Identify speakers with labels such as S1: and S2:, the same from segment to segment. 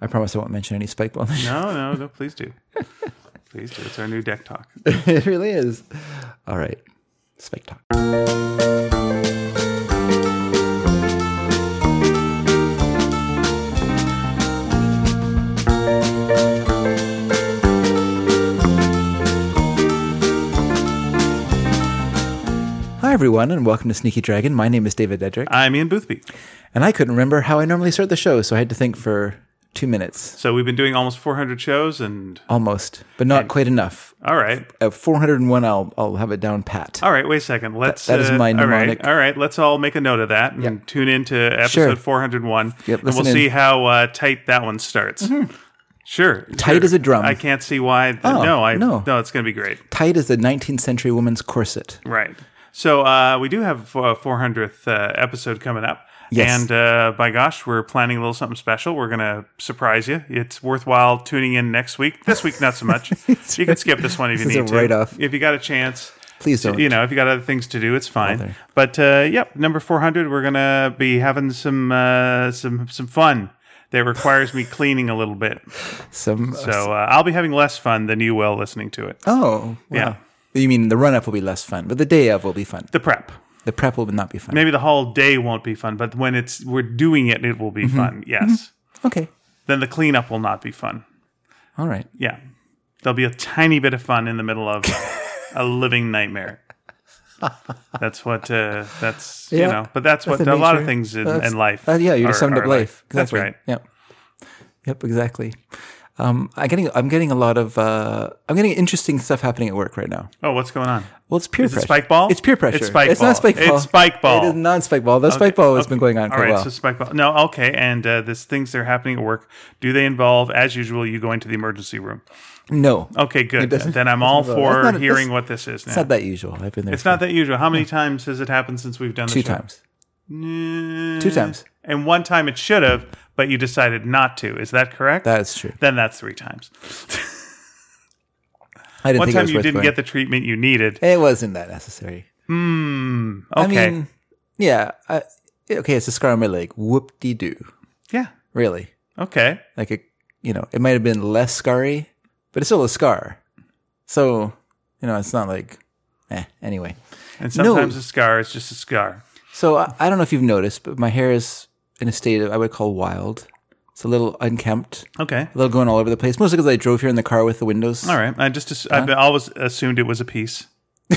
S1: I promise I won't mention any spike bloom.
S2: No, no, no. Please do. please do. It's our new deck talk.
S1: it really is. All right. Spike talk. Hi, everyone, and welcome to Sneaky Dragon. My name is David Dedrick,
S2: I'm Ian Boothby.
S1: and I couldn't remember how I normally start the show, so I had to think for two minutes.
S2: So we've been doing almost 400 shows, and
S1: Almost, but not quite enough.
S2: all right,
S1: At 401, I'll, I'll have it down pat.
S2: all right. Wait a second. Let's. uh,
S1: that is my
S2: all right,
S1: mnemonic.
S2: all right. Let's all make a note of that and
S1: Yep.
S2: tune into episode
S1: Sure.
S2: 401,
S1: Yep,
S2: and we'll
S1: listen in. Mm-hmm.
S2: see how uh, tight that one starts. Sure.
S1: Tight
S2: sure.
S1: as a drum.
S2: I can't see why.
S1: Oh,
S2: no, I
S1: no.
S2: no. It's going to be great.
S1: Tight as a 19th century woman's corset.
S2: Right. So uh, we do have a 400th uh, episode coming up.
S1: Yes.
S2: And uh, by gosh, we're planning a little something special. We're going to surprise you. It's worthwhile tuning in next week. This week, not so much. you can skip this one if
S1: This is
S2: you
S1: a
S2: need to.
S1: write-off.
S2: If you got a chance.
S1: Please don't.
S2: You know, if you got other things to do, it's fine.
S1: Bother.
S2: but uh, yep, number four hundred, we're gonna be having some uh, some some fun that requires me cleaning a little bit.
S1: Some.
S2: So uh, I'll be having less fun than you will listening to it.
S1: oh, wow.
S2: Yeah.
S1: You mean the run up will be less fun, but the day of will be fun.
S2: The prep.
S1: The prep will not be fun.
S2: maybe the whole day won't be fun, but when it's we're doing it, it will be
S1: Mm-hmm.
S2: fun. Yes.
S1: Okay.
S2: Then the cleanup will not be fun.
S1: All right.
S2: Yeah. There'll be a tiny bit of fun in the middle of a living nightmare. That's what. Uh, that's you
S1: Yeah.
S2: know. But that's,
S1: That's
S2: what
S1: the
S2: a lot of
S1: nature.
S2: things in,
S1: That's-
S2: in life.
S1: Uh, yeah, you just
S2: are-
S1: summed up
S2: are
S1: life.
S2: like. That's
S1: Exactly.
S2: right.
S1: Yep. Yep. Exactly. Um, I getting. I'm getting a lot of. Uh, I'm getting interesting stuff happening at work right now.
S2: Oh, what's going on?
S1: Well, it's peer
S2: Is
S1: pressure.
S2: it spike ball?
S1: It's peer pressure.
S2: It's spike
S1: It's
S2: ball.
S1: not spike ball.
S2: It's spike ball.
S1: It is not spike ball. Though spike ball has been going on
S2: All
S1: quite
S2: right,
S1: well.
S2: so spike ball. No, okay. And uh, these things that are happening at work, do they involve, as usual, you going to the emergency room?
S1: no,
S2: Okay, good.
S1: doesn't-
S2: Then I'm all
S1: involve-
S2: for
S1: that's not-
S2: hearing
S1: that's-
S2: what this is now.
S1: it's not that usual. I've been there.
S2: It's not that usual. How many times has it happened since we've done this?
S1: two times. Two times.
S2: And one time it should have, but you decided not to. Is that correct?
S1: That's true.
S2: then that's three times.
S1: I didn't
S2: One
S1: think it
S2: time
S1: was
S2: you
S1: worth
S2: didn't
S1: going.
S2: get the treatment you needed.
S1: It wasn't that necessary.
S2: Hmm. Okay.
S1: I mean, yeah. I, okay, it's a scar on my leg. Whoop de doo.
S2: yeah.
S1: Really?
S2: Okay.
S1: Like a, you know, it might have been less scary, but it's still a scar. So, you know, it's not like, eh. Anyway,
S2: And sometimes a scar is just a scar.
S1: so I, I don't know if you've noticed, but my hair is in a state of I would call wild. It's a little unkempt,
S2: Okay.
S1: a little going all over the place. Mostly because I drove here in the car with the windows.
S2: All right. I just ass- I've always assumed it was a piece.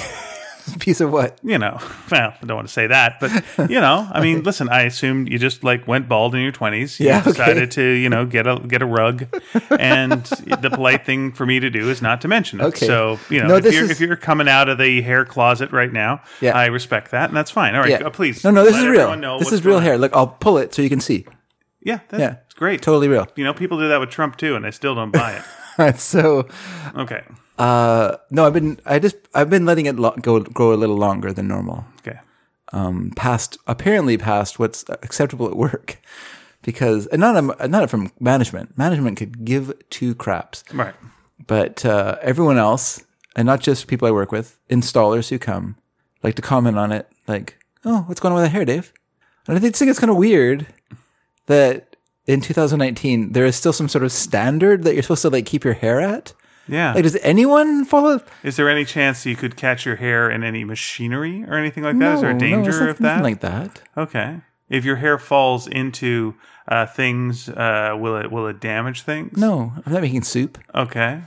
S1: Piece of what?
S2: You know, well, I don't want to say that, but you know, I mean, listen, I assumed you just like went bald in your twenties. You
S1: Yeah, okay.
S2: decided to, you know, get a get a rug, and the polite thing for me to do is not to mention it.
S1: Okay.
S2: So, you know,
S1: No,
S2: if,
S1: this
S2: you're,
S1: is-
S2: if you're coming out of the hair closet right now,
S1: Yeah.
S2: I respect that, and that's fine. All right,
S1: Yeah.
S2: uh, please.
S1: No, no, this
S2: let
S1: is
S2: everyone
S1: real.
S2: know
S1: This
S2: what's
S1: is real
S2: going on.
S1: hair. Look, I'll pull it so you can see.
S2: Yeah, that's
S1: Yeah.
S2: it's great.
S1: Totally real.
S2: You know, people do that with Trump too, and they still don't buy it.
S1: so,
S2: Okay.
S1: uh, no, I've been, I just, I've been letting it lo- go, grow a little longer than normal.
S2: Okay.
S1: um, past apparently past what's acceptable at work because and not um, not from management management could give two craps
S2: All right.
S1: but uh, everyone else and not just people i work with installers who come like to comment on it like oh what's going on with that hair dave and i think think it's kind of weird that in 2019 there is still some sort of standard that you're supposed to like keep your hair at
S2: Yeah.
S1: like does anyone follow
S2: Is there any chance you could catch your hair in any machinery or anything like that? Is there a
S1: No, no,
S2: danger
S1: it's not-
S2: of that?
S1: nothing like that
S2: Okay. If your hair falls into uh, things, uh, will it will it damage things?
S1: no i'm not making soup
S2: Okay.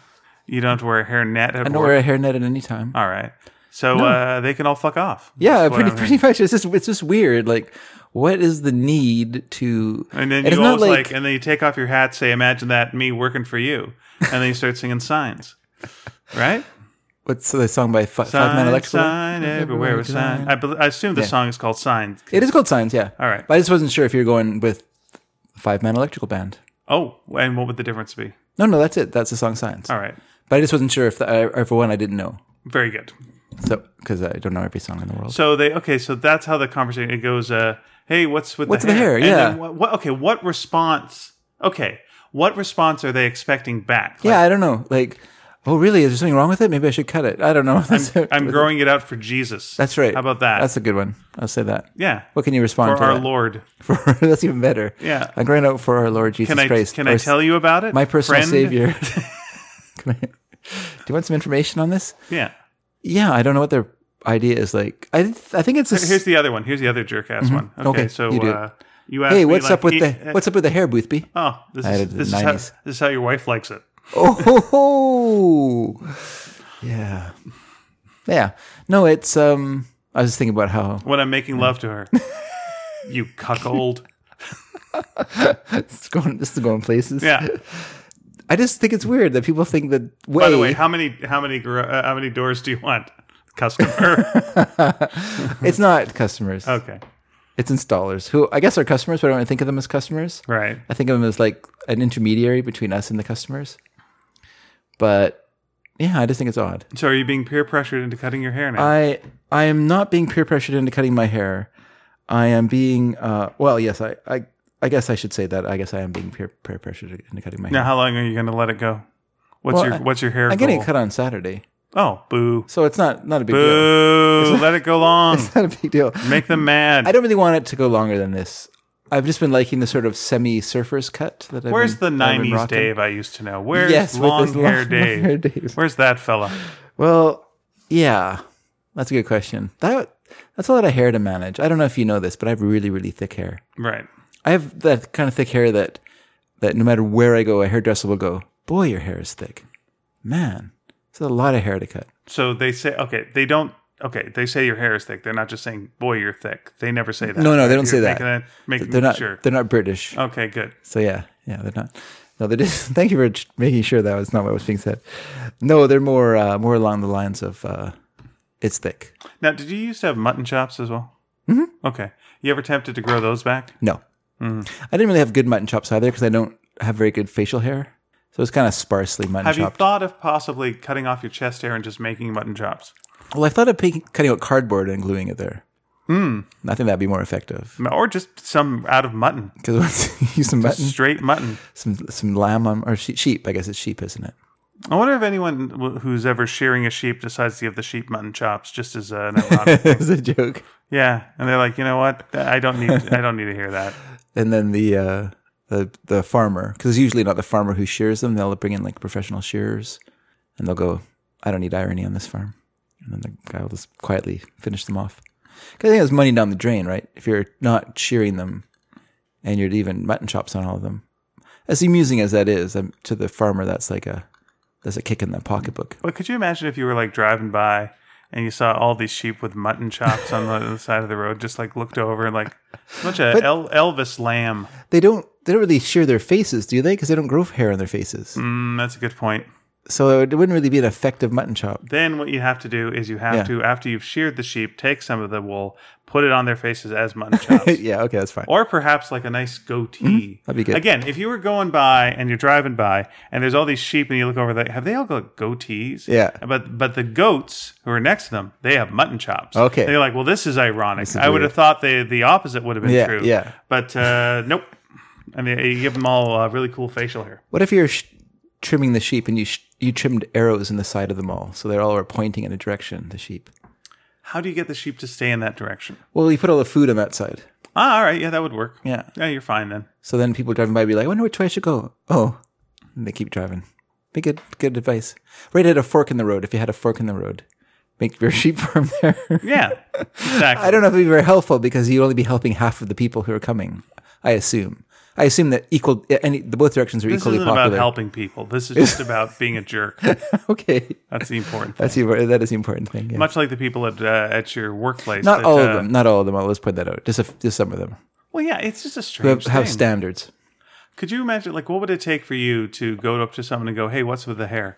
S2: You don't have to wear a hair net at
S1: i
S2: work.
S1: don't wear a hairnet at any time
S2: All right. So uh, they can all fuck off.
S1: Yeah,
S2: Uh, That's what
S1: pretty
S2: I'm-
S1: pretty much. It's just it's just weird. Like, what is the need to?
S2: And then you always like, and then you take off your hat, say, "Imagine that, me working for you," and then you start singing signs, right?
S1: what's the song by Fi Five Man
S2: Sign,
S1: Electrical?
S2: sign everywhere, with sign. I, bel I assume the song is called "Sign."
S1: It is called Signs. Yeah.
S2: All right.
S1: But I just wasn't sure if you're going with Five Man Electrical Band.
S2: Oh, and what would the difference be?
S1: No, no, that's it. That's the song Signs.
S2: All right,
S1: But I just wasn't sure if the, I, I- for one I didn't know.
S2: very good.
S1: So because I don't know every song in the world.
S2: So they okay. So that's how the conversation it goes. Uh, hey, what's with
S1: What's
S2: the
S1: the
S2: hair?
S1: hair?
S2: And
S1: Yeah.
S2: then what, what? Okay. What response? Okay. What response are they expecting back? Like,
S1: yeah, I don't know. Like oh, really? Is there something wrong with it? Maybe I should cut it. I don't know. That's,
S2: I'm growing it out for Jesus.
S1: that's right.
S2: How about that?
S1: That's a good one. I'll say that.
S2: yeah.
S1: What can you respond
S2: For
S1: to?
S2: our
S1: that?
S2: Lord.
S1: For, that's even better.
S2: Yeah.
S1: I'm growing out for our Lord Jesus
S2: Can I
S1: Christ.
S2: can
S1: our
S2: I tell you about it?
S1: my personal
S2: friend?
S1: savior. Can I, do you want some information on this?
S2: Yeah.
S1: Yeah, I don't know what their idea is like. I th- I think it's a s-
S2: Here's the other one. Here's the other jerk ass one. Okay,
S1: Mm-hmm. Okay,
S2: so
S1: you do it.
S2: uh, you asked
S1: hey,
S2: me,
S1: what's
S2: like,
S1: up with
S2: eh,
S1: the
S2: eh,
S1: what's up with the hair, Boothby?
S2: Oh, this
S1: had
S2: is
S1: it in
S2: this is,
S1: the
S2: how,
S1: 90s.
S2: this is how your wife likes it.
S1: Oh, ho,
S2: Oh.
S1: ho. yeah, yeah. No, it's um. I was just thinking about how
S2: When I'm making love to her, you cuckold.
S1: it's going. This is going places.
S2: Yeah.
S1: I just think it's weird that people think that. Way,
S2: By the way, how many how many gr- uh, how many doors do you want, customer?
S1: it's not customers.
S2: okay,
S1: It's installers who I guess are customers, but I don't think of them as customers.
S2: right.
S1: I think of them as like an intermediary between us and the customers. But yeah, I just think it's odd.
S2: So are you being peer pressured into cutting your hair now?
S1: I I am not being peer pressured into cutting my hair. I am being uh well, yes, I I, I guess I should say that. I guess I am being peer, peer pressured into cutting my hair.
S2: now, how long are you going to let it go? What's
S1: Well,
S2: your
S1: I-
S2: what's your hair
S1: I'm
S2: goal?
S1: getting it cut on Saturday.
S2: Oh, boo,
S1: So it's not not a big deal.
S2: boo! let it go long.
S1: It's not a big deal.
S2: Make them mad.
S1: I don't really want it to go longer than this. I've just been liking the sort of semi surfers cut that I've
S2: Where's the
S1: been, I've been
S2: '90s
S1: rocking.
S2: Dave I used to know? Where's
S1: Yes,
S2: long
S1: with this
S2: hair
S1: long
S2: Dave?
S1: hair Dave.
S2: Where's that fella?
S1: Well, yeah, that's a good question. That that's a lot of hair to manage. I don't know if you know this, but I have really, really thick hair.
S2: Right.
S1: I have that kind of thick hair that that no matter where I go, a hairdresser will go, "Boy, your hair is thick, man." It's a lot of hair to cut.
S2: So they say, okay, they don't. Okay, they say your hair is thick. They're not just saying, "Boy, you're thick." They never say that.
S1: No, no, they don't
S2: You're
S1: say that.
S2: making making
S1: They're not.
S2: sure. Oh.
S1: They're not British.
S2: Okay, good.
S1: So yeah, yeah, they're not. No, they just. Thank you for ch- making sure that was not what was being said. No, they're more uh, more along the lines of uh, it's thick.
S2: Now, did you used to have mutton chops as well? Mm-hmm. Okay. You ever tempted to grow those back?
S1: No.
S2: Hmm.
S1: I didn't really have good mutton chops either because I don't have very good facial hair. So it's kind of sparsely mutton
S2: Have you
S1: chopped.
S2: thought of possibly cutting off your chest hair and just making mutton chops?
S1: well, I thought of picking, cutting out cardboard and gluing it there. Hmm. I think that'd be more effective
S2: Or just some out of mutton,
S1: because once you use some mutton,
S2: straight mutton.
S1: some some lamb on, or she- sheep. I guess it's sheep, isn't it?
S2: I wonder if anyone w- who's ever shearing a sheep decides to give the sheep mutton chops just as an ironic thing.
S1: it's a joke.
S2: Yeah, and they're like, you know what? I don't need. I don't need to hear that.
S1: And then the uh, the the farmer, because it's usually not the farmer who shears them. They'll bring in like professional shearers, and they'll go, "I don't need irony on this farm." And then the guy will just quietly finish them off. 'Cause I think it's money down the drain, right? If you're not shearing them, and you're leaving mutton chops on all of them, as amusing as that is, um, to the farmer, that's like a that's a kick in the pocketbook.
S2: But could you imagine if you were like driving by and you saw all these sheep with mutton chops on the, the side of the road, just like looked over and like a bunch of El- Elvis lamb?
S1: They don't they don't really shear their faces, do they? Because they don't grow hair on their faces,
S2: Mm, that's a good point.
S1: so it wouldn't really be an effective mutton chop.
S2: Then what you have to do is you have
S1: Yeah.
S2: to, after you've sheared the sheep, take some of the wool, put it on their faces as mutton chops.
S1: yeah, okay, that's fine.
S2: Or perhaps like a nice goatee.
S1: Mm-hmm. that'd be good.
S2: Again, if you were going by and you're driving by and there's all these sheep and you look over, there, have they all got goatees?
S1: Yeah.
S2: But but the goats who are next to them, they have mutton chops.
S1: Okay.
S2: And you're like, well, this is ironic.
S1: is
S2: I would
S1: weird.
S2: have thought the the opposite would have been
S1: Yeah,
S2: true.
S1: yeah.
S2: But uh, nope. And they, you give them all uh, really cool facial hair.
S1: What if you're sh- trimming the sheep and you sh- you trimmed arrows in the side of them all, so they all are pointing in a direction? The sheep.
S2: How do you get the sheep to stay in that direction?
S1: Well, you put all the food on that side.
S2: Ah, all right. Yeah, that would work.
S1: Yeah.
S2: Yeah, you're fine then.
S1: So then people driving by be like, "I wonder which way I should go." Oh, and they keep driving. Be good, good advice. Right at a fork in the road. If you had a fork in the road, make your sheep farm there.
S2: Yeah. Exactly.
S1: I don't know if it'd be very helpful because you'd only be helping half of the people who are coming. I assume. I assume that equal any the both directions are
S2: This
S1: equally
S2: isn't about
S1: popular.
S2: helping people. This is just about being a jerk.
S1: okay,
S2: That's the important thing.
S1: that's the, that is the important thing. yeah.
S2: Much like the people at uh, at your workplace.
S1: Not
S2: that,
S1: all
S2: uh,
S1: of them. Not all of them. I'll just point that out. Just a, just some of them
S2: Well, yeah, it's just a
S1: who have,
S2: strange
S1: have
S2: thing.
S1: standards.
S2: Could you imagine, like, what would it take for you to go up to someone and go, "Hey, what's with the hair?"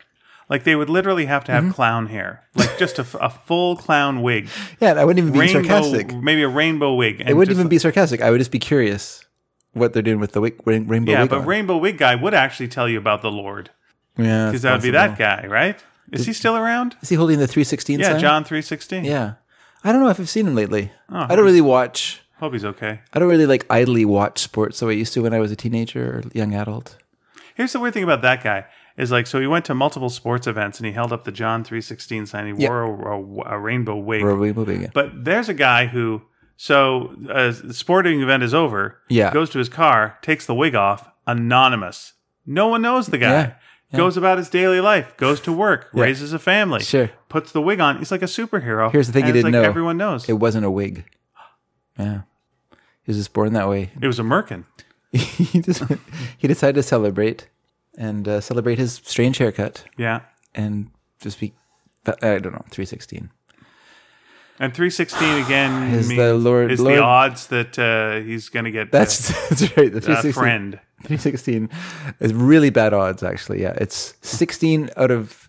S2: Like, they would literally have to have
S1: Mm-hmm.
S2: clown hair, like just a, f- a full clown wig,
S1: Yeah, and I wouldn't even be
S2: rainbow,
S1: sarcastic.
S2: maybe a rainbow wig. And
S1: I wouldn't even be sarcastic. I would just be curious what they're doing with the wig, rain- rainbow
S2: Yeah,
S1: wig.
S2: but
S1: on.
S2: rainbow wig guy would actually tell you about the Lord
S1: yeah,
S2: because that would be that guy, right? Is he still around?
S1: Is he holding the 316
S2: Yeah,
S1: sign?
S2: John Oh, three sixteen.
S1: Yeah. I don't know if I've seen him lately. I don't really watch.
S2: hope he's okay.
S1: I don't really like idly watch sports the way I used to when I was a teenager or young adult.
S2: Here's the weird thing about that guy is like so he went to multiple sports events and he held up the John 316 sign. He
S1: Yep.
S2: wore a, a, a rainbow wig.
S1: Probably will be again.
S2: But there's a guy who, so uh, the sporting event is over.
S1: Yeah.
S2: Goes to his car, takes the wig off, anonymous. No one knows the guy.
S1: Yeah, yeah.
S2: Goes about his daily life, goes to work, raises a family,
S1: Sure.
S2: puts the wig on. He's like a superhero.
S1: Here's the thing you
S2: and it's
S1: didn't
S2: like
S1: know.
S2: Everyone knows.
S1: It
S2: It,
S1: wasn't a wig. Yeah. He was just born that way.
S2: was a merkin.
S1: he, just, he decided to celebrate and uh, celebrate his strange haircut
S2: Yeah.
S1: and just be, uh, I don't know, 316.
S2: And 316 again
S1: Is
S2: mean-
S1: the Lord-
S2: is
S1: Lord-
S2: the odds that uh, he's going to get
S1: That's, that's right. The
S2: uh, a
S1: 316.
S2: friend.
S1: 316 is really bad odds, actually. Yeah. It's 16 out of,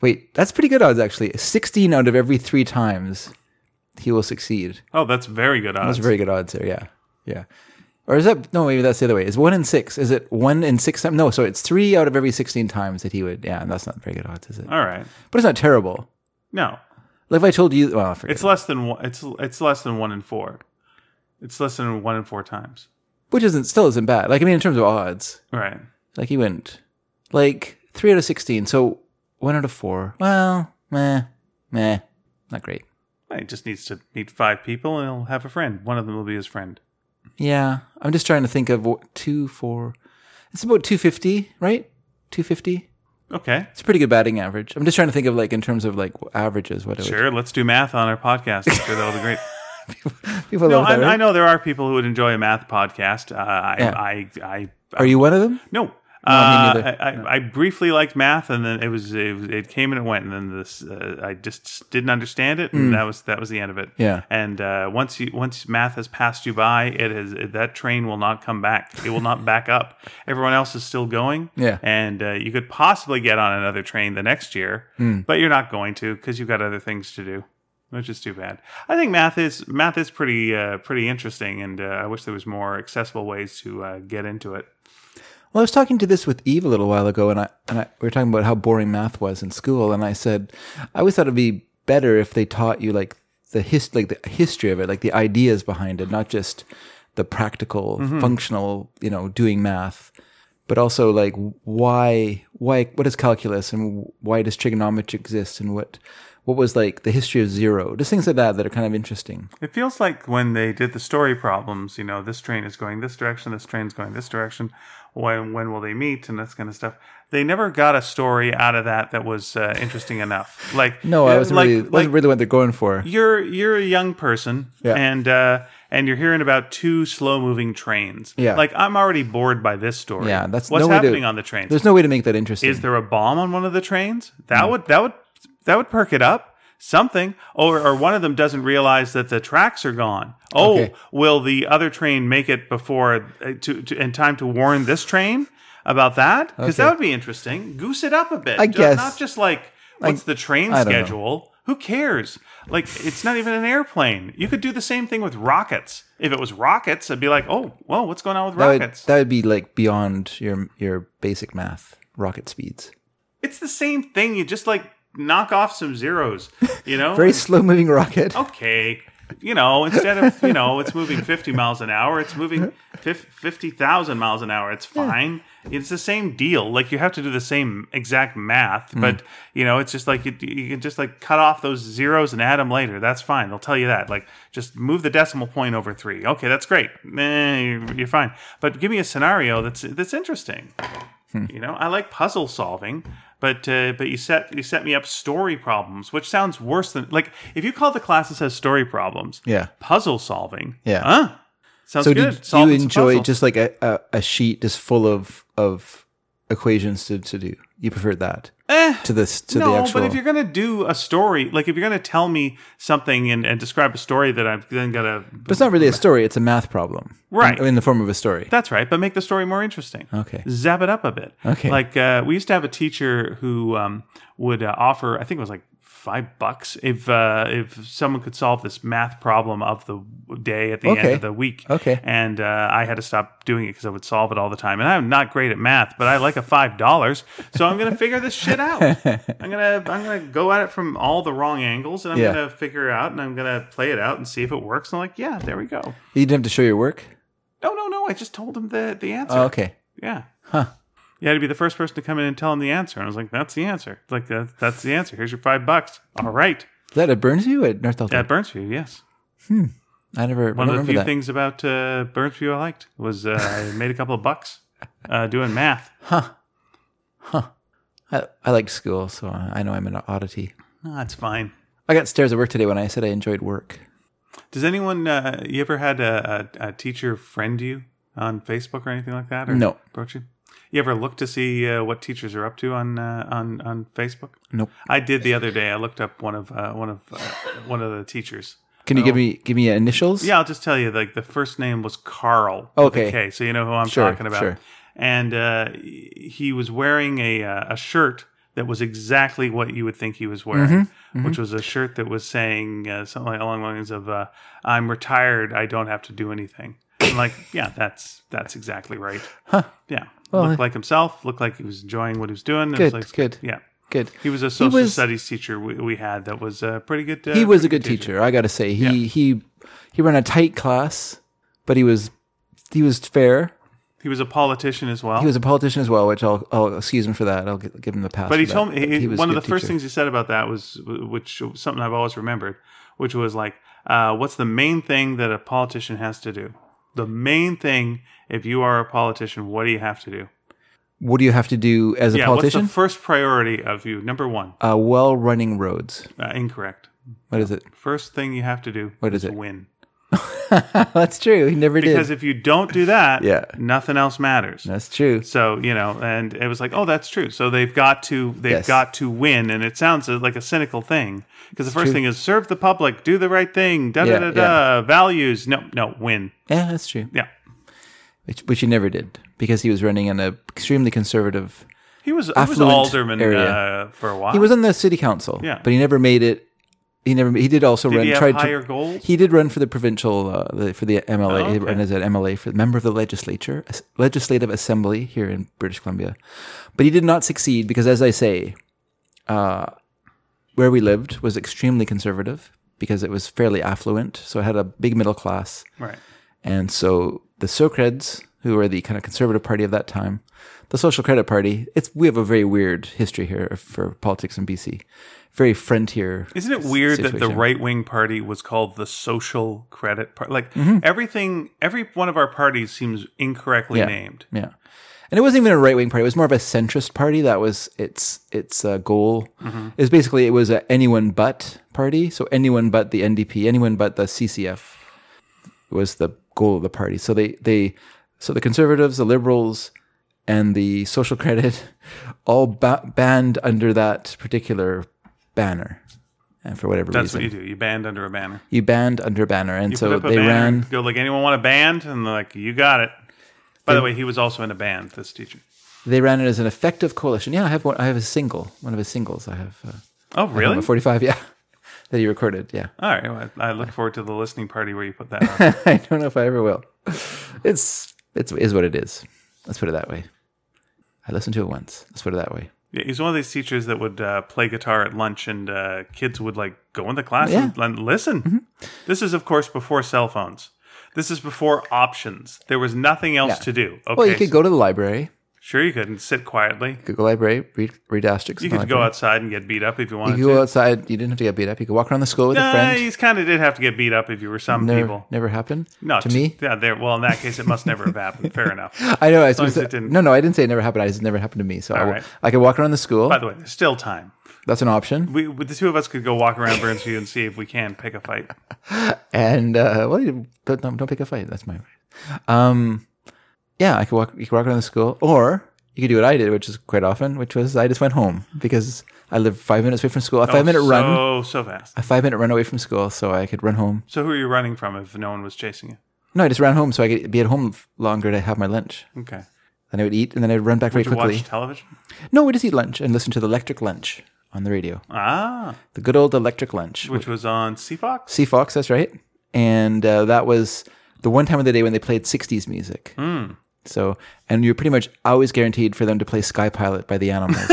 S1: wait, that's pretty good odds, actually. 16 out of every three times he will succeed.
S2: Oh, that's very good
S1: That's
S2: odds.
S1: very good odds there. Yeah. Yeah. Or is that, no, maybe that's the other way. Is one in six? Is it one in six times? No, so it's three out of every 16 times that he would, yeah, and that's not very good odds, is it?
S2: All right.
S1: But it's not terrible.
S2: No,
S1: Like if I told you, well, I forget.
S2: It's less than one. It's it's less than one in four. It's less than one in four times.
S1: which isn't, still isn't bad. Like, I mean, in terms of odds,
S2: Right.
S1: like he went like three out of 16. So one out of four. Well, meh, meh, not great.
S2: He just needs to meet five people, and he'll have a friend. One of them will be his friend.
S1: Yeah, I'm just trying to think of what two, four. It's about 250, right? 250.
S2: Okay.
S1: It's a pretty good batting average. I'm just trying to think of like in terms of like averages, what it would-
S2: Sure. Let's do math on our podcast. I'm sure that'll be great.
S1: people
S2: No,
S1: love that.
S2: I,
S1: right?
S2: I know there are people who would enjoy a math podcast. Uh, I,
S1: Yeah.
S2: I, I, I,
S1: Are you one of them?
S2: no.
S1: No, me
S2: Uh,
S1: neither.
S2: I, I, I briefly liked math, and then it was it, was- it came and it went, and then this uh, I just didn't understand it, and that was that was the end of it.
S1: Hmm. Yeah.
S2: And uh, once you once math has passed you by, it is that train will not come back. It will not back up. Everyone else is still going.
S1: Yeah.
S2: And uh, you could possibly get on another train the next year,
S1: Hmm.
S2: but you're not going to because you've got other things to do, which is too bad. I think math is math is pretty uh, pretty interesting, and uh, I wish there was more accessible ways to uh, get into it.
S1: Well, I was talking to this with Eve a little while ago, and I and I, we were talking about how boring math was in school, and I said I always thought it'd be better if they taught you like the hist like the history of it, like the ideas behind it, not just the practical,
S2: Mm-hmm.
S1: functional, you know, doing math, but also like why why what is calculus and why does trigonometry exist and what what was like the history of zero, just things like that that are kind of interesting.
S2: It feels like when they did the story problems, you know, this train is going this direction, this train's going this direction. When when will they meet and this kind of stuff? They never got a story out of that that was uh, interesting enough. Like
S1: No, I
S2: uh,
S1: was
S2: like,
S1: really
S2: like
S1: wasn't really what they're going for.
S2: you're you're a young person
S1: Yeah.
S2: and uh, and you're hearing about two slow moving trains.
S1: Yeah.
S2: like I'm already bored by this story.
S1: Yeah, that's
S2: what's
S1: no way to-
S2: happening on the trains.
S1: There's no way to make that interesting. Hmm.
S2: Is there a bomb on one of the trains? That would that would that would perk it up. Something, or or one of them doesn't realize that the tracks are gone. Oh,
S1: Okay.
S2: will the other train make it before uh, to, to in time to warn this train about that? Because that
S1: Okay.
S2: would be interesting. Goose it up a bit.
S1: I
S2: Ju-
S1: guess.
S2: not just like what's the train
S1: I don't know.
S2: schedule. Who cares? Like it's not even an airplane. You could do the same thing with rockets. If it was rockets, I'd be like, oh, whoa, what's going on with
S1: That would,
S2: rockets?
S1: that would be like beyond your your basic math rocket speeds.
S2: It's the same thing. You just like knock off some zeros, you know?
S1: Very slow moving rocket.
S2: Oh. okay. You know, instead of, you know, it's moving 50 miles an hour, it's moving fif- 50,000 miles an hour. It's fine. It's the same deal. Like you have to do the same exact math, but, you know, it's just like you, you can just like cut off those zeros and add them later. That's fine. They'll tell you that. Like just move the decimal point over three. Okay, that's great. Eh, you're, you're fine. But give me a scenario that's that's interesting. You know, I like puzzle solving, but uh, but you set you set me up story problems, which sounds worse than like if you call the class and says story problems,
S1: Yeah.
S2: puzzle solving,
S1: Yeah.
S2: huh? Sounds
S1: So
S2: good.
S1: did
S2: Solving
S1: you
S2: some
S1: enjoy
S2: puzzle.
S1: just like a, a, a sheet just full of of equations to, to do? You preferred that
S2: Eh,
S1: to this to
S2: no,
S1: the actual.
S2: but if you're gonna do a story, like if you're gonna tell me something and, and describe a story that I've then got to,
S1: but it's not really a story; it's a math problem,
S2: Right.
S1: In, in the form of a story.
S2: that's right, but make the story more interesting.
S1: okay.
S2: zap it up a bit.
S1: Okay.
S2: Like uh, we used to have a teacher who um, would uh, offer, I think it was like five bucks if uh, if someone could solve this math problem of the day at the end
S1: Okay.
S2: of the week.
S1: Okay.
S2: And uh, I had to stop doing it because I would solve it all the time. And I'm not great at math, but I like a five dollars, so I'm gonna figure this shit out. I'm gonna I'm gonna go at it from all the wrong angles, and I'm
S1: Yeah.
S2: gonna figure it out, and I'm gonna play it out and see if it works. And I'm like, yeah, there we go.
S1: You didn't have to show your work.
S2: No, no, no. I just told him the the answer.
S1: Oh, okay.
S2: Yeah.
S1: Huh.
S2: you had to be the first person to come in and tell him the answer. And I was like, that's the answer. It's like, that, that's the answer. Here's your five bucks. All right.
S1: Is that at Burnsview or at North Delta?
S2: At Burnsview, yes.
S1: I never I
S2: One
S1: don't
S2: of
S1: remember
S2: the few
S1: that.
S2: things about uh, Burnsview I liked was uh, I made a couple of bucks uh, doing math.
S1: I, I like school, so I know I'm an oddity.
S2: No, that's fine.
S1: I got stares at work today when I said I enjoyed work.
S2: Does anyone, uh, you ever had a, a, a teacher friend you on Facebook or anything like that? Or
S1: No.
S2: Approach you? You ever look to see uh, what teachers are up to on uh, on on Facebook?
S1: Nope.
S2: I did the other day. I looked up one of uh, one of uh, one of the teachers.
S1: Can you give me give me initials?
S2: Oh. Yeah, I'll just tell you. Like the first name was Carl.
S1: Okay.
S2: Okay, so you know who I'm
S1: Sure,
S2: talking about.
S1: sure.
S2: And uh, he was wearing a uh, a shirt that was exactly what you would think he was wearing,
S1: Mm-hmm,
S2: which was a shirt that was saying uh, something like along the lines of uh, "I'm retired. I don't have to do anything." I'm like, yeah, that's that's exactly right. Huh. Yeah. looked like himself. Looked like he was enjoying what he was doing. It was
S1: uh, Good,
S2: like-
S1: good.
S2: Yeah.
S1: Good.
S2: He was a social
S1: was-
S2: studies teacher we, we had that was a pretty good. Uh,
S1: He was
S2: pretty
S1: a good teacher, I gotta say. He he he ran a tight class, but he was he was fair.
S2: He was a politician as well.
S1: He was a politician as well, which I'll I'll excuse him for that. I'll gi- give him the pass.
S2: But he
S1: for that.
S2: told me he,
S1: was a
S2: one of the
S1: good
S2: first
S1: teacher.
S2: things he said about that was, which something I've always remembered, which was like, uh, "What's the main thing that a politician has to do? The main thing, if you are a politician, what do you have to do?
S1: What do you have to do as a
S2: yeah,
S1: politician?
S2: what's the first priority of you? Number one,
S1: uh, well running roads.
S2: uh, incorrect.
S1: What is it?
S2: First thing you have to do
S1: What is
S2: to
S1: it?
S2: win.
S1: That's true. He never
S2: Because
S1: did.
S2: if you don't do that,
S1: Yeah.
S2: nothing else matters.
S1: That's true.
S2: So you know, and it was like, oh, that's true. So they've got to they've
S1: Yes.
S2: got to win, and it sounds uh, like a cynical thing because the first
S1: true.
S2: thing is serve the public, do the right thing, da da
S1: Yeah,
S2: da da, values. No, no, win.
S1: Yeah, that's true.
S2: Yeah,
S1: Which, which he never did because he was running in an extremely conservative.
S2: he was he was
S1: Affluent
S2: alderman
S1: area.
S2: uh, for a while.
S1: He was on the city council,
S2: Yeah.
S1: but he never made it. He never. He did also
S2: Did
S1: run.
S2: he have
S1: tried
S2: higher
S1: to.
S2: goals?
S1: He did run for the provincial uh, the, for the MLA.
S2: Oh,
S1: He
S2: okay.
S1: ran as an MLA for member of the legislature, as- legislative assembly here in British Columbia, but he did not succeed because, as I say, uh, where we lived was extremely conservative because it was fairly affluent, so it had a big middle class.
S2: right.
S1: And so the Socreds, who were the kind of conservative party of that time, the Social Credit Party, it's we have a very weird history here for politics in BC. Very frontier.
S2: Isn't it weird that the
S1: situation.
S2: right wing party was called the Social Credit Party? Like
S1: Mm-hmm.
S2: everything, every one of our parties seems incorrectly named.
S1: Yeah. And it wasn't even a right wing party. It was more of a centrist party. That was its its uh, goal.
S2: Mm-hmm.
S1: Is basically it was a anyone but party. So anyone but the NDP, anyone but the CCF was the goal of the party. So they they so the conservatives, the liberals, and the social credit all ba- banned under that particular banner, and for whatever
S2: That's
S1: reason,
S2: what you do. You band under a banner.
S1: you banned under a banner, and
S2: put
S1: so
S2: up a
S1: they
S2: banner,
S1: ran.
S2: Go like anyone want a band, and they're like you got it. By the way, he was also in a band. This teacher.
S1: They ran it as an effective coalition. Yeah, I have one. I have a single. One of his singles. I have. Uh,
S2: Oh really?
S1: Number 45, yeah. That he recorded, yeah.
S2: All right. Well, I I look forward to the listening party where you put that on.
S1: I don't know if I ever will. It's it's is what it is. Let's put it that way. I listened to it once. Let's put it that way.
S2: yeah, he's one of these teachers that would uh, play guitar at lunch, and uh, kids would like go in the class and, and listen.
S1: Mm-hmm.
S2: This is, of course, before cell phones. This is before options. There was nothing else
S1: Yeah.
S2: to do. Okay,
S1: Well, you could
S2: so-
S1: go to the library,
S2: sure you could and sit quietly.
S1: Google library, read read asterisks.
S2: You
S1: in the
S2: could go
S1: library.
S2: outside and get beat up if you wanted
S1: You could
S2: to.
S1: go outside. You didn't have to get beat up. You could walk around the school with a
S2: Nah,
S1: friend.
S2: he's kind of did have to get beat up if you were some
S1: Never,
S2: people.
S1: never happened.
S2: No,
S1: to
S2: t-
S1: me.
S2: Yeah, there. Well, in that case, it must never have happened. Fair enough.
S1: I know. I was
S2: long as
S1: supposed
S2: it
S1: to,
S2: didn't-
S1: no, no, I didn't say it never happened. I just it never happened to me. So I, will-
S2: right.
S1: I could walk around the school.
S2: By the way, there's still time.
S1: That's an option.
S2: We, the two of us could go walk around Burnsview and see if we can pick a fight.
S1: and uh, well, you don't, don't don't pick a fight. That's my. Um, yeah, I could walk. You could walk around the school, or you could do what I did, which is quite often, which was I just went home because I live five minutes away from school. A five minute
S2: Oh, so,
S1: run,
S2: So, fast.
S1: a five minute run away from school, so I could run home.
S2: So who are you running from if no one was chasing you?
S1: No, I just ran home so I could be at home f- longer to have my lunch.
S2: Okay.
S1: Then I would eat, and then I'd run back very
S2: Did you
S1: quickly.
S2: watch television?
S1: No, we just eat lunch and listen to the Electric Lunch on the radio.
S2: Ah,
S1: The good old Electric Lunch.
S2: which was on CFox?
S1: Sea Fox, that's right. And uh, that was the one time of the day when they played 60s music. So, and you're pretty much always guaranteed for them to play Sky Pilot by the Animals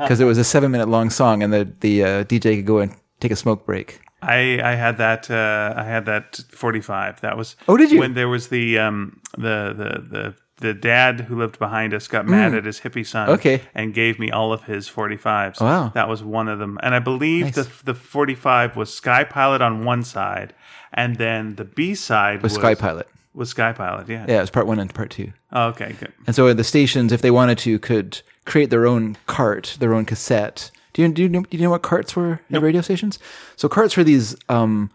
S1: because it was a seven minute long song and the, the uh, DJ could go and take a smoke break.
S2: I, I had that uh, I had that 45. That was
S1: Oh, did you?
S2: when there was the um the the the the dad who lived behind us got mad at his hippie son
S1: Mm. Okay. Oh,
S2: and gave me all of his 45s.
S1: Wow.
S2: That was one of them. And I believe the, the 45 was Sky Pilot on one side, and then the B side was,
S1: with Sky Pilot.
S2: was Sky Pilot, yeah.
S1: Yeah, it was part one and part two.
S2: Oh, okay, good.
S1: And so the stations, if they wanted to, could create their own cart, their own cassette. Do you do you know, do you know what carts were at radio stations? So carts were these um,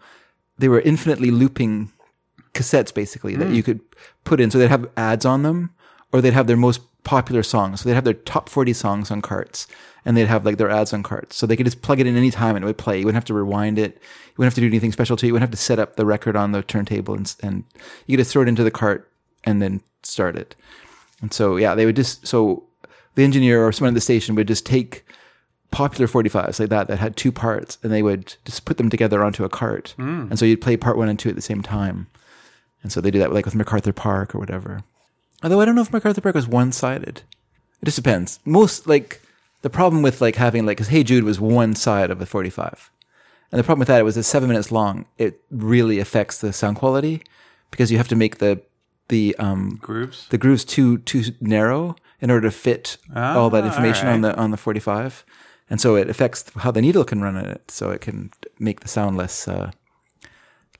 S1: they were infinitely looping cassettes basically that you could put in. So they'd have ads on them, or they'd have their most popular songs. So they'd have their top forty songs on carts, and they'd have like their ads on carts. So they could just plug it in any time and it would play. You wouldn't have to rewind it. You wouldn't have to do anything special to it. You wouldn't have to set up the record on the turntable and s- and you could just throw it into the cart and then start it. And so, yeah, they would just so the engineer or someone at the station would just take popular 45s like that that had two parts, and they would just put them together onto a cart. And so you'd play part one and two at the same time. And so they do that like with MacArthur Park or whatever. Although I don't know if MacArthur Park was one sided. It just depends. Most like the problem with like having like 'cause Hey Jude was one side of a 45. And the problem with that it was it's seven minutes long. It really affects the sound quality because you have to make the the um,
S2: Grooves.
S1: the groove's too too narrow in order to fit all
S2: Ah,
S1: that information on the on the 45 and so it affects how the needle can run in it so it can make the sound less uh,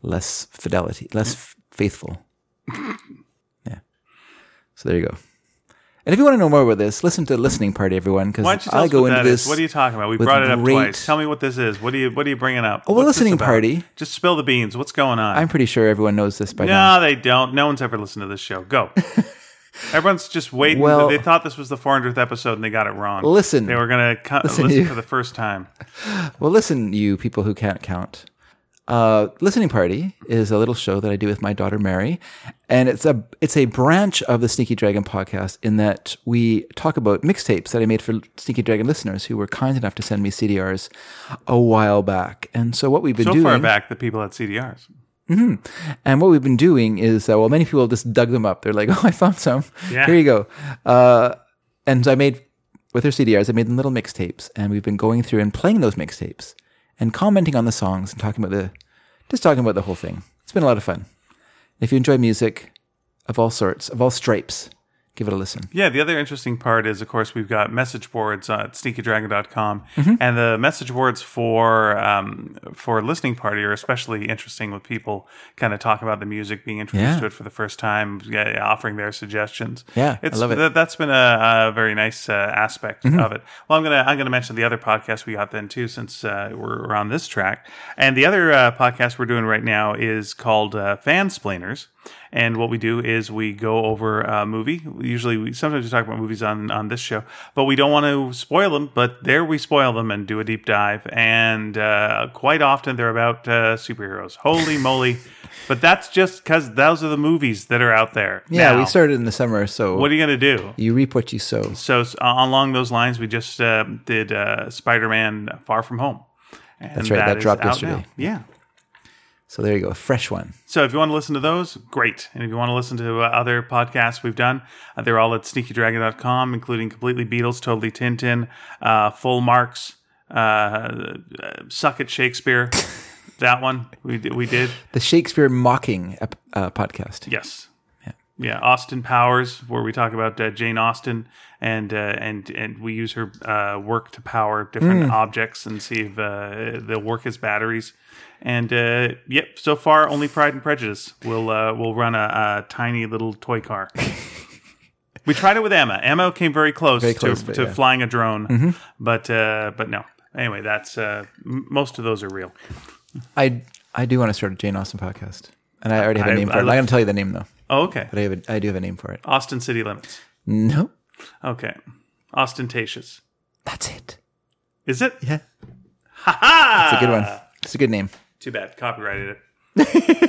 S1: less fidelity less f- faithful yeah so there you go and if you want to know more about this listen to listening party everyone
S2: Why don't
S1: because
S2: you tell
S1: i
S2: us what
S1: go into
S2: that is?
S1: this
S2: What are you talking about? We
S1: with
S2: brought it up
S1: great-
S2: twice. Tell me what this is. What are you What are you bringing up? Oh,
S1: well, listening party.
S2: Just spill the beans. What's going on?
S1: i'm pretty sure everyone knows this by now
S2: No, they don't. No one's ever listened to this show. Go. Everyone's just waiting.
S1: Well-
S2: they thought this was the 400th episode and they got it wrong.
S1: Listen.
S2: They were going to co- listen,
S1: to you.
S2: for the first time.
S1: Well, listen, you people who can't count. Uh, Listening Party is a little show that I do with my daughter Mary, and it's a it's a branch of the Sneaky Dragon podcast in that we talk about mixtapes that I made for Sneaky Dragon listeners who were kind enough to send me CDRs a while back. And so what we've been
S2: So
S1: doing
S2: far back, the people at CDRs.
S1: and what we've been doing is, uh, well, many people just dug them up. They're like, oh, I found some.
S2: Yeah.
S1: Here you go. Uh, and so I made, with her CDRs, I made them little mixtapes. And we've been going through and playing those mixtapes and commenting on the songs and talking about the, just talking about the whole thing. It's been a lot of fun. If you enjoy music of all sorts, of all stripes, give it a listen.
S2: Yeah, the other interesting part is, of course, we've got message boards uh, at sneakydragon.com.
S1: Mm-hmm.
S2: And the message boards for um, for listening party are especially interesting with people kind of talking about the music, being introduced
S1: Yeah.
S2: to it for the first time, yeah, offering their suggestions.
S1: Yeah, I
S2: it's,
S1: love it.
S2: That, that's been a, a very nice uh, aspect
S1: Mm-hmm.
S2: of it. Well, I'm gonna I'm gonna mention the other podcast we got then too, since uh, we're, we're on this track. And the other uh, podcast we're doing right now is called uh, Fan Splainers. And what we do is we go over a movie. Usually, we, sometimes we talk about movies on on this show, but we don't want to spoil them. But there we spoil them and do a deep dive. And uh, quite often they're about uh, superheroes. Holy moly! But that's just because those are the movies that are out there.
S1: Yeah,
S2: now.
S1: we started in the summer, so
S2: What are you gonna do?
S1: you reap what you sow.
S2: So s- uh, along those lines, we just uh, did uh, Spider-Man: Far From Home. And That's
S1: right, that dropped
S2: Now.
S1: yesterday.
S2: Yeah.
S1: So there you go, a fresh one.
S2: So if you want to listen to those, great. And if you want to listen to uh, other podcasts we've done, uh, they're all at sneakydragon.com, including Completely Beatles, Totally Tintin, uh, Full Marks, uh, uh, Suck at Shakespeare. that one we did, we did.
S1: The Shakespeare Mocking ep- uh, podcast.
S2: Yes. Yeah, Austin Powers, where we talk about uh, Jane Austen, and uh, and and we use her uh, work to power different
S1: Mm.
S2: objects and see if uh, they'll work as batteries. And uh, yep, so far only Pride and Prejudice. We'll uh, we'll run a, a tiny little toy car. we tried it with Emma. Emma came very close,
S1: close,
S2: to,
S1: but
S2: to
S1: yeah. Mm-hmm.
S2: flying a drone, but uh, but no. Anyway, that's uh, m- most of those are real.
S1: I I do want to start a Jane Austen podcast, and I already have a
S2: I-
S1: name for
S2: I
S1: it. I'm not
S2: love-
S1: going to tell you the name though,
S2: Oh, okay,
S1: but I have a, I do have a name for it.
S2: Austin City Limits.
S1: No,
S2: Okay, ostentatious.
S1: that's it.
S2: Is it?
S1: Yeah,
S2: Ha ha!
S1: it's a good one. It's a good name.
S2: Too bad. Copyrighted it.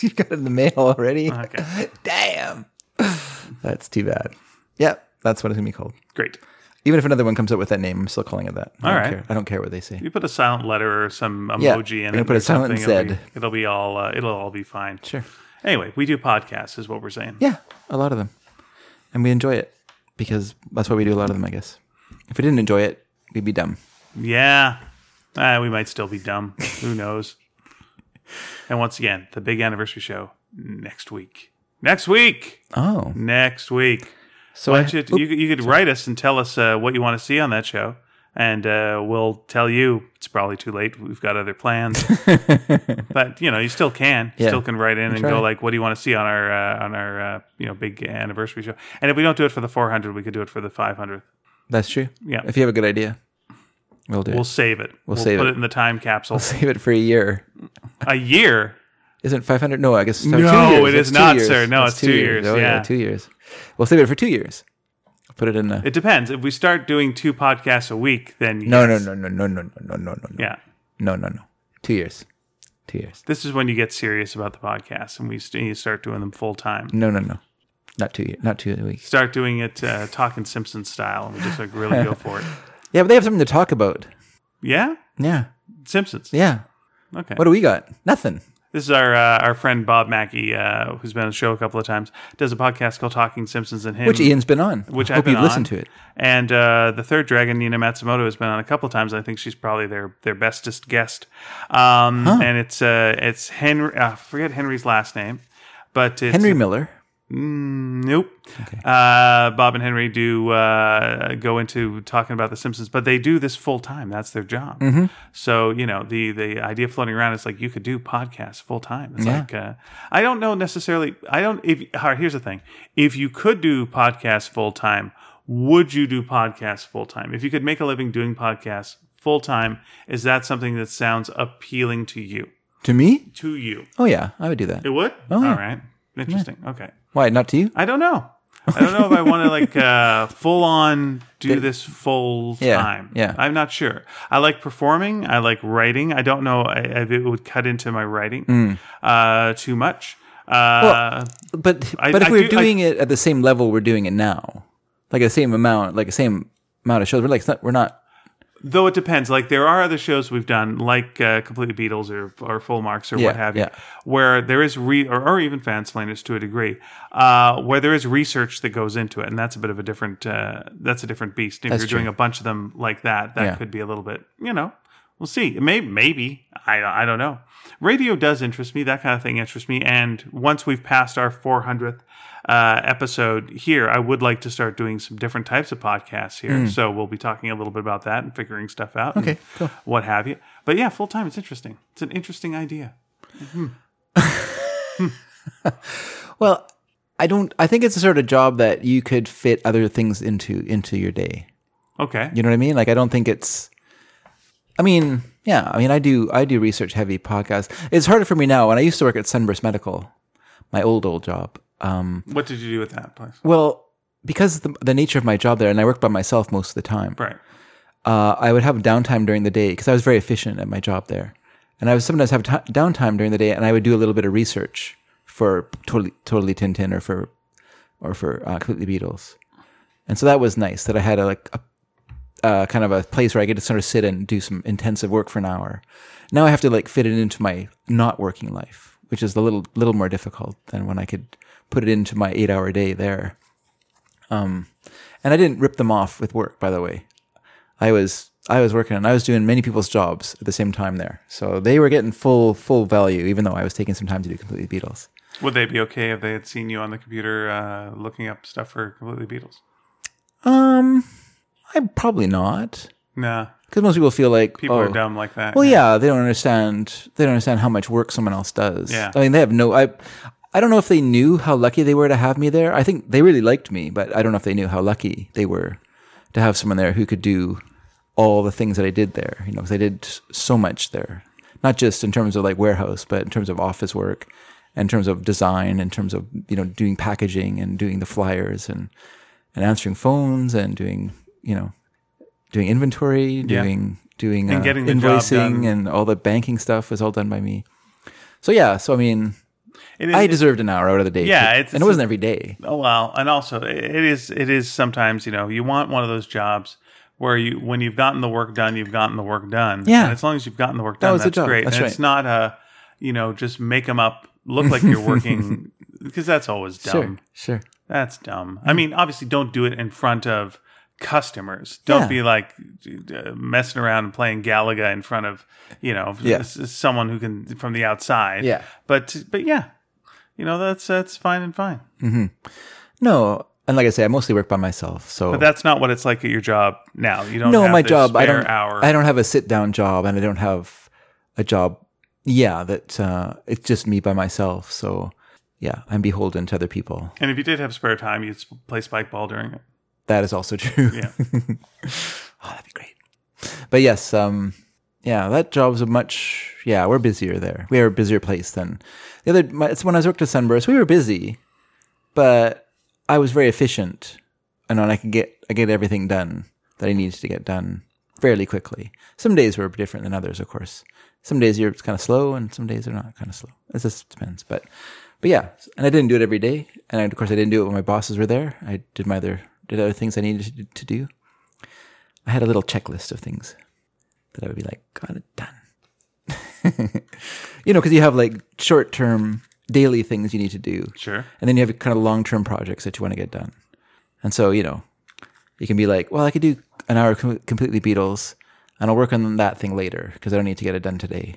S1: You got it in the mail already.
S2: Okay.
S1: Damn, that's too bad. Yep, that's what it's going to be called.
S2: Great.
S1: Even if another one comes up with that name, I'm still calling it that. I
S2: All
S1: don't
S2: right.
S1: Care. I don't care what they say.
S2: You put a silent letter or some
S1: Yeah, we're
S2: emoji in
S1: gonna
S2: it.
S1: put
S2: or
S1: a silent
S2: something.
S1: Zed.
S2: It'll be, it'll be all. Uh, it'll all be fine.
S1: Sure.
S2: Anyway, we do podcasts, is what we're saying.
S1: Yeah, a lot of them, and we enjoy it because that's why we do a lot of them. I guess if we didn't enjoy it, we'd be dumb.
S2: Yeah. Ah, we might still be dumb. Who knows? and once again, the big anniversary show next week. next week.
S1: Oh,
S2: Next week.
S1: so
S2: Why
S1: I,
S2: don't you,
S1: oop,
S2: you, could- you could write us and tell us uh, what you want to see on that show, and uh, we'll tell you. It's probably too late. We've got other plans, but you know, you still can. You
S1: Yeah.
S2: still can write in and
S1: try.
S2: go like, "What do you want to see on our uh, on our uh, you know big anniversary show?" And if we don't do it for the 400, we could do it for the 500.
S1: that's true.
S2: Yeah.
S1: If you have a good idea, we'll do
S2: We'll
S1: it.
S2: save it. We'll,
S1: save
S2: put
S1: it.
S2: it in the time capsule.
S1: Save it for a year.
S2: A year.
S1: Isn't 500? No, I guess it's
S2: No,
S1: two years.
S2: it
S1: It's
S2: is
S1: two
S2: not,
S1: years.
S2: sir. No, it's two years.
S1: Oh,
S2: Yeah.
S1: two years. We'll save it for two years. Put it in the.
S2: It depends. If we start doing two podcasts a week, then
S1: no,
S2: yes.
S1: no, no, no, no, no, no, no, no, no.
S2: Yeah.
S1: No, no, no. Two years. Two years.
S2: This is when you get serious about the podcast and we st- you start doing them full time.
S1: No, no, no. Not two. year- Not two weeks.
S2: start doing it uh, talking Simpson style and we just like really go for it.
S1: Yeah, but they have something to talk about.
S2: Yeah,
S1: Yeah.
S2: Simpsons.
S1: Yeah.
S2: Okay.
S1: What do we got? Nothing.
S2: This is our uh, our friend Bob Mackey, uh, who's been on the show a couple of times, does a podcast called Talking Simpsons and Him.
S1: Which Ian's been on.
S2: which
S1: Hope
S2: I've been
S1: you've listened
S2: on.
S1: to it.
S2: And uh, the third dragon, Nina Matsumoto, has been on a couple of times. I think she's probably their their bestest guest. Um, And it's uh, it's Henry. Uh, I forget Henry's last name, but it's
S1: Henry Miller.
S2: Mm, nope. Uh, Bob and Henry do uh, go into talking about The Simpsons, but they do this full time. That's their job.
S1: Mm-hmm.
S2: So you know the the idea floating around is like you could do podcasts full time. It's
S1: Yeah.
S2: like uh, I don't know necessarily. I don't. If all right, here's the thing: if you could do podcasts full time, would you do podcasts full time? If you could make a living doing podcasts full time, is that something that sounds appealing to you?
S1: To me?
S2: To you,
S1: Oh yeah, I would do that.
S2: it would.
S1: yeah.
S2: All right. Interesting. Okay.
S1: Why? Not to you?
S2: I don't know. I don't know if I want to like uh, full on do this full
S1: Yeah,
S2: time.
S1: yeah.
S2: I'm not sure. I like performing. I like writing. I don't know if it would cut into my writing
S1: Hmm.
S2: uh, too much. Uh,
S1: But
S2: I-
S1: but if
S2: I
S1: we're
S2: do- I-
S1: doing it at the same level we're doing it now, like the same amount, like the same amount of shows, we're like it's not, we're not.
S2: though it depends. Like there are other shows we've done, like uh, Completely Beatles or or Full Marks or
S1: Yeah,
S2: what have you,
S1: yeah.
S2: where there is re or, or even Fansplainers to a degree, uh, where there is research that goes into it, and that's a bit of a different uh, that's a different beast. If you're doing a bunch of them like that, that
S1: Yeah.
S2: could be a little bit, you know. We'll see. Maybe, maybe I, I don't know. Radio does interest me. That kind of thing interests me. And once we've passed our 400th uh, episode here, I would like to start doing some different types of podcasts here. So we'll be talking a little bit about that and figuring stuff out. Okay,
S1: cool.
S2: What have you? But yeah, full time. It's interesting. It's an interesting idea.
S1: Well, I don't. I think it's the sort of job that you could fit other things into into your day.
S2: Okay.
S1: You know what I mean? Like I don't think it's. I mean, yeah. I mean, I do. I do research heavy podcasts. It's harder for me now. When I used to work at Sunburst Medical, my old old job. Um,
S2: What did you do with that place?
S1: well, because the, the nature of my job there, and I worked by myself most of the time.
S2: Right.
S1: uh, I would have downtime during the day because I was very efficient at my job there, and I would sometimes have t- downtime during the day, and I would do a little bit of research for totally, totally Tintin or for or for uh, completely Beatles, and so that was nice that I had a like a uh, kind of a place where I get to sort of sit and do some intensive work for an hour. Now I have to like fit it into my not working life, which is a little little more difficult than when I could put it into my eight hour day there. Um, and I didn't rip them off with work, by the way. I was I was working and I was doing many people's jobs at the same time there, so they were getting full full value, even though I was taking some time to do completely Beatles.
S2: Would they be okay if they had seen you on the computer uh, looking up stuff for Completely Beatles?
S1: Um, I probably not
S2: Nah,
S1: because most people feel like
S2: people
S1: oh,
S2: are dumb like that.
S1: Well, yeah, they don't understand. They don't understand how much work someone else does.
S2: Yeah.
S1: I mean, they have no. I, I don't know if they knew how lucky they were to have me there. I think they really liked me, but I don't know if they knew how lucky they were to have someone there who could do all the things that I did there. You know, because I did so much there, not just in terms of like warehouse, but in terms of office work, in terms of design, in terms of you know doing packaging and doing the flyers and and answering phones and doing you know doing inventory,
S2: Yeah.
S1: doing doing
S2: And
S1: uh,
S2: getting the job done.
S1: invoicing and all the banking stuff was all done by me. So yeah, so I mean,
S2: It is-
S1: I deserved an hour out of the day.
S2: Yeah,
S1: too.
S2: it's-
S1: and it wasn't every day.
S2: Oh well, and also it is it is sometimes you know you want one of those jobs where you when you've gotten the work done, you've gotten the work done.
S1: Yeah.
S2: and as long as you've gotten the work done,
S1: was
S2: that's
S1: the job.
S2: great.
S1: That's
S2: and
S1: right.
S2: it's not a you know just make them up look like you're working because that's always dumb.
S1: Sure, sure.
S2: That's dumb.
S1: Hmm.
S2: I mean, obviously, don't do it in front of customers. Don't
S1: Yeah.
S2: be like uh, messing around and playing Galaga in front of you know
S1: Yeah.
S2: s- someone who can from the outside.
S1: Yeah.
S2: but but yeah, you know that's that's fine and fine.
S1: No, and like I say, I mostly work by myself. So
S2: But that's not what it's like at your job now. You don't.
S1: no,
S2: have
S1: my
S2: this
S1: job. I
S2: spare
S1: don't.
S2: Hour.
S1: I don't have a sit down job, and I don't have a job. Yeah, that uh, it's just me by myself. So yeah, I'm beholden to other people.
S2: and if you did have spare time, you'd s- play spike ball during it.
S1: That is also true.
S2: Yeah.
S1: oh, that'd be great. But yes, um, yeah, that job's a much yeah, we're busier there. We are a busier place than the other. My, it's when I was worked at Sunburst, we were busy, but I was very efficient, and I could get I get everything done that I needed to get done fairly quickly. Some days were different than others, of course. Some days you're kind of slow, and some days are not kind of slow. It just depends, but. But yeah, and I didn't do it every day, and I, of course I didn't do it when my bosses were there. I did my other did other things I needed to do- to do. I had a little checklist of things that I would be like, got it done. you know, because you have like short term daily things you need to do,
S2: Sure.
S1: and then you have kind of long term projects that you want to get done. And so, you know, you can be like, well, I could do an hour com- completely Beatles, and I'll work on that thing later because I don't need to get it done today.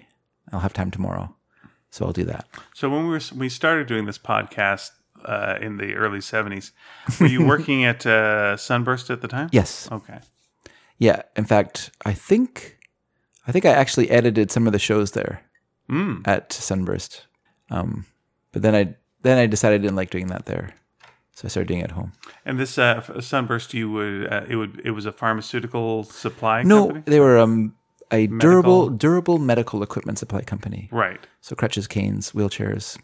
S1: I'll have time tomorrow, so I'll do that.
S2: So when we were we started doing this podcast uh, in the early seventies, were you working at uh, Sunburst at the time?
S1: Yes.
S2: Okay.
S1: Yeah. In fact, I think I think I actually edited some of the shows there
S2: Mm.
S1: at Sunburst. Um, but then I then I decided I didn't like doing that there, so I started doing it at home.
S2: And this uh, f- Sunburst, you would uh, it would it was a pharmaceutical supply
S1: No,
S2: company,
S1: they were um, a durable durable medical equipment supply company.
S2: right?
S1: So crutches, canes, wheelchairs,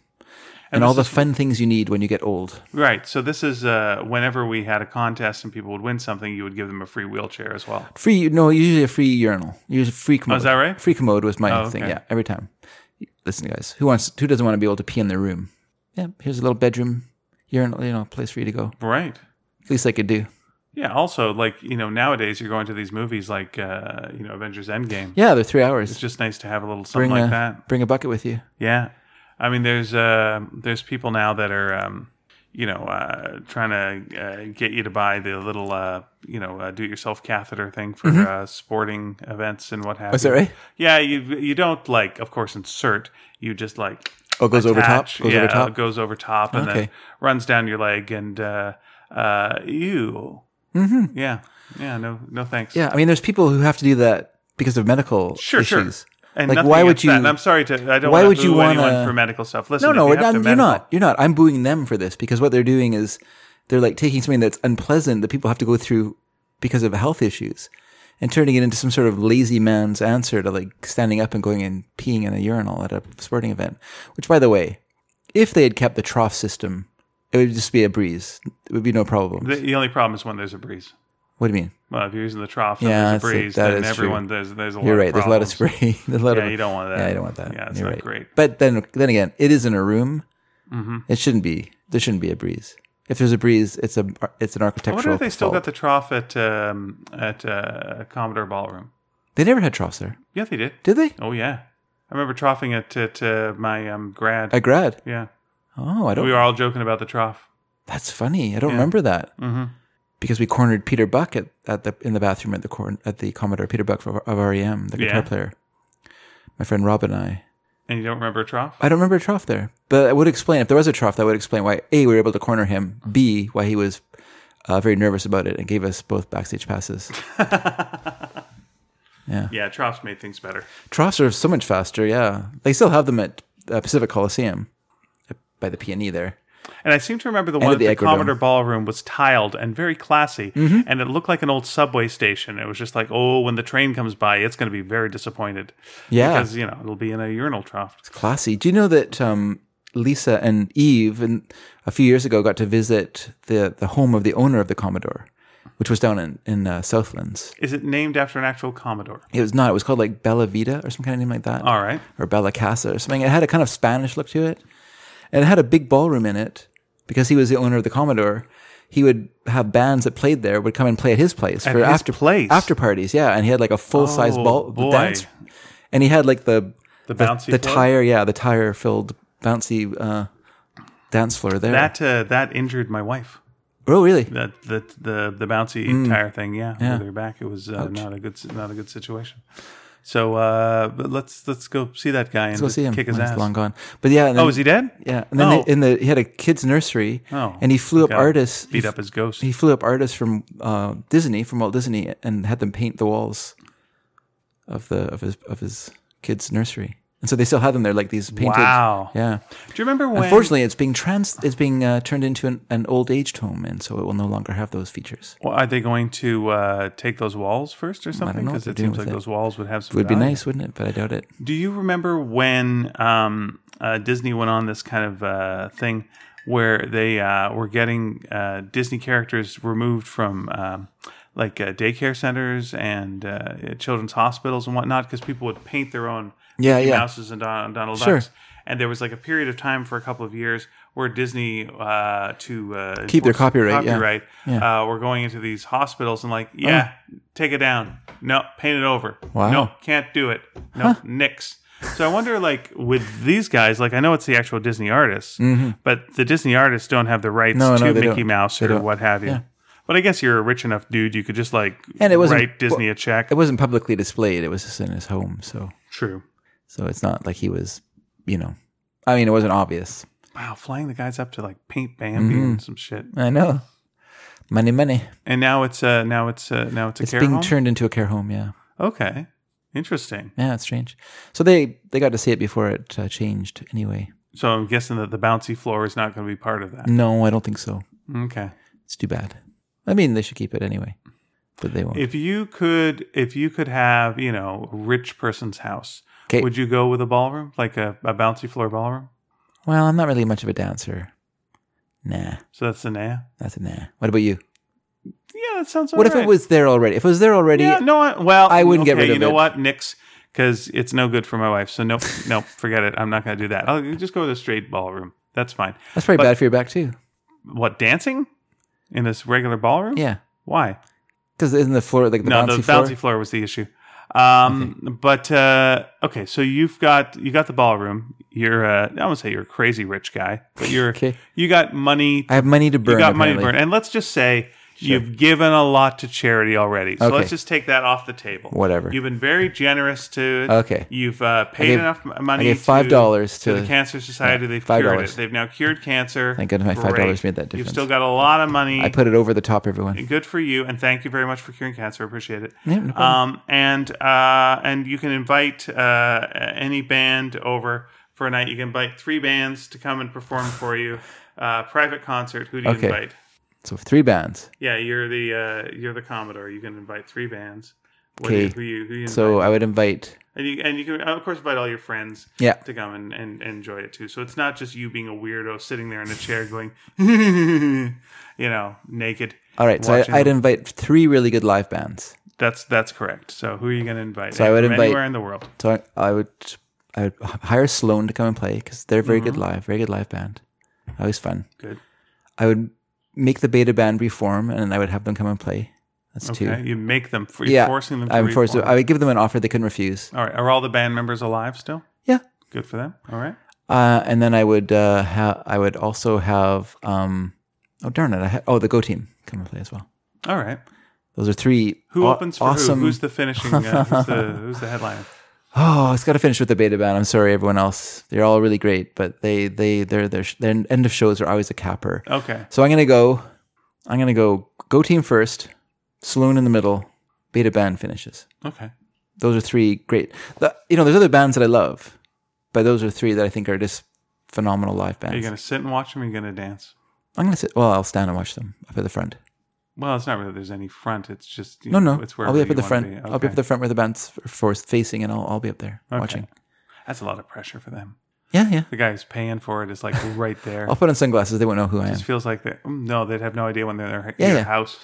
S1: and, all the fun things you need when you get old.
S2: Right. So this is uh, whenever we had a contest and people would win something, you would give them a free wheelchair as well.
S1: Free no, usually a free urinal. Usually free commode.
S2: Oh, that right?
S1: Free commode was my
S2: Oh,
S1: thing.
S2: okay.
S1: Yeah, every time. Listen, guys, who wants who doesn't want to be able to pee in their room? Yeah, here's a little bedroom urinal, you know, place for you to go.
S2: Right.
S1: At least I could do.
S2: Yeah. Also, like you know, nowadays you're going to these movies like uh, you know Avengers Endgame.
S1: Yeah, they're three hours.
S2: It's just nice to have a little something
S1: bring
S2: like
S1: a
S2: that.
S1: bring a bucket with you.
S2: Yeah, I mean, there's uh, there's people now that are, um, you know, uh, trying to uh, get you to buy the little, uh, you know, uh, do-it-yourself catheter thing for uh, sporting events and what have
S1: Is
S2: you.
S1: Mm-hmm. that right?
S2: Yeah, you you don't like, of course, insert. You just like
S1: Oh, goes over top.
S2: attach-
S1: Goes
S2: yeah,
S1: over top.
S2: goes over top, and then
S1: Okay.
S2: runs down your leg and uh, uh, ew. Mm-hmm. Yeah, yeah, no, no, thanks.
S1: Yeah, I mean, there's people who have to do that because of medical
S2: Sure, sure.
S1: issues.
S2: And
S1: Like,
S2: nothing
S1: why
S2: against
S1: would
S2: that.
S1: you-
S2: And I'm sorry to. I don't.
S1: why
S2: wanna
S1: would you
S2: boo
S1: wanna-
S2: anyone for medical stuff? Listen,
S1: No,
S2: if
S1: no,
S2: you
S1: we're
S2: have to
S1: not, you're
S2: medical-
S1: not. You're not. I'm booing them for this because what they're doing is they're like taking something that's unpleasant that people have to go through because of health issues and turning it into some sort of lazy man's answer to like standing up and going and peeing in a urinal at a sporting event. Which, by the way, if they had kept the trough system, it would just be a breeze. It would be no problem.
S2: The, the only problem is when there's a breeze.
S1: what do you mean?
S2: Well, if you're using the trough, and
S1: Yeah,
S2: there's
S1: that's
S2: a
S1: it.
S2: breeze,
S1: That
S2: then
S1: is
S2: everyone there's there's a lot.
S1: You're
S2: of
S1: right. There's a lot of
S2: problems.
S1: spray. There's a lot
S2: Yeah,
S1: of
S2: you don't want that.
S1: Yeah, I don't want that.
S2: Yeah, it's
S1: You're
S2: not
S1: right.
S2: great. Mm-hmm.
S1: But then, then again, it is in a room. It shouldn't be. There shouldn't be a breeze. If there's a breeze, it's a it's an
S2: I
S1: architectural.
S2: wonder if they still
S1: fault.
S2: got the trough at um, at uh, Commodore Ballroom.
S1: They never had troughs there,
S2: Yeah, they did.
S1: did they?
S2: Oh yeah, I remember troughing at at uh, my um, grad.
S1: I grad.
S2: yeah,
S1: Oh, I don't.
S2: we were all joking about the trough.
S1: that's funny. I don't remember that
S2: hmm
S1: because we cornered Peter Buck at, at the in the bathroom at the corn at the Commodore. Peter Buck of, of REM, the guitar
S2: Yeah.
S1: player. My friend Rob and I.
S2: And you don't remember a trough?
S1: I don't remember a trough there, but I would explain if there was a trough. That would explain why a we were able to corner him. B why he was uh, very nervous about it and gave us both backstage passes.
S2: Yeah, troughs made things better.
S1: Troughs are so much faster. Yeah, they still have them at uh, Pacific Coliseum uh, by the P and E there.
S2: And I seem to remember the one
S1: at
S2: at
S1: the Mm-hmm.
S2: the
S1: Acrodome.
S2: Commodore Ballroom was tiled and very classy, and it looked like an old subway station. It was just like, oh, when the train comes by, it's going to be very disappointed.
S1: Yeah.
S2: because you know it'll be in a urinal trough.
S1: Classy. Do you know that um, Lisa and Eve and a few years ago got to visit the the home of the owner of the Commodore, which was down in in uh, Southlands.
S2: Is it named after an actual Commodore?
S1: It was not. It was called like Bella Vita or some kind of name like that.
S2: All right,
S1: or Bella Casa or something. It had a kind of Spanish look to it. And it had a big ballroom in it because he was the owner of the Commodore. He would have bands that played there would come and play at his place for
S2: his
S1: after
S2: place?
S1: after parties. Yeah, and he had like a full size
S2: Oh,
S1: ball
S2: boy.
S1: dance, and he had like the
S2: the bouncy
S1: the
S2: floor?
S1: tire. Yeah, the tire filled bouncy uh, dance floor there.
S2: that uh, that injured my wife.
S1: oh, really?
S2: That the
S1: Mm.
S2: the the bouncy tire thing, yeah, yeah. their back. It was uh, not a good not a good situation. So uh, but let's let's go see that guy and
S1: Go see him.
S2: kick his
S1: when he's
S2: ass.
S1: long gone. But yeah, and then,
S2: Oh, is he dead?
S1: yeah. And then
S2: Oh.
S1: they, in the he had a kids nursery,
S2: Oh,
S1: and he flew up
S2: okay.
S1: artists.
S2: Beat
S1: he,
S2: up his ghost.
S1: he flew up artists from uh, Disney, from Walt Disney, and had them paint the walls of the of his of his kids nursery. And so they still have them there, like these painted.
S2: Wow.
S1: Yeah.
S2: Do you remember when?
S1: Unfortunately, it's being trans. It's being uh, turned into an, an old aged home, and so it will no longer have those features.
S2: Well, are they going to uh, take those walls first or something?
S1: know what
S2: Because
S1: they're
S2: it
S1: doing
S2: seems
S1: with
S2: like
S1: it.
S2: those walls would have some.
S1: It would be
S2: value.
S1: nice, wouldn't it? But I doubt it.
S2: Do you remember when um, uh, Disney went on this kind of uh, thing where they uh, were getting uh, Disney characters removed from um, like uh, daycare centers and uh, children's hospitals and whatnot because people would paint their own
S1: Yeah,
S2: Mickey
S1: yeah.
S2: Mouses and Don- Donald
S1: Sure.
S2: Ducks. And there was like a period of time for a couple of years where Disney uh, to uh,
S1: Keep their
S2: enforce
S1: copyright, yeah.
S2: copyright,
S1: Yeah. Oh.
S2: Uh, were going into these hospitals and like, yeah, take it down. No, paint it over.
S1: Wow.
S2: No, can't do it. No, nix. So I wonder, like, with these guys, like, I know it's the actual Disney artists, but the Disney artists don't have the rights
S1: Mm-hmm. No, no,
S2: to
S1: they
S2: Mickey
S1: don't.
S2: Mouse
S1: They
S2: or
S1: don't.
S2: what have you. But I guess you're a rich enough dude, you could just like
S1: And it wasn't-
S2: write Disney a check.
S1: It wasn't publicly displayed. It was just in his home, so
S2: True.
S1: so it's not like he was, you know. I mean, it wasn't obvious.
S2: Wow, flying the guys up to like paint Bambi
S1: Mm-hmm.
S2: and some shit.
S1: I know. Money, money.
S2: And now it's uh now it's uh now it's a
S1: It's
S2: care
S1: being
S2: home?
S1: turned into a care home. Yeah,
S2: okay. Interesting.
S1: yeah. It's strange. So they they got to see it before it uh, changed. Anyway,
S2: So I'm guessing that the bouncy floor is not going to be part of that.
S1: no, I don't think so.
S2: Okay.
S1: It's too bad. I mean, they should keep it anyway, but they won't.
S2: If you could if you could have, you know, a rich person's house,
S1: 'Kay.
S2: would you go with a ballroom? Like a, a bouncy floor ballroom?
S1: well, I'm not really much of a dancer. Nah,
S2: So that's the Naya?
S1: that's a nah. What about you?
S2: Yeah, that sounds
S1: What if
S2: alright.
S1: it was there already? If it was there already,
S2: Yeah, no, I, well,
S1: I wouldn't get
S2: okay,
S1: rid of
S2: You know
S1: it.
S2: what, Nix? Because it's no good for my wife. So nope, nope, forget it. I'm not going to do that. I'll just go with a straight ballroom. That's fine.
S1: that's probably
S2: but-
S1: bad for your back too.
S2: What dancing in this regular ballroom?
S1: Yeah,
S2: Why?
S1: because isn't the floor like the
S2: no,
S1: bouncy
S2: the
S1: floor?
S2: bouncy floor was the issue. Um, but uh, okay, so you've got you got the ballroom. You're uh, I won't say you're a crazy rich guy, but you're
S1: Okay.
S2: you got money.
S1: I have money to burn.
S2: you got money to burn,
S1: apparently.
S2: and let's just say you've given a lot to charity already. So
S1: Okay.
S2: let's just take that off the table.
S1: Whatever.
S2: You've been very generous to.
S1: Okay.
S2: You've uh, paid
S1: gave-
S2: enough m- money.
S1: I gave
S2: to-
S1: $5
S2: to,
S1: to-
S2: the Cancer Society. They've
S1: $5.
S2: cured it. They've now cured cancer.
S1: Thank goodness my
S2: Great.
S1: $5 made that
S2: You've
S1: difference.
S2: still got a lot of money
S1: I put it over the top, everyone.
S2: good for you and thank you very much for curing cancer appreciate it
S1: Yeah, no problem.
S2: um and uh and you can invite uh any band over for a night you can invite three bands to come and perform for you uh private concert who do you
S1: Okay.
S2: invite
S1: So three bands.
S2: yeah you're the uh you're the commodore you can invite three bands What do
S1: Okay.
S2: you- who you who you invite?
S1: So I would invite.
S2: and you and you can of course invite all your friends
S1: Yeah.
S2: to come and, and, and enjoy it too so it's not just you being a weirdo sitting there in a chair going you know naked
S1: All right. So I,
S2: Watching
S1: I'd invite three really good live bands.
S2: That's that's correct. So who are you going to invite?
S1: So I would
S2: From
S1: invite-
S2: anywhere in the world.
S1: So I, I would I would hire Sloan to come and play because they're very good
S2: Mm-hmm.
S1: live, very good live band. Always fun.
S2: Good.
S1: I would make the beta band reform, and I would have them come and play. That's
S2: Okay.
S1: two.
S2: You make them. You're
S1: Yeah,
S2: forcing them. To
S1: I'm forced. To,
S2: reform.
S1: I would give them an offer they couldn't refuse.
S2: All right. Are all the band members alive still?
S1: Yeah.
S2: Good for them. All right.
S1: Uh, and then I would uh, ha- I would also have um, oh darn it I ha- oh the Go Team come and play as well.
S2: All right.
S1: Those are three
S2: Who
S1: aw-
S2: opens for
S1: awesome.
S2: who? Who's the finishing? Uh, who's the who's the headliner?
S1: Oh, it's got to finish with the beta band. I'm sorry, everyone else. They're all really great, but they they their their sh- their end of shows are always a capper.
S2: Okay.
S1: So I'm gonna go, I'm gonna go go team first, Saloon in the middle, beta band finishes.
S2: Okay.
S1: Those are three great. The, you know, there's other bands that I love, but those are three that I think are just phenomenal live
S2: Are you
S1: bands.
S2: going to sit and watch them? Or are you going to dance?
S1: I'm gonna sit. Well, I'll stand and watch them up at the front.
S2: Well, it's not really. There's any front. It's just you
S1: No,
S2: know,
S1: no,
S2: It's
S1: I'll be up
S2: wherever
S1: at the
S2: you wanna
S1: front.
S2: Be.
S1: I'll be up at the front where the band's f- for facing, and I'll I'll be up there
S2: Okay.
S1: watching.
S2: That's a lot of pressure for them.
S1: Yeah, yeah.
S2: The guy who's paying for it is like right there.
S1: I'll put on sunglasses. They won't know who I am.
S2: Just feels like they, mm, no, they'd have no idea when they're in their,
S1: Yeah,
S2: your
S1: yeah.
S2: house.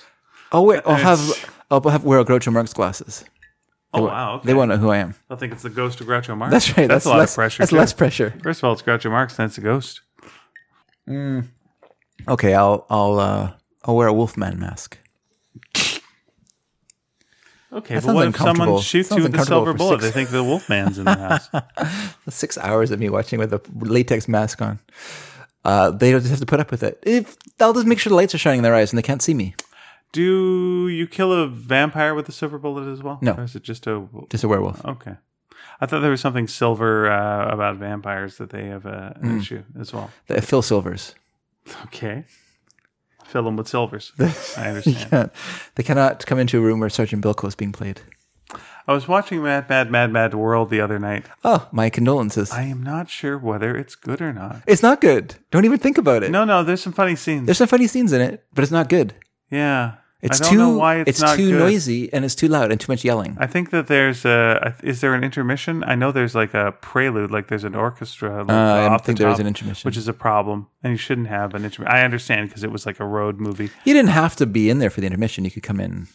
S1: I'll wear. I'll
S2: It's-
S1: have. I'll have wear a Groucho Marx glasses.
S2: Oh wow! Okay.
S1: They won't know who I am.
S2: I think it's the ghost of Groucho Marx.
S1: That's right.
S2: That's,
S1: That's,
S2: a lot
S1: less,
S2: of pressure.
S1: That's
S2: too.
S1: less pressure.
S2: First of all, it's Groucho Marx, then it's a ghost.
S1: Okay, I'll I'll uh, I'll wear a Wolfman mask.
S2: Okay,
S1: That
S2: but
S1: sounds
S2: what if someone
S1: uncomfortable.
S2: shoots
S1: Sounds
S2: you with a
S1: uncomfortable
S2: silver
S1: for
S2: bullet?
S1: six-
S2: They think the Wolfman's in the house.
S1: That's six hours of me watching with a latex mask on. Uh, they don't just have to put up with it. If I'll just make sure the lights are shining in their eyes and they can't see me.
S2: Do you kill a vampire with a silver bullet as well?
S1: No.
S2: Or is it just a.
S1: Just a werewolf.
S2: Okay. I thought there was something silver uh, about vampires that they have uh, an
S1: Hmm.
S2: issue as well.
S1: The Phil Silvers.
S2: Okay. Fill them with silvers. I understand.
S1: Yeah. They cannot come into a room where Sergeant Bilko is being played.
S2: I was watching Mad, Mad, Mad, Mad World the other night.
S1: Oh, my condolences.
S2: I am not sure whether it's good or not.
S1: it's not good. Don't even think about it.
S2: No, no, there's some funny scenes.
S1: There's some funny scenes in it, but it's not good.
S2: yeah.
S1: It's
S2: I don't
S1: too
S2: know why it's, not
S1: too
S2: good.
S1: noisy and it's too loud and too much yelling.
S2: I think that there's a. Is there an intermission? I know there's like a prelude, like there's an orchestra. Like
S1: Uh, I
S2: off
S1: don't
S2: the
S1: think there was
S2: top,
S1: an intermission.
S2: which is a problem, and you shouldn't have an intermission. I understand because it was like a road movie.
S1: you didn't have to be in there for the intermission. You could come in.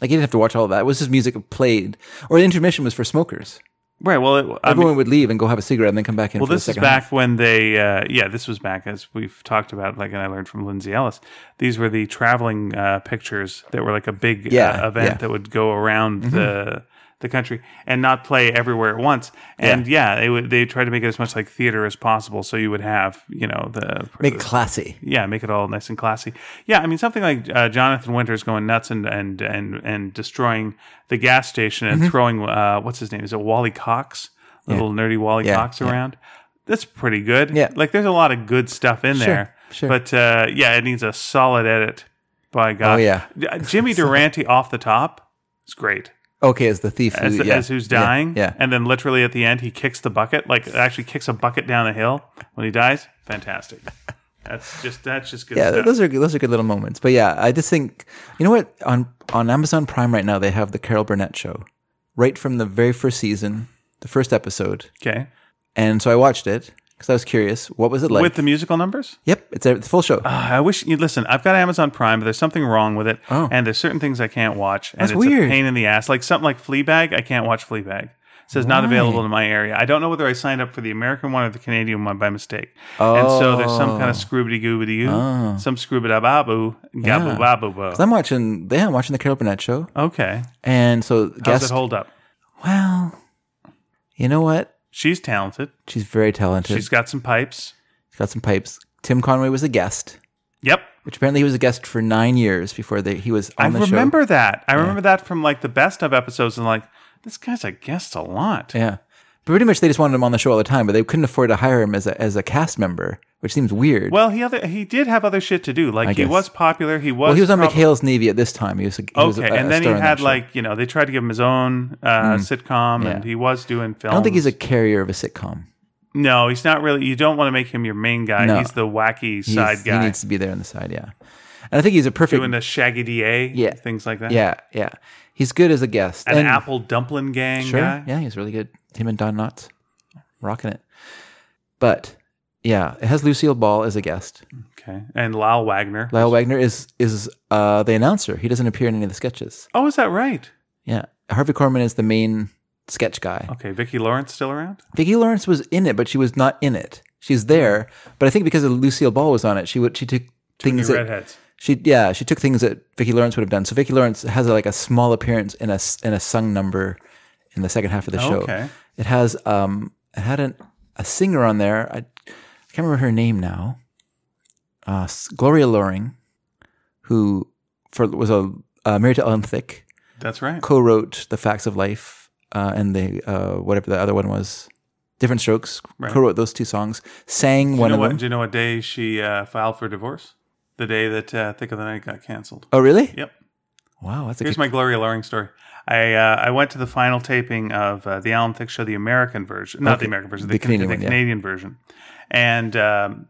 S1: Like you didn't have to watch all of that. It was just music played, or the intermission was for smokers.
S2: Right. Well, it, I mean,
S1: Everyone would leave and go have a cigarette and then come back in.
S2: well,
S1: for the
S2: this is
S1: second
S2: back when they. Uh, yeah, this was back as we've talked about. Like, and I learned from Lindsay Ellis. These were the traveling uh, pictures that were like a big
S1: Yeah, Mm-hmm.
S2: uh, event
S1: yeah.
S2: that would go around the the country and not play everywhere at once. And yeah, they would they tried to make it as much like theater as possible. So you would have you know the
S1: Make it classy.
S2: yeah, make it all nice and classy. Yeah, I mean something like uh, Jonathan Winters going nuts and and and and destroying the gas station and throwing uh, what's his name? Is it Wally Cox? Little nerdy Wally
S1: Mm-hmm. Yeah,
S2: Cox around. That's pretty good.
S1: Yeah.
S2: like there's a lot of good stuff in there.
S1: sure.
S2: But uh, yeah, it needs a solid edit. By God.
S1: Oh, yeah.
S2: Uh, Jimmy Durante off the top is great.
S1: Okay, as the thief, who-
S2: As,
S1: yeah,
S2: as who's
S1: yeah,
S2: dying,
S1: Yeah,
S2: and then literally at the end he kicks the bucket, like actually kicks a bucket down the hill when he dies. Fantastic. That's just that's just good
S1: yeah.
S2: stuff.
S1: Those are those are good little moments. But yeah, I just think you know what on on Amazon Prime right now they have the Carol Burnett show, right from the very first season, the first episode,
S2: Okay.
S1: and so I watched it because I was curious. What was it like?
S2: With the musical numbers?
S1: yep, it's a it's a full show.
S2: Ah, I wish you listen, I've got Amazon Prime, but there's something wrong with it.
S1: Oh.
S2: And there's certain things I can't watch. And
S1: That's
S2: it's a
S1: weird.
S2: pain in the ass. Like something like Fleabag, I can't watch Fleabag. It says not
S1: Why?
S2: available in my area. I don't know whether I signed up for the American one or the Canadian one by mistake. And so there's some
S1: Oh.
S2: kind of scoobity goobity you, some scoobida babu, gabu babu
S1: So I'm watching. Yeah, I'm watching the Carol Burnett show,
S2: Okay.
S1: and so
S2: How's
S1: guest.
S2: it hold up?
S1: Well, you know what?
S2: She's talented.
S1: She's very talented.
S2: She's got some pipes.
S1: She's got some pipes. Tim Conway was a guest.
S2: Yep.
S1: Which apparently he was a guest for nine years before they, he was
S2: I
S1: on the show.
S2: remember that. I remember that from like the best of episodes and like this guy's a guest a lot.
S1: Yeah. But pretty much they just wanted him on the show all the time, but they couldn't afford to hire him as a, as a cast member, which seems weird.
S2: Well, he other he did have other shit to do. Like he
S1: guess.
S2: was popular. He was.
S1: Well, he was on
S2: prob-
S1: McHale's Navy at this time. He was a, he was
S2: Okay,
S1: a- a
S2: and then he
S1: star on that
S2: had
S1: show. Hmm.
S2: like you know they tried to give him his own uh, sitcom, and
S1: Yeah.
S2: he was doing film.
S1: I don't think he's a carrier of a sitcom.
S2: No, he's not really. You don't want to make him your main guy.
S1: No.
S2: He's the wacky
S1: He's-
S2: side guy
S1: He needs to be there on the side, yeah. And I think he's a perfect.
S2: doing the Shaggy Da,
S1: Yeah.
S2: things like that.
S1: yeah, yeah. He's good as a guest.
S2: an
S1: And-
S2: Apple Dumpling Gang
S1: Sure.
S2: guy.
S1: Yeah, he's really good. Him and Don Knotts rocking it. But yeah, it has Lucille Ball as a guest.
S2: Okay, and Lyle Wagner.
S1: Lyle Wagner is is uh, the announcer. He doesn't appear in any of the sketches.
S2: oh, is that right?
S1: Yeah, Harvey Korman is the main sketch guy.
S2: Okay, Vicki Lawrence still around?
S1: Vicki Lawrence was in it, but she was not in it. She's there, but I think because of Lucille Ball was on it, she would she took things
S2: New
S1: that
S2: redheads.
S1: she yeah she took things that Vicki Lawrence would have done. So Vicki Lawrence has like a small appearance in a s- in a sung number in the second half of the show.
S2: Oh, Okay.
S1: It has um it had an, a singer on there. I, I can't remember her name now. Uh, S- Gloria Loring, who for was a uh, married to Ellen Thicke,
S2: That's right.
S1: co-wrote The Facts of Life uh, and the uh, whatever the other one was, Different Strokes.
S2: Right.
S1: Co-wrote those two songs, sang
S2: Do you,
S1: one
S2: know
S1: of
S2: what,
S1: them.
S2: do you know what day she uh, filed for divorce? The day that uh, Thick of the Night got canceled.
S1: Oh really?
S2: Yep.
S1: Wow, that's a
S2: Here's
S1: good,
S2: my Gloria Loring story. I uh, I went to the final taping of uh, the Alan Thicke show, the American version, not the
S1: Okay.
S2: American version, the,
S1: The
S2: Can-
S1: Canadian
S2: the
S1: one, yeah.
S2: Canadian version, and um,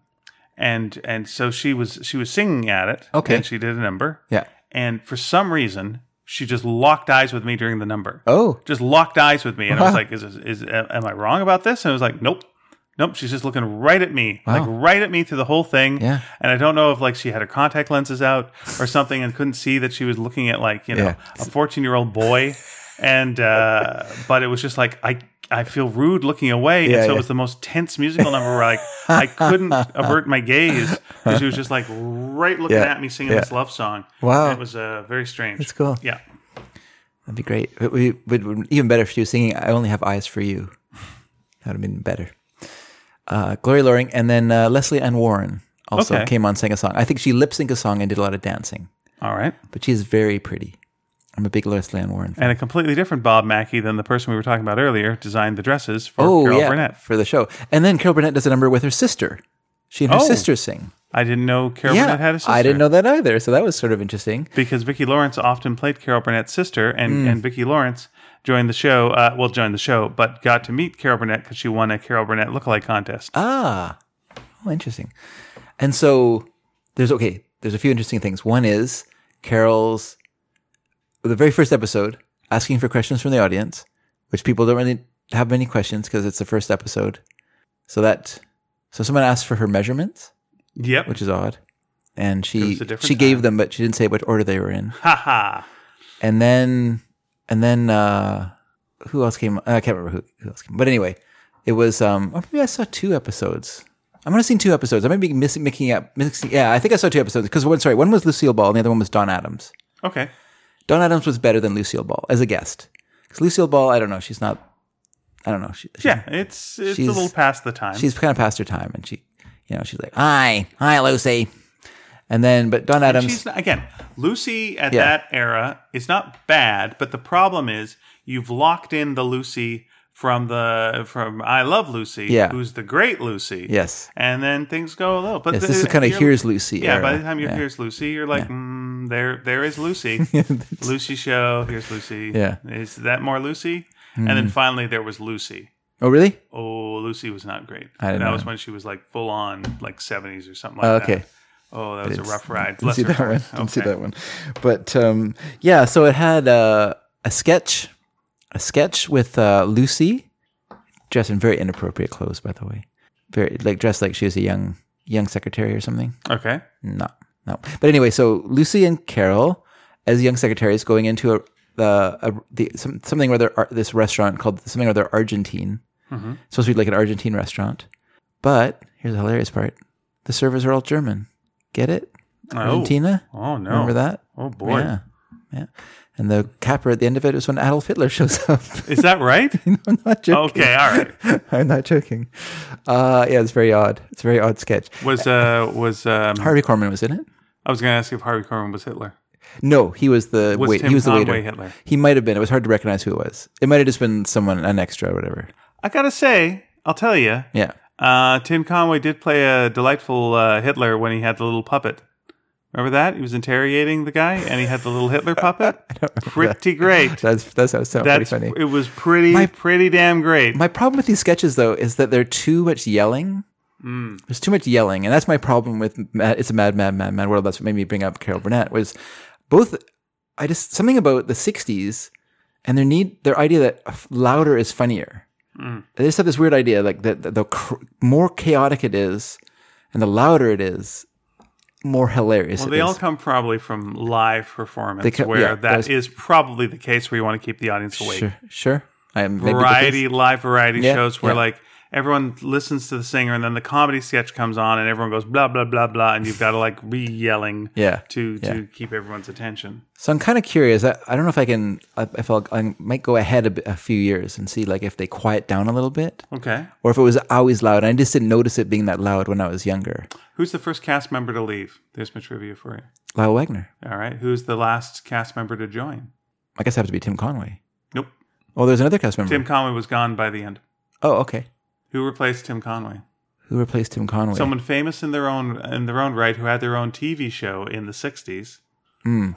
S2: and and so she was she was singing at it.
S1: Okay.
S2: and she did a number,
S1: yeah.
S2: and for some reason she just locked eyes with me during the number.
S1: Oh,
S2: Just locked eyes with me, and I was
S1: Wow.
S2: like, "Is this- is am I wrong about this?" And I was like, "Nope." Nope, she's just looking right at me, like right at me through the whole thing.
S1: Yeah.
S2: And I don't know if like she had her contact lenses out or something and couldn't see that she was looking at like, you know,
S1: Yeah.
S2: a 14-year-old boy. And uh but it was just like I I feel rude looking away. and
S1: Yeah,
S2: so it
S1: yeah.
S2: was the most tense musical number where like I couldn't avert my gaze because she was just like right looking
S1: Yeah.
S2: at me singing
S1: Yeah.
S2: this love song.
S1: Wow.
S2: And it was uh very strange.
S1: that's cool.
S2: Yeah.
S1: That'd be great. It would, it would- would- even better if she was singing "I Only Have Eyes for You." That would have been better. Uh, Gloria Loring and then uh, Leslie Ann Warren also
S2: Okay.
S1: came on, sang a song. I think she lip synced a song and did a lot of dancing.
S2: All right.
S1: but she is very pretty. I'm a big Lois Lan Warren fan.
S2: And a completely different Bob Mackey than the person we were talking about earlier designed the dresses for
S1: Oh,
S2: Carol
S1: yeah,
S2: Burnett.
S1: for the show. And then Carol Burnett does a number with her sister. She and her
S2: Oh.
S1: sister sing.
S2: I didn't know Carol
S1: yeah,
S2: Burnett had a sister.
S1: I didn't know that either. So that was sort of interesting.
S2: because Vicki Lawrence often played Carol Burnett's sister,
S1: Mm.
S2: and, and Vicki Lawrence joined the show. Uh, well, joined the show, but got to meet Carol Burnett because she won a Carol Burnett lookalike contest.
S1: Ah, oh, interesting. And so there's okay. There's a few interesting things. One is Carol's the very first episode asking for questions from the audience, which people don't really have many questions because it's the first episode. So that so someone asked for her measurements,
S2: yep.
S1: which is odd, and
S2: It
S1: she
S2: was a different
S1: she gave
S2: time.
S1: them, but she didn't say what order they were in.
S2: ha ha.
S1: and then and then uh who else came i can't remember who, who else came but anyway it was um or maybe i saw two episodes i might have seen two episodes i might be missing mixing up mixing yeah i think i saw two episodes because one sorry one was lucille ball and the other one was don adams
S2: Okay.
S1: don adams was better than lucille ball as a guest because lucille ball i don't know she's not i don't know she, she's,
S2: Yeah, it's it's
S1: She's-
S2: a little past the time.
S1: she's kind of past her time and she you know she's like hi hi lucy and then but don adams
S2: She's not, again, Lucy at
S1: Yeah.
S2: that era is not bad, but the problem is you've locked in the Lucy from the from I Love Lucy,
S1: Yeah.
S2: who's the great Lucy.
S1: yes
S2: And then things go low. But uh,
S1: yes this is kind of
S2: you're-
S1: here's lucy
S2: Yeah,
S1: era.
S2: by the time you
S1: yeah.
S2: here's Lucy, you're like, mm, there there is Lucy. Lucy show, here's Lucy.
S1: Yeah. Hmm.
S2: Is that more Lucy? And then finally there was Lucy.
S1: oh really
S2: Oh, Lucy was not great.
S1: I didn't
S2: that
S1: know
S2: was
S1: that.
S2: when she was like full on like seventies or something like
S1: Oh,
S2: that.
S1: okay
S2: Oh, that was a
S1: It's-
S2: rough ride.
S1: Didn't
S2: Bless
S1: see
S2: her
S1: that one.
S2: heart.
S1: Didn't see
S2: Okay.
S1: that one. But um, yeah, so it had uh, a sketch, a sketch with uh, Lucy, dressed in very inappropriate clothes, by the way. Very like dressed like she was a young young secretary or something.
S2: Okay.
S1: No, no. But anyway, so Lucy and Carol, as young secretaries, going into a, the a, the some, something or other ar- this restaurant called something or other Argentine.
S2: Mhm.
S1: It's supposed to be like an Argentine restaurant, but here's the hilarious part: the servers are all German. Get it? Argentina.
S2: Oh no!
S1: Remember that?
S2: Oh boy!
S1: Yeah. Yeah. And the capper at the end of it is when Adolf Hitler shows up.
S2: Is that right?
S1: I'm not joking.
S2: okay, all right.
S1: I'm not joking. Uh, yeah, it's very odd. It's a very odd sketch.
S2: Was uh was um
S1: Harvey Korman was in it.
S2: I was going to ask if Harvey Korman was Hitler.
S1: No, he was the
S2: Was
S1: wait.
S2: Tim
S1: he was the
S2: Conway
S1: waiter.
S2: Hitler?
S1: He might have been. It was hard to recognize who it was. It might have just been someone, an extra, or whatever.
S2: I gotta say, I'll tell you,
S1: Yeah.
S2: uh, Tim Conway did play a delightful uh, Hitler when he had the little puppet. Remember that he was interrogating the guy and he had the little Hitler puppet. Pretty great.
S1: That's that sounds, sounds pretty
S2: That's
S1: funny.
S2: it was pretty pretty damn great.
S1: My problem with these sketches, though, is that they're too much yelling.
S2: Mm.
S1: There's too much yelling, and that's my problem with Mad, it's a mad, mad, mad, mad world. That's what made me bring up Carol Burnett was both. I just something about the '60s and their need, their idea that louder is funnier.
S2: Mm.
S1: They just have this weird idea, like that the, the cr- more chaotic it is, and the louder it is, more hilarious.
S2: Well,
S1: it
S2: they all
S1: is.
S2: come probably from live performance,
S1: co-
S2: where
S1: yeah,
S2: that
S1: those-
S2: is probably the case where you want to keep the audience awake.
S1: sure, sure. I am maybe the
S2: variety live variety
S1: Yeah,
S2: shows where
S1: yeah.
S2: like everyone listens to the singer and then the comedy sketch comes on and everyone goes blah blah blah blah and you've got to like be yelling
S1: big- yeah.
S2: to to keep everyone's attention.
S1: So I'm kind of curious. I, I don't know if I can. I- If I'll, I might go ahead a, bit- a few years and see like if they quiet down a little bit,
S2: Okay,
S1: or if it was always loud. And I just didn't notice it being that loud when I was younger.
S2: who's the first cast member to leave? There's my trivia for you.
S1: Lyle Wagner.
S2: All right, who's the last cast member to join?
S1: I guess it had to be Tim Conway.
S2: Nope,
S1: Oh, there's another cast member.
S2: Tim Conway was gone by the end.
S1: Oh, okay.
S2: Who replaced Tim Conway?
S1: Who replaced Tim Conway?
S2: Someone famous in their own in their own right who had their own TV show in the '60s,
S1: Hmm.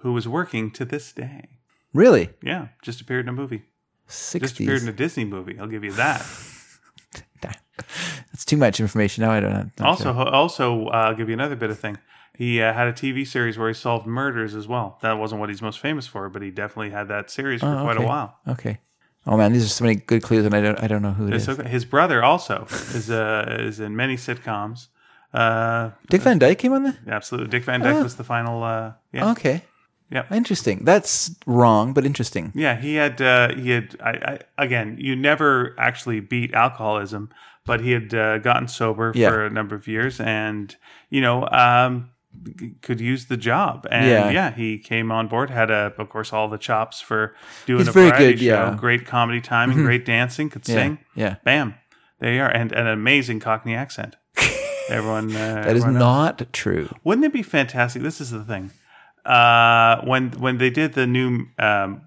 S2: who was working to this day.
S1: Really?
S2: Yeah, just appeared in a movie. Just appeared in
S1: Sixties.
S2: a Disney movie. I'll give you that.
S1: That's too much information. Now I don't know. Not
S2: Also,
S1: sure.
S2: also, uh, I'll give you another bit of thing. He uh, had a TV series where he solved murders as well. That wasn't what he's most famous for, but he definitely had that series for
S1: Oh,
S2: quite
S1: okay.
S2: a while.
S1: Okay. Oh man, these are so many good clues, and I don't. I don't know who it is.
S2: It's okay. His brother also is uh, is in many sitcoms. Uh,
S1: Dick Van Dyke came on the.
S2: absolutely, Dick Van Dyke was the final. Uh, yeah,
S1: Okay.
S2: Yeah.
S1: Interesting. That's wrong, but interesting.
S2: yeah. He had uh, he had I, I, again. You never actually beat alcoholism, but he had uh, gotten sober
S1: Yeah.
S2: for a number of years, and you know. Um, could use the job. And
S1: Yeah.
S2: yeah. he came on board, had a, of course, all the chops for doing
S1: He's
S2: a
S1: very
S2: variety
S1: good,
S2: show.
S1: yeah. Mm-hmm.
S2: Great comedy timing, great dancing, could
S1: Yeah.
S2: sing.
S1: Yeah.
S2: Bam, there you are, and an amazing Cockney accent. Everyone, uh,
S1: That is
S2: everyone knows.
S1: not true.
S2: Wouldn't it be fantastic? This is the thing. uh, when when they did the new um,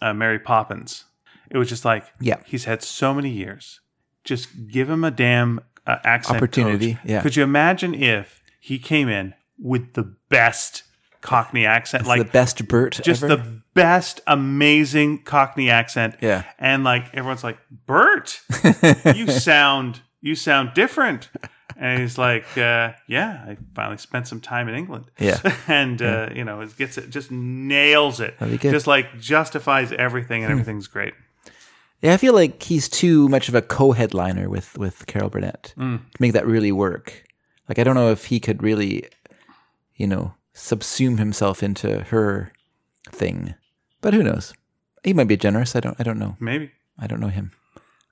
S2: uh, Mary Poppins, it was just like,
S1: Yeah.
S2: he's had so many years. Just give him a damn uh, accent
S1: Opportunity,
S2: coach.
S1: yeah.
S2: Could you imagine if he came in with the best Cockney accent, like
S1: the best Bert
S2: just
S1: ever.
S2: the best amazing cockney accent
S1: Yeah.
S2: and like everyone's like bert you sound you sound different and he's like uh, yeah i finally spent some time in england
S1: Yeah.
S2: and uh, you know it gets it just nails it
S1: That'd be good. Hmm.
S2: just like justifies everything and everything's great
S1: yeah, I feel like he's too much of a co-headliner with with Carol Burnett
S2: Mm.
S1: to make that really work. Like I don't know if he could really, you know, subsume himself into her thing. But who knows? He might be generous. I don't. I don't know.
S2: maybe
S1: I don't know him.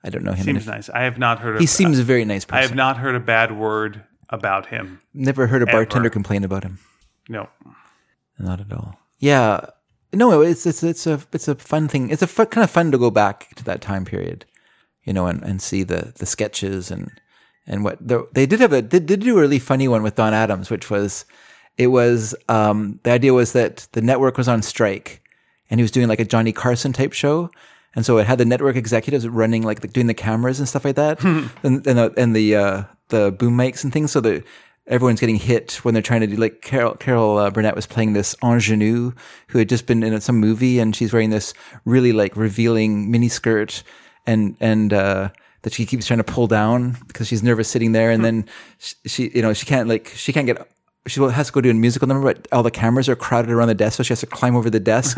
S1: I don't know him. And
S2: seems nice i have not heard
S1: if- he
S2: of,
S1: seems a very nice
S2: i
S1: person.
S2: have not heard a bad word about him
S1: Never heard a bartender
S2: Ever.
S1: complain about him.
S2: no
S1: Not at all. Yeah. No, it's it's it's a it's a fun thing. It's a fu- kind of fun to go back to that time period, you know, and, and see the the sketches and and what the, they did have a they did do a really funny one with Don Adams, which was it was um, the idea was that the network was on strike and he was doing like a Johnny Carson type show. And so it had the network executives running like the, doing the cameras and stuff like that, and and the and the, uh, the boom mics and things. So that everyone's getting hit when they're trying to do like Carol Carol uh, Burnett was playing this ingenue who had just been in some movie and she's wearing this really like revealing miniskirt and and uh, that she keeps trying to pull down because she's nervous sitting there and then she, she you know she can't like she can't get she has to go do a musical number but all the cameras are crowded around the desk so she has to climb over the desk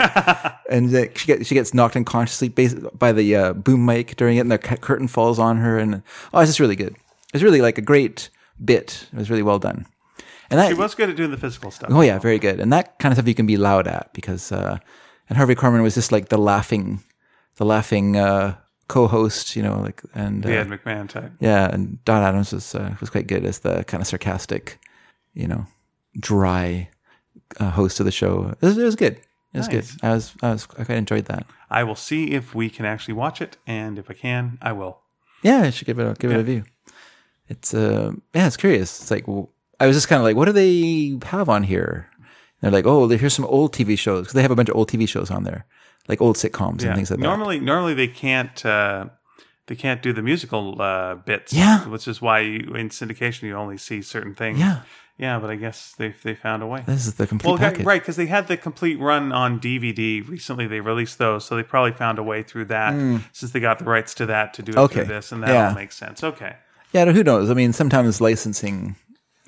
S1: and like, she gets she gets knocked unconsciously bas- by the uh, boom mic during it, and the cu- curtain falls on her, and oh, it's just really good. It's really like a great bit. It was really well done, and that
S2: he was good at doing the physical stuff
S1: oh yeah, very good. And that kind of stuff you can be loud at because uh, and Harvey Korman was just like the laughing, the laughing uh, co-host, you know, like and uh,
S2: the ed mcmahon type
S1: yeah, and Don Adams was uh, was quite good as the kind of sarcastic, you know, dry uh, host of the show. It was, it was good. It was
S2: Nice.
S1: good. I was I was I quite enjoyed that.
S2: I will see if we can actually watch it, and if I can, I will.
S1: Yeah, I should give it a, give it a view. It's uh, yeah, it's curious. It's like w I I was just kind of like, what do they have on here? And they're like, oh, here's some old TV shows 'Cause they have a bunch of old TV shows on there, like old sitcoms and things like
S2: normally, normally they can't uh, they can't do the musical uh, bits.
S1: Yeah.
S2: which is why you, in syndication you only see certain things.
S1: that. Yeah,
S2: yeah, but I guess they they found a way.
S1: this is the complete
S2: Well,
S1: package.
S2: right, because they had the complete run on DVD recently. They released those, so they probably found a way through that since they got the rights to that to do it
S1: Hmm. Okay.
S2: through this, and that
S1: Yeah.
S2: all makes sense. Okay,
S1: Yeah, who knows? I mean, sometimes licensing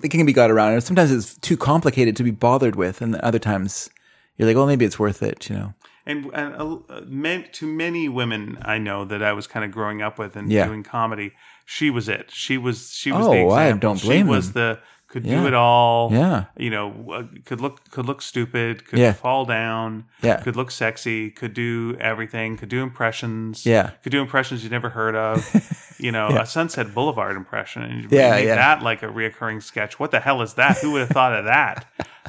S1: it can be got around, and sometimes it's too complicated to be bothered with, and other times you're like, well, maybe it's worth it, you know?
S2: and, and uh, meant to many women I know that I was kind of growing up with and
S1: Yeah.
S2: doing comedy. She was it. She was she was.
S1: Oh,
S2: the
S1: I
S2: example.
S1: don't blame
S2: She was the could do it all.
S1: Yeah.
S2: you know, uh, could look could look stupid. Could
S1: Yeah.
S2: fall down.
S1: Yeah.
S2: could look sexy. Could do everything. Could do impressions.
S1: Yeah.
S2: could do impressions you never heard of. You know, a Sunset Boulevard impression, and you
S1: Yeah,
S2: made
S1: yeah.
S2: that like a reoccurring sketch. What the hell is that? Who would have thought of that?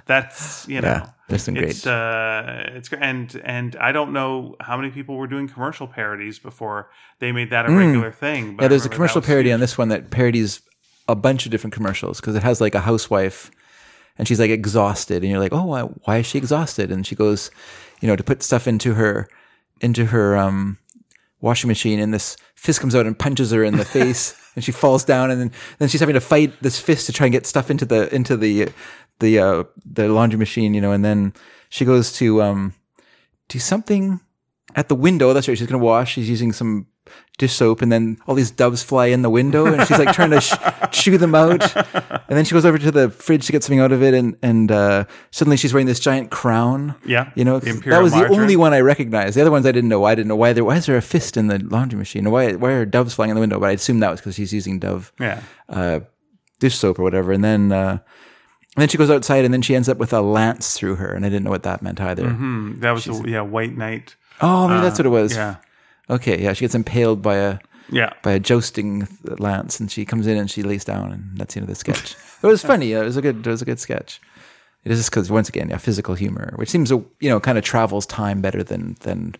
S2: That's you know,
S1: there's some great-
S2: it's, uh, it's gr- and and I don't know how many people were doing commercial parodies before they made that a regular thing. But
S1: Hmm. Yeah,
S2: I
S1: there's a
S2: remember that
S1: commercial
S2: was
S1: parody
S2: huge.
S1: on this one that parodies a bunch of different commercials because it has like a housewife and she's like exhausted and you're like, "Oh, why, why is she exhausted?" and she goes, you know, to put stuff into her into her um washing machine and this fist comes out and punches her in the face and she falls down and then, then she's having to fight this fist to try and get stuff into the into the the uh the laundry machine, you know, and then she goes to um do something at the window. That's right. She's going to wash. She's using some dish soap, and then all these doves fly in the window, and she's like trying to sh- chew them out. And then she goes over to the fridge to get something out of it, and and uh, suddenly she's wearing this giant crown.
S2: Yeah.
S1: you know
S2: The
S1: 'cause that
S2: Imperial
S1: was the
S2: margarine.
S1: only one I recognized. The other ones I didn't know. I didn't know why there. Why is there a fist in the laundry machine? Or Why why are doves flying in the window? But I assumed that was because she's using dove
S2: yeah.
S1: uh, dish soap or whatever, and then. Uh, and then she goes outside, and then she ends up with a lance through her, and I didn't know what that meant either.
S2: Hmm, that was the, yeah White Knight.
S1: Oh, maybe that's what it was.
S2: Uh, Yeah,
S1: Okay, yeah, she gets impaled by a
S2: yeah.
S1: by a jousting th- lance, and she comes in and she lays down, and that's the end of the sketch. it was funny. It was a good. It was a good sketch. It is just because once again, yeah, physical humor, which seems to you know kind of travels time better than than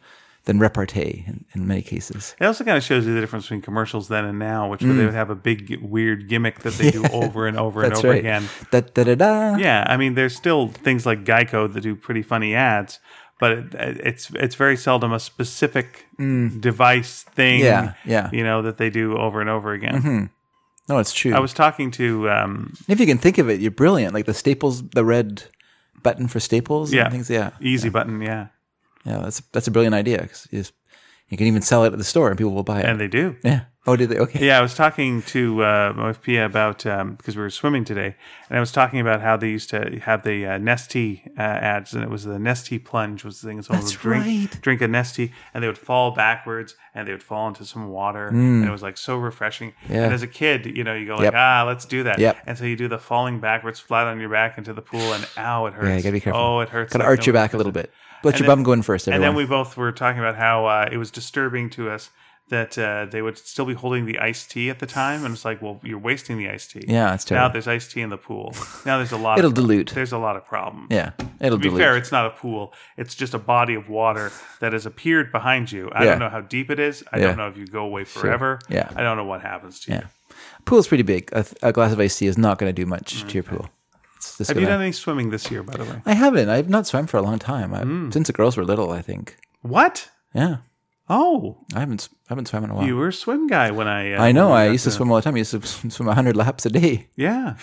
S1: than repartee in, in many cases.
S2: It also kind of shows you the difference between commercials then and now, which where they would have a big weird gimmick that they do over and over and
S1: Hmm. That's
S2: over
S1: right.
S2: again.
S1: Da da da da.
S2: Yeah, I mean, there's still things like Geico that do pretty funny ads, but it, it's it's very seldom a specific device thing.
S1: Mm. Yeah, yeah. Mm-hmm.
S2: You know that they do over and over again.
S1: No, it's true.
S2: I was talking to um,
S1: if you can think of it, you're brilliant. Like the Staples, the red button for Staples.
S2: yeah,
S1: And things. Yeah.
S2: Easy Button, yeah,
S1: Yeah. That's that's a brilliant idea. 'cause you, just- you can even sell it at the store and people will buy it.
S2: and they do.
S1: yeah. Oh, did they? Okay.
S2: Yeah, I was talking to uh, my wife Pia about um, because we were swimming today, and I was talking about how they used to have the uh, Nestea uh, ads, and it was the Nestea plunge was the thing. Someone
S1: That's
S2: would drink
S1: right.
S2: drink a Nestea, and they would fall backwards, and they would fall into some water, and it was like so refreshing.
S1: Hmm. Yeah.
S2: And as a kid, you know, you go like,
S1: Yep.
S2: ah, let's do that.
S1: Yep.
S2: And so you do the falling backwards flat on your back into the pool, and ow, it hurts.
S1: Yeah, you gotta be careful.
S2: Oh, it hurts.
S1: Gotta
S2: like
S1: arch your
S2: no-
S1: back a little bit. Let your
S2: then-
S1: bum go in first, everyone.
S2: and then we both were talking about how uh, it was disturbing to us that uh, they would still be holding the iced tea at the time, and it's like, well, you're wasting the iced tea.
S1: Yeah, it's
S2: Now
S1: terrible.
S2: there's iced tea in the pool. Now there's a lot.
S1: It'll
S2: of prob-
S1: dilute.
S2: There's a lot of problem.
S1: yeah. It'll
S2: To be
S1: dilute.
S2: fair, it's not a pool. It's just a body of water that has appeared behind you. I
S1: Yeah.
S2: don't know how deep it is. I
S1: Yeah.
S2: don't know if you go away forever.
S1: Yeah.
S2: I don't know what happens to you.
S1: yeah. Pool's pretty big. A, th- a glass of iced tea is not going to do much to your pool. It's just
S2: Mm, Have
S1: gonna,
S2: you done any swimming this year, by the way?
S1: I haven't. I've not swam for a long time. I,
S2: Mm.
S1: Since the girls were little, I think.
S2: What?
S1: Yeah.
S2: Oh,
S1: I haven't s- I haven't swam in a while.
S2: you were a swim guy when I. Uh,
S1: Uh, I know.
S2: when we
S1: I
S2: got
S1: used to swim all the time. I used to s- swim 100 laps a day.
S2: Yeah.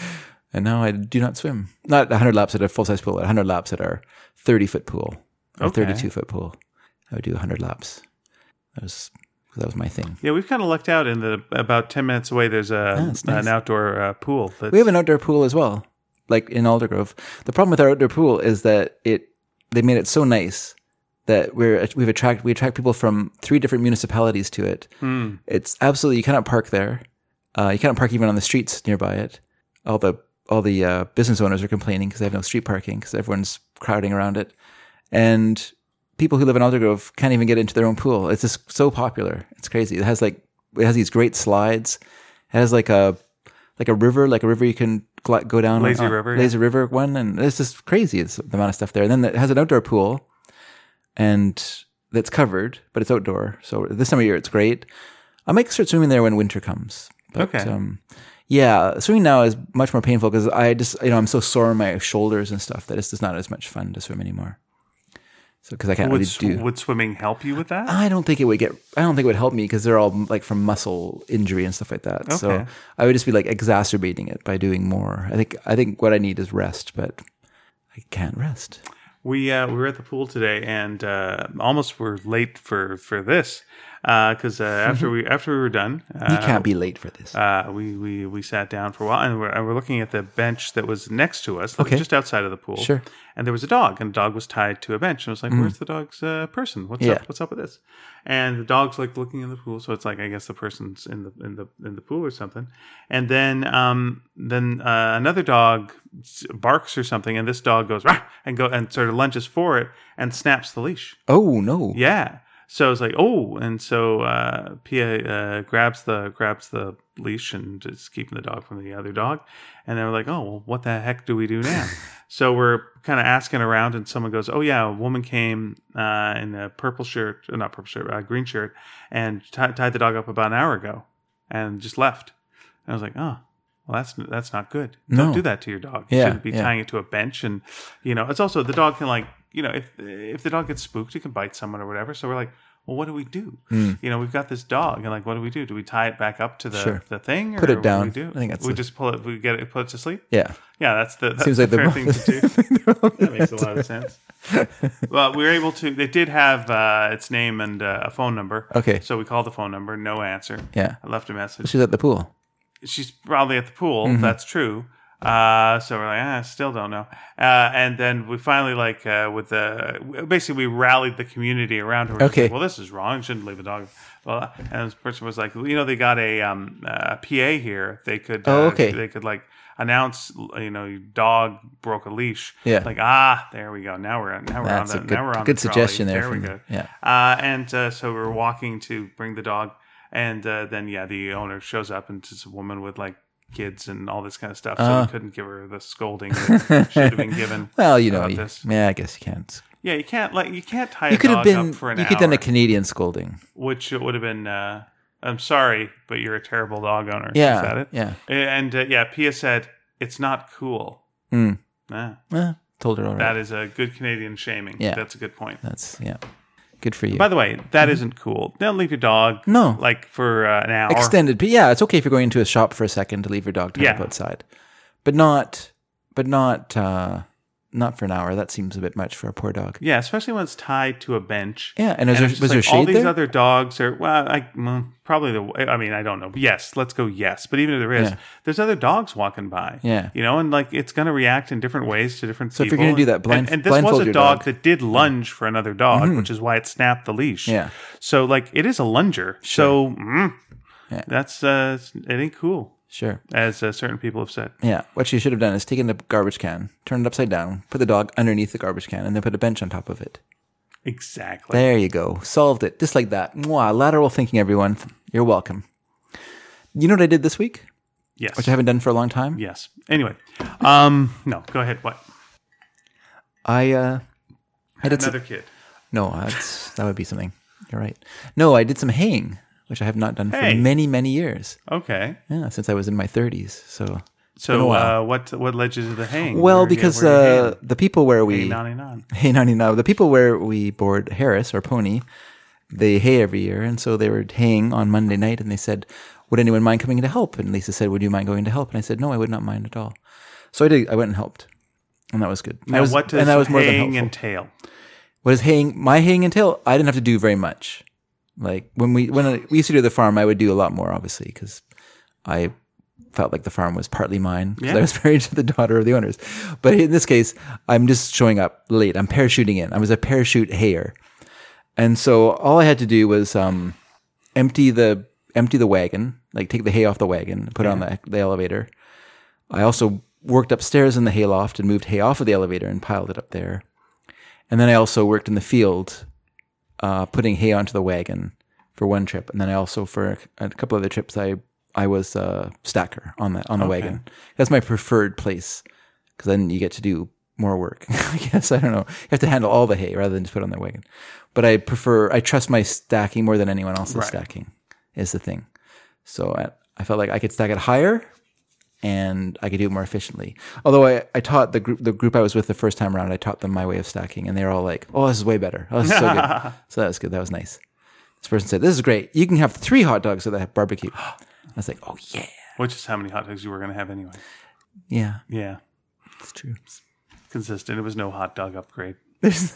S1: And now I do not swim. Not 100 laps at a full size pool, 100 laps at our 30 foot pool or
S2: Okay.
S1: 32 foot pool. I would do 100 laps. That was, that was my thing.
S2: Yeah, we've kind of lucked out in the about 10 minutes away. There's a,
S1: Yeah, it's Ah, nice.
S2: an outdoor uh, pool. That's,
S1: We have an outdoor pool as well, like in Aldergrove. The problem with our outdoor pool is that it they made it so nice that we're we've attract we attract people from three different municipalities to it. It's absolutely you cannot park there. Uh, you cannot park even on the streets nearby it. All the all the uh, business owners are complaining because they have no street parking because everyone's crowding around it, and people who live in Aldergrove can't even get into their own pool. It's just so popular. It's crazy. It has like it has these great slides. It has like a like a river, like a river you can gl- go down.
S2: Lazy
S1: uh,
S2: River, yeah.
S1: lazy river one, and it's just crazy. It's the amount of stuff there. And then it has an outdoor pool, and that's covered, but it's outdoor. So this time of year, it's great. I might start swimming there when winter comes. But,
S2: Okay.
S1: Um, yeah, swimming now is much more painful because I just you know I'm so sore on my shoulders and stuff that it's just not as much fun to swim anymore. So because I can't
S2: would,
S1: really
S2: sw-
S1: do.
S2: would swimming help you with that?
S1: I don't think it would get. I don't think it would help me because they're all like from muscle injury and stuff like that. So
S2: Okay.
S1: I would just be like exacerbating it by doing more. I think. I think what I need is rest, but I can't rest.
S2: We uh, we were at the pool today and uh, almost were late for for this because uh, after we after we were done,
S1: You
S2: uh,
S1: can't be late for this.
S2: uh, we, we we sat down for a while and we're, and we're looking at the bench that was next to us, that was
S1: Okay.
S2: just outside of the pool.
S1: Sure. Hmm.
S2: And there was a dog, and the dog was tied to a bench. And I was like, "Where's the dog's uh, person? What's
S1: Yeah.
S2: up? What's up with this?" And the dog's like looking in the pool, so it's like I guess the person's in the in the in the pool or something. And then um then uh, another dog s- barks or something, and this dog goes Rah! and go and sort of lunges for it and snaps the leash.
S1: oh no!
S2: Yeah. So I was like, oh, and so uh, Pia uh, grabs the grabs the leash and is keeping the dog from the other dog, and they were like, oh, well, what the heck do we do now? so we're kind of asking around, and someone goes, oh yeah, a woman came uh, in a purple shirt, uh, not purple shirt, uh, green shirt, and ti tied the dog up about an hour ago, and just left. And I was like, oh, well, that's that's not good.
S1: No.
S2: Don't do that to your dog. You
S1: Yeah,
S2: shouldn't be
S1: yeah.
S2: tying it to a bench, and you know, it's also the dog can like, you know, if if the dog gets spooked, it can bite someone or whatever. So we're like, well, what do we do?
S1: Hmm.
S2: You know, we've got this dog, and like, what do we do? Do we tie it back up to the
S1: Sure.
S2: the thing? Or
S1: Put it
S2: what
S1: down.
S2: Do we do?
S1: I think that's
S2: we
S1: the-
S2: just pull it. We get it. Put it to sleep.
S1: Yeah.
S2: Yeah, that's the that's
S1: Seems
S2: the
S1: like the
S2: fair
S1: wrong-
S2: thing to do. That makes a lot of sense. well, we were able to. They did have uh, its name and uh, a phone number.
S1: Okay.
S2: So we called the phone number. No answer.
S1: Yeah.
S2: I left a message
S1: She's at the pool.
S2: she's probably at the pool.
S1: Mm-hmm.
S2: That's true. Uh, so we're like, ah, still don't know. Uh, and then we finally like uh, with the basically we rallied the community around her. We're just
S1: Okay.
S2: like, well, this is wrong. You shouldn't leave a dog. Well, and this person was like, well, you know, they got a um, uh, PA here. They could. Uh,
S1: Oh, okay.
S2: They could like announce, you know, your dog broke a leash.
S1: Yeah.
S2: Like ah, there we go. Now we're now we're
S1: That's
S2: on
S1: a
S2: the
S1: good-
S2: now we're on
S1: good
S2: the trolley.
S1: suggestion there
S2: There we
S1: from-
S2: go.
S1: yeah.
S2: Uh, and uh, so we're walking to bring the dog, and uh, then yeah, the owner shows up and it's a woman with like kids and all this kind of
S1: Uh.
S2: stuff. So we couldn't give her the scolding that should have been given.
S1: Well, you know.
S2: about
S1: You,
S2: this.
S1: yeah, I guess you can't.
S2: Yeah, you can't like you can't tie
S1: You
S2: a
S1: could have
S2: dog
S1: been.
S2: up for an
S1: You
S2: hour,
S1: could have done a Canadian scolding.
S2: which it would have been. Uh, I'm sorry, but you're a terrible dog owner.
S1: Yeah.
S2: is that it?
S1: Yeah.
S2: And uh, yeah, Pia said it's not cool.
S1: Mm.
S2: Nah,
S1: Eh, told her all right.
S2: that is a good Canadian shaming.
S1: Yeah.
S2: that's a good point.
S1: That's yeah. Good for you.
S2: By the way, that not cool. Don't leave your dog
S1: No.
S2: like for uh, an hour.
S1: Extended, but yeah, it's okay if you're going into a shop for a second to leave your dog to
S2: Yeah.
S1: help outside, but not, but not, uh not for an hour. That seems a bit much for a poor dog.
S2: yeah, especially when it's tied to a bench.
S1: Yeah, and, is there,
S2: it's
S1: was there
S2: just like, all
S1: shade
S2: these
S1: there?
S2: other dogs are well, I mm, probably the. I mean, I don't know. Yes, let's go. Yes, but even if there is,
S1: Yeah.
S2: there's other dogs walking by.
S1: Yeah.
S2: you know, and like it's going to react in different ways to different.
S1: So if
S2: people.
S1: you're gonna do that, blind-
S2: and, and this
S1: blindfold
S2: was a
S1: your
S2: dog,
S1: dog. Mm-hmm.
S2: that did lunge for another dog, which is why it snapped the leash.
S1: Yeah.
S2: so like it is a lunger. So mm,
S1: Yeah.
S2: that's uh, it ain't cool,
S1: sure.
S2: as uh, certain people have said.
S1: Yeah. What you should have done is taken the garbage can, turned it upside down, put the dog underneath the garbage can, and then put a bench on top of it.
S2: Exactly.
S1: There you go. Solved it. Just like that. Mwah. Lateral thinking, everyone. You're welcome. You know what I did this week,
S2: Yes.
S1: which I haven't done for a long time?
S2: yes. Anyway, um, no, go ahead. What?
S1: I uh, I did some-
S2: Another kid.
S1: No, that's, that would be something. You're right. No, I did some haying, which I have not done
S2: Hey.
S1: for many, many years.
S2: Okay.
S1: Yeah, since I was in my 30s. So, Been a
S2: So
S1: while.
S2: uh, what what led you to the hang?
S1: well,
S2: Where-
S1: because
S2: where you
S1: uh, the people where we
S2: hang? Nine and nine.
S1: hay 99, the people where we board Harris or Pony, they hay every year, and so they were haying on Monday night, and they said, "Would anyone mind coming to help?" And Lisa said, "Would you mind going to help?" And I said, "No, I would not mind at all." So I did. I went and helped, and that was good. I
S2: Now,
S1: was,
S2: what does
S1: and that was more than
S2: hang
S1: helpful.
S2: entail?
S1: what is haying my haying entail i didn't have to do very much like when we when I, we used to do the farm i would do a lot more obviously because i felt like the farm was partly mine because
S2: Yeah.
S1: i was married to the daughter of the owners but in this case i'm just showing up late i'm parachuting in i was a parachute hayer and so all i had to do was um empty the empty the wagon like take the hay off the wagon put it on the, the elevator i also worked upstairs in the hayloft and moved hay off of the elevator and piled it up there and then I also worked in the field, uh, putting hay onto the wagon for one trip, and then I also for a couple other trips I I was a stacker on the on the wagon. That's my preferred place because then you get to do more work. I guess I don't know. You have to handle all the hay rather than just put it on the wagon. But I prefer I trust my stacking more than anyone else's stacking is the thing. So I, I felt like I could stack it higher and I could do it more efficiently. Although I, I taught the group the group I was with the first time around, I taught them my way of stacking, and they were all like, "Oh, this is way better. Oh, this is so good." so that was good. That was nice. This person said, "This is great. You can have three hot dogs at the barbecue." I was like, "Oh yeah,
S2: Which is how many hot dogs you were going to have anyway.
S1: yeah,
S2: Yeah,
S1: it's true.
S2: consistent. It was no hot dog upgrade.
S1: it's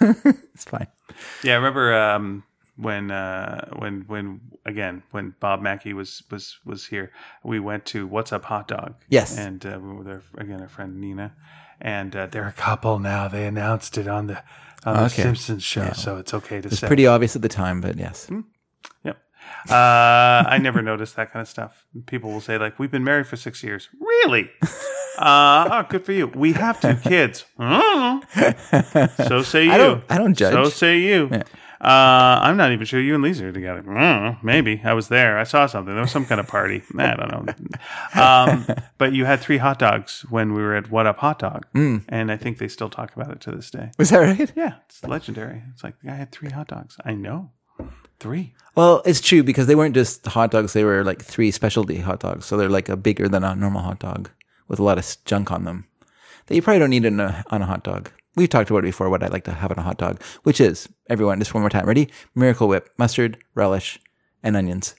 S1: fine."
S2: Yeah, I remember um, when uh, when when again when Bob Mackey was was was here, we went to What's Up Hot Dog.
S1: Yes.
S2: and uh, we were there again. Our friend Nina, and uh, they're a couple now. They announced it on the on the
S1: Okay.
S2: Simpsons show, so it's okay to say.
S1: Pretty obvious at the time, but yes,
S2: Yep. Uh, I never noticed that kind of stuff. People will say like, "We've been married for six years." Really? Uh, oh, good for you. We have two kids. Mm. so say you.
S1: I don't. I don't judge.
S2: So say you. Uh, I'm not even sure you and Lisa are together. Mm, maybe I was there. I saw something. There was some kind of party. I don't know. Um, but you had three hot dogs when we were at What Up Hot Dog,
S1: Mm.
S2: and I think they still talk about it to this day.
S1: Was that right?
S2: Yeah, it's legendary. It's like the guy had three hot dogs. I know, three.
S1: Well, it's true because they weren't just hot dogs; they were like three specialty hot dogs. So they're like a bigger than a normal hot dog with a lot of s- junk on them that you probably don't need in a, on a hot dog. We've talked about it before. What I like to have on a hot dog, which is everyone, just one more time, ready? Miracle Whip, mustard, relish, and onions.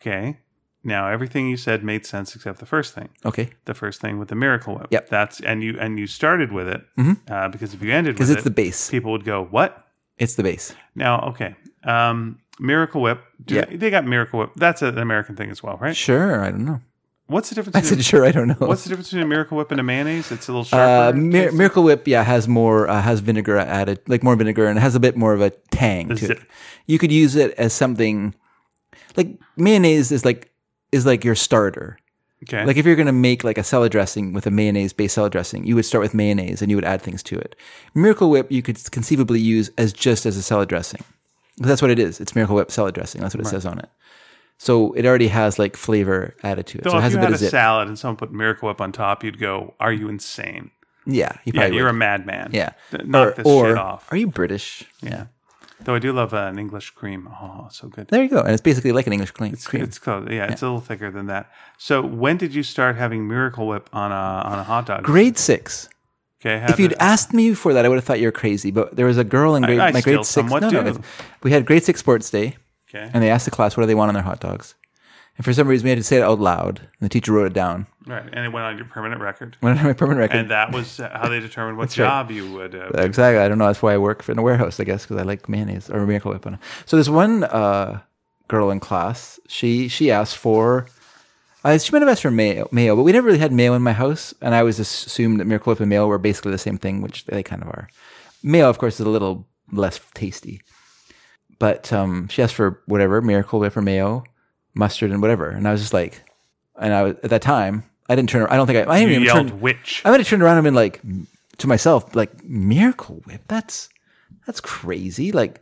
S2: Okay. Now everything you said made sense except the first thing.
S1: Okay,
S2: The first thing with the miracle whip.
S1: Yep. Mm-hmm.
S2: That's and you and you started with it uh, because if you ended with
S1: because it's
S2: it,
S1: the base.
S2: people would go what?
S1: It's the base.
S2: Now okay. Um, miracle whip. Do
S1: Yeah.
S2: they, they got miracle whip. That's an American thing as well, right?
S1: Sure, I don't know.
S2: What's the difference?
S1: I said
S2: Between,
S1: sure. I don't know.
S2: what's the difference between a miracle whip and a mayonnaise? It's a little
S1: uh,
S2: sharper.
S1: Mir- Miracle Whip, yeah, has more uh, has vinegar added, like more vinegar, and it has a bit more of a tang to
S2: zip.
S1: it. You could use it as something like mayonnaise is like is like your starter.
S2: okay.
S1: Like if you're gonna make like a salad dressing with a mayonnaise based salad dressing, you would start with mayonnaise and you would add things to it. Miracle Whip, you could conceivably use as just as a salad dressing. 'Cause That's what it is. It's Miracle Whip salad dressing. That's what it says on it. So it already has like flavor added to it. So,
S2: so
S1: it
S2: if
S1: has
S2: you
S1: a bit
S2: had a
S1: of zip.
S2: salad and someone put miracle whip on top, you'd go, "Are you insane?"
S1: Yeah, you
S2: Yeah,
S1: probably
S2: you're
S1: would.
S2: a madman.
S1: yeah.
S2: Th- knock this shit off.
S1: Are you British?
S2: Yeah. Though I do love uh, an English cream. Oh, so good.
S1: There you go. And it's basically like an English clean
S2: It's,
S1: cream.
S2: it's close. Yeah, it's a little thicker than that. So when did you start having Miracle Whip on a on a hot dog?
S1: Grade six.
S2: Okay, how
S1: If you'd
S2: did-
S1: asked me before that, I would have thought you were crazy. But there was a girl in grade
S2: I
S1: my
S2: still
S1: grade six. No,
S2: somewhat
S1: no,
S2: do.
S1: it's- we had grade six sports day,
S2: okay,
S1: and they asked the class what do they want on their hot dogs, and for some reason we had to say it out loud, and the teacher wrote it down.
S2: right, and it went on your permanent record,
S1: Went on my permanent record.
S2: and that was how they determined what
S1: right.
S2: job you would. Uh,
S1: Exactly. I don't know. That's why I work for, in a warehouse, I guess, because I like mayonnaise or Miracle Whip. on it. So this one uh, girl in class, she she asked for. Uh, she might have asked for mayo, mayo, but we never really had mayo in my house, and I always assumed that Miracle Whip and mayo were basically the same thing, which they kind of are. Mayo, of course, is a little less tasty, but um, she asked for whatever Miracle Whip or mayo, mustard and whatever, and I was just like, and I was at that time I didn't turn. I don't think I, I didn't
S2: you
S1: even
S2: yelled
S1: turn,
S2: which.
S1: I might have turned around and been like m- to myself, like Miracle Whip. That's that's crazy. Like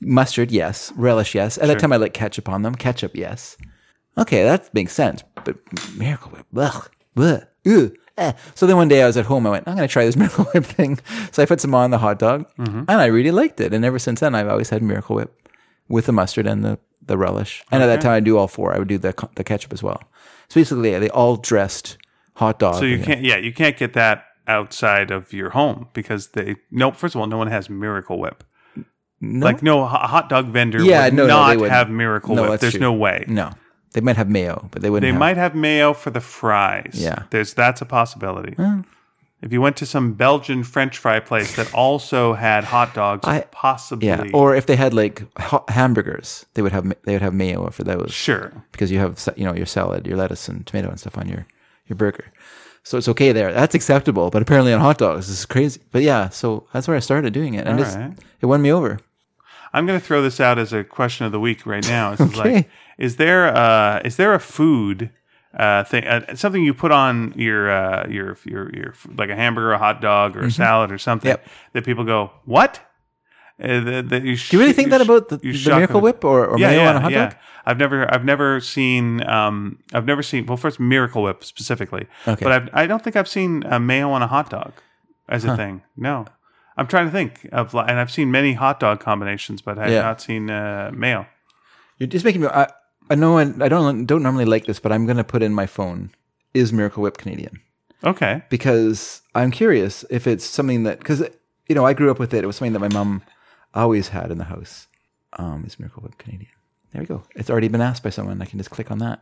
S1: mustard, yes. Relish, yes. At that time, I like ketchup on them. Ketchup, yes. Okay, that makes sense. But Miracle Whip, ugh, ugh, ugh. eh. So then one day I was at home. I went, I'm going to try this Miracle Whip thing. So I put some on the hot dog,
S2: Mm-hmm.
S1: and I really liked it. And ever since then, I've always had Miracle Whip with the mustard and the, the relish. And at that time, I do all four. I would do the co- the ketchup as well. So basically, yeah, they all dressed hot dog.
S2: So you
S1: together.
S2: can't. Yeah, you can't get that outside of your home because they. Nope. First of all, no one has Miracle Whip.
S1: No?
S2: Like no, a hot dog vendor
S1: Yeah,
S2: would
S1: no, no, they
S2: not
S1: wouldn't.
S2: have Miracle
S1: No,
S2: Whip.
S1: that's
S2: There's
S1: true.
S2: no way.
S1: No, they might have mayo, but they wouldn't.
S2: They
S1: have-
S2: might have mayo for the fries.
S1: Yeah.
S2: There's that's a possibility. If you went to some Belgian French fry place that also had hot dogs,
S1: I-
S2: possibly.
S1: Yeah, or if they had like ha- hamburgers, they would have ma- they would have mayo for those
S2: sure.
S1: because you have sa- you know your salad, your lettuce and tomato and stuff on your your burger. So it's okay there. That's acceptable, but apparently on hot dogs, this is crazy. But yeah, so that's where I started doing it, and it's,
S2: Alright.
S1: it won me over.
S2: I'm going to throw this out as a question of the week right now. This is
S1: Okay.
S2: like, is there uh, is there a food uh, thing, uh, something you put on your uh, your your your like a hamburger, a hot dog, or a salad, or something
S1: Mm-hmm. Yep.
S2: that people go, what? Uh, that, that you
S1: Do you really think that about the, the Miracle Whip or, or mayo
S2: yeah,
S1: on a hot
S2: yeah.
S1: dog?
S2: I've never, I've never seen, um, I've never seen. Well, first Miracle Whip specifically,
S1: Okay.
S2: but I've, I don't think I've seen uh mayo on a hot dog as a thing. No, I'm trying to think of, li- and I've seen many hot dog combinations, but I've
S1: Yeah.
S2: not seen uh, mayo.
S1: You're just making me. I, I know I, I don't don't normally like this, but I'm gonna put in my phone. Is Miracle Whip Canadian?
S2: Okay,
S1: because I'm curious if it's something that because you know I grew up with it. It was something that my mom always had in the house. Um, is Miracle Whip Canadian? There we go. It's already been asked by someone. I can just click on that.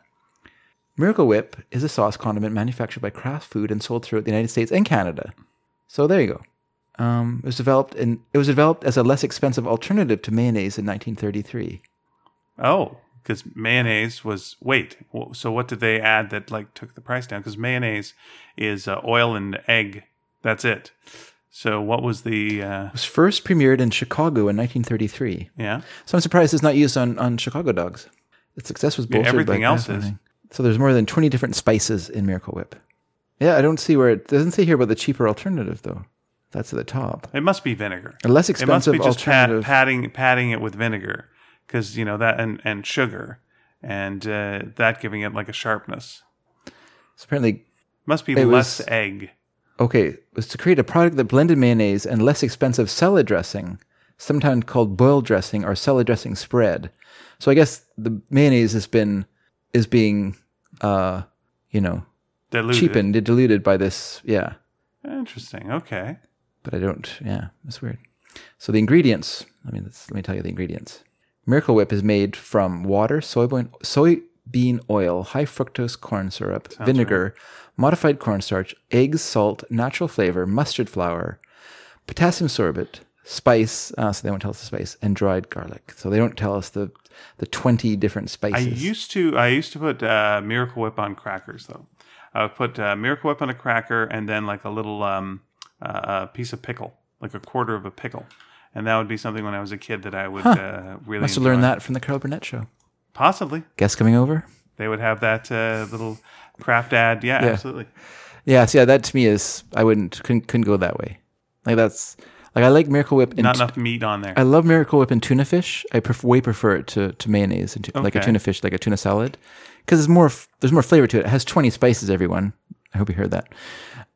S1: Miracle Whip is a sauce condiment manufactured by Kraft Food and sold throughout the United States and Canada. So there you go. Um, it was developed in, it was developed as a less expensive alternative to mayonnaise in 1933.
S2: oh, because mayonnaise was wait. wh- So what did they add that like took the price down? Because mayonnaise is uh, oil and egg. That's it. So what was the uh,
S1: It was first premiered in Chicago in 1933.
S2: yeah?
S1: So I'm surprised it's not used on, on Chicago dogs. Its success was bolstered
S2: everything
S1: by
S2: else is.
S1: everything. So there's more than 20 different spices in Miracle Whip. Yeah, I don't see where it doesn't say here about the cheaper alternative though. That's at the top.
S2: It must be vinegar.
S1: A less
S2: It must
S1: expensive
S2: be just pat,
S1: alternative.
S2: patting patting it with vinegar because you know that and and sugar and uh, that giving it like a sharpness.
S1: So apparently,
S2: Must be
S1: It
S2: less
S1: was-
S2: egg.
S1: okay, was to create a product that blended mayonnaise and less expensive salad dressing, sometimes called boiled dressing or salad dressing spread. So I guess the mayonnaise has been is being, uh, you know,
S2: Diluted.
S1: cheapened, diluted by this. Yeah.
S2: Interesting. Okay.
S1: but I don't. Yeah, that's weird. So the ingredients. I mean, that's, let me tell you the ingredients. Miracle Whip is made from water, soybean soybean oil, high fructose corn syrup, vinegar, modified cornstarch, eggs, salt, natural flavor, mustard flour, potassium sorbent, spice. Uh, so they won't tell us the spice and dried garlic. So they don't tell us the the twenty different
S2: I
S1: spices.
S2: used to I used to put uh, Miracle Whip on crackers though. I would put uh, Miracle Whip on a cracker and then like a little um, uh, uh, piece of pickle, like a quarter of a pickle, and that would be something when I was a kid that I would uh, really
S1: Must have learned that from the Carol Burnett show.
S2: Possibly
S1: Guest coming over.
S2: they would have that uh, little craft ad. yeah. absolutely.
S1: Yes, yeah, that to me is I wouldn't couldn't, couldn't go that way. Like that's like I like Miracle Whip and
S2: Not
S1: t-
S2: enough meat on there.
S1: I love Miracle Whip and tuna fish. I pref- way prefer it to, to mayonnaise and tu- like a
S2: Okay.
S1: tuna fish, like a tuna salad, because there's more f- there's more flavor to it. It has 20 spices. Everyone, I hope you heard that.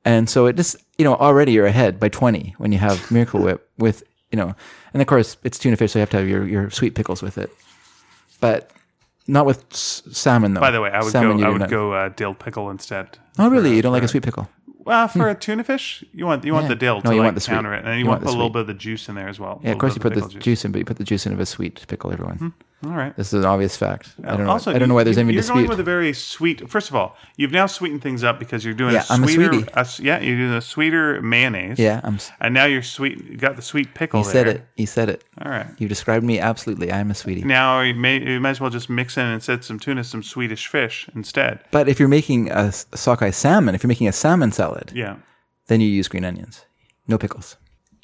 S1: And so it just, you know, already you're ahead by 20 when you have Miracle Whip with, you know, and of course it's tuna fish, so you have to have your, your sweet pickles with it. But not with s- salmon, though.
S2: By the way, I would
S1: salmon
S2: go.
S1: you
S2: I
S1: do
S2: would
S1: not-
S2: go uh, dill pickle instead.
S1: Oh, really? You don't like a sweet pickle?
S2: Well, for a tuna fish, you want you want
S1: Yeah.
S2: the dill
S1: No,
S2: to
S1: you
S2: like
S1: want the sweet.
S2: counter it, and
S1: You
S2: you,
S1: want
S2: want, to put
S1: the
S2: a little
S1: sweet.
S2: bit of the juice in there as well.
S1: Yeah, of course you put the
S2: juice.
S1: juice. in, but you put the juice in of a sweet pickle, everyone.
S2: All right.
S1: This is an obvious fact. I don't know.
S2: also,
S1: I don't know why there's
S2: you,
S1: any
S2: you're
S1: dispute.
S2: going with a very sweet. First of all, you've now sweetened things up because you're doing
S1: Yeah,
S2: a
S1: I'm a
S2: sweeter.
S1: sweetie.
S2: a s- yeah, you're doing a sweeter mayonnaise.
S1: yeah, I'm. s-
S2: and now you're sweet. You got the sweet pickle.
S1: You
S2: there.
S1: said it. You said it.
S2: All right.
S1: You described me absolutely. I'm a sweetie.
S2: Now you may you might as well just mix in and set some tuna, some Swedish fish instead.
S1: But if you're making a s- sockeye salmon, if you're making a salmon salad,
S2: Yeah.
S1: then you use green onions, no pickles.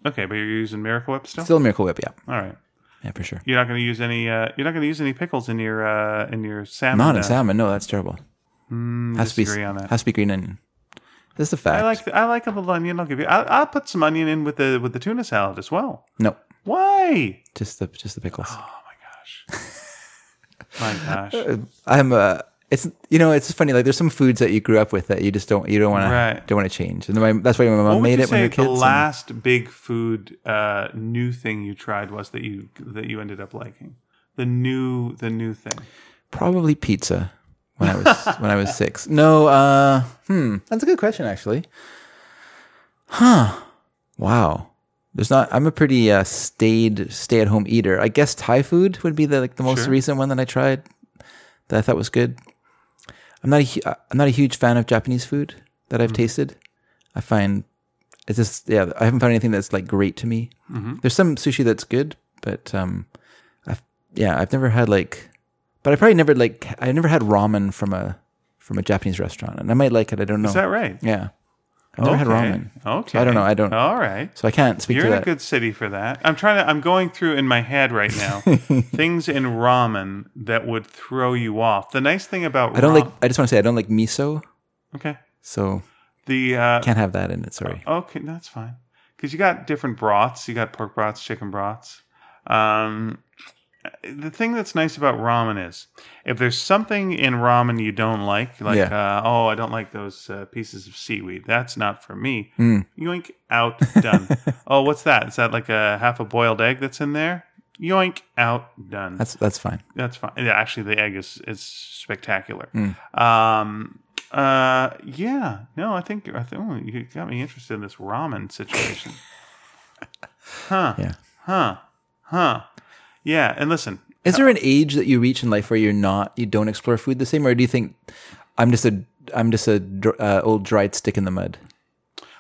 S2: Okay, but you're using Miracle Whip still.
S1: Still Miracle Whip, yeah,
S2: All right.
S1: yeah, for sure.
S2: You're not going to use any. Uh, you're not going to use any pickles in your uh, in your salmon.
S1: Not in
S2: uh,
S1: salmon. No, that's terrible. has to be
S2: Mm, disagree on that.
S1: has to be green onion. This is a fact.
S2: I like I like a little onion. I'll give you. I'll, I'll put some onion in with the with the tuna salad as well.
S1: no,
S2: Why?
S1: just the just the pickles.
S2: My gosh.
S1: I'm uh it's you know it's funny like there's some foods that you grew up with that you just don't you don't want
S2: Right.
S1: to don't want to change and my, that's why my mom
S2: What would
S1: made
S2: you
S1: it when we were
S2: say
S1: kids.
S2: the
S1: and-
S2: last big food uh, new thing you tried was that you that you ended up liking? The new the new thing.
S1: probably pizza when I was when I was six. No, uh, hmm, that's a good question actually. Huh? Wow. There's not. I'm a pretty uh, stayed stay at home eater. I guess Thai food would be the like the most
S2: Sure.
S1: recent one that I tried that I thought was good. I'm not a, hu- I'm not a huge fan of Japanese food that
S2: Mm-hmm.
S1: I've tasted. I find it's just yeah. I haven't found anything that's like great to me.
S2: Mm-hmm.
S1: There's some sushi that's good, but um, I've, yeah, I've never had like, but I probably never like I never had ramen from a from a Japanese restaurant, and I might like it. I don't know.
S2: Is that right?
S1: yeah, I've Oh. never had ramen,
S2: Okay.
S1: So I don't know. I don't-
S2: All right.
S1: so I can't speak
S2: You're
S1: to
S2: in a
S1: that.
S2: good city for that. I'm trying to. I'm going through in my head right now things in ramen that would throw you off. The nice thing about
S1: I don't
S2: ram-
S1: like. I just want to say I don't like miso,
S2: Okay.
S1: so
S2: The uh,
S1: can't have that in it. Sorry.
S2: Oh, Okay, that's fine. Because you got different broths. You got pork broths, chicken broths. Um, the thing that's nice about ramen is if there's something in ramen you don't like, like, uh, oh, I don't like those uh, pieces of seaweed. That's not for me. Yoink, out, done. oh, what's that? Is that like a half a boiled egg that's in there? Yoink, out, done.
S1: That's that's fine.
S2: That's fine. Yeah, Actually, the egg is is spectacular.
S1: Hmm.
S2: Um, uh, yeah. No, I think I think oh, you got me interested in this ramen situation. huh?
S1: Yeah.
S2: Huh? Huh? Yeah. And listen,
S1: Is there an age that you reach in life where you're not you don't explore food the same, or do you think I'm just a I'm just a dr- uh, old dried stick in the mud?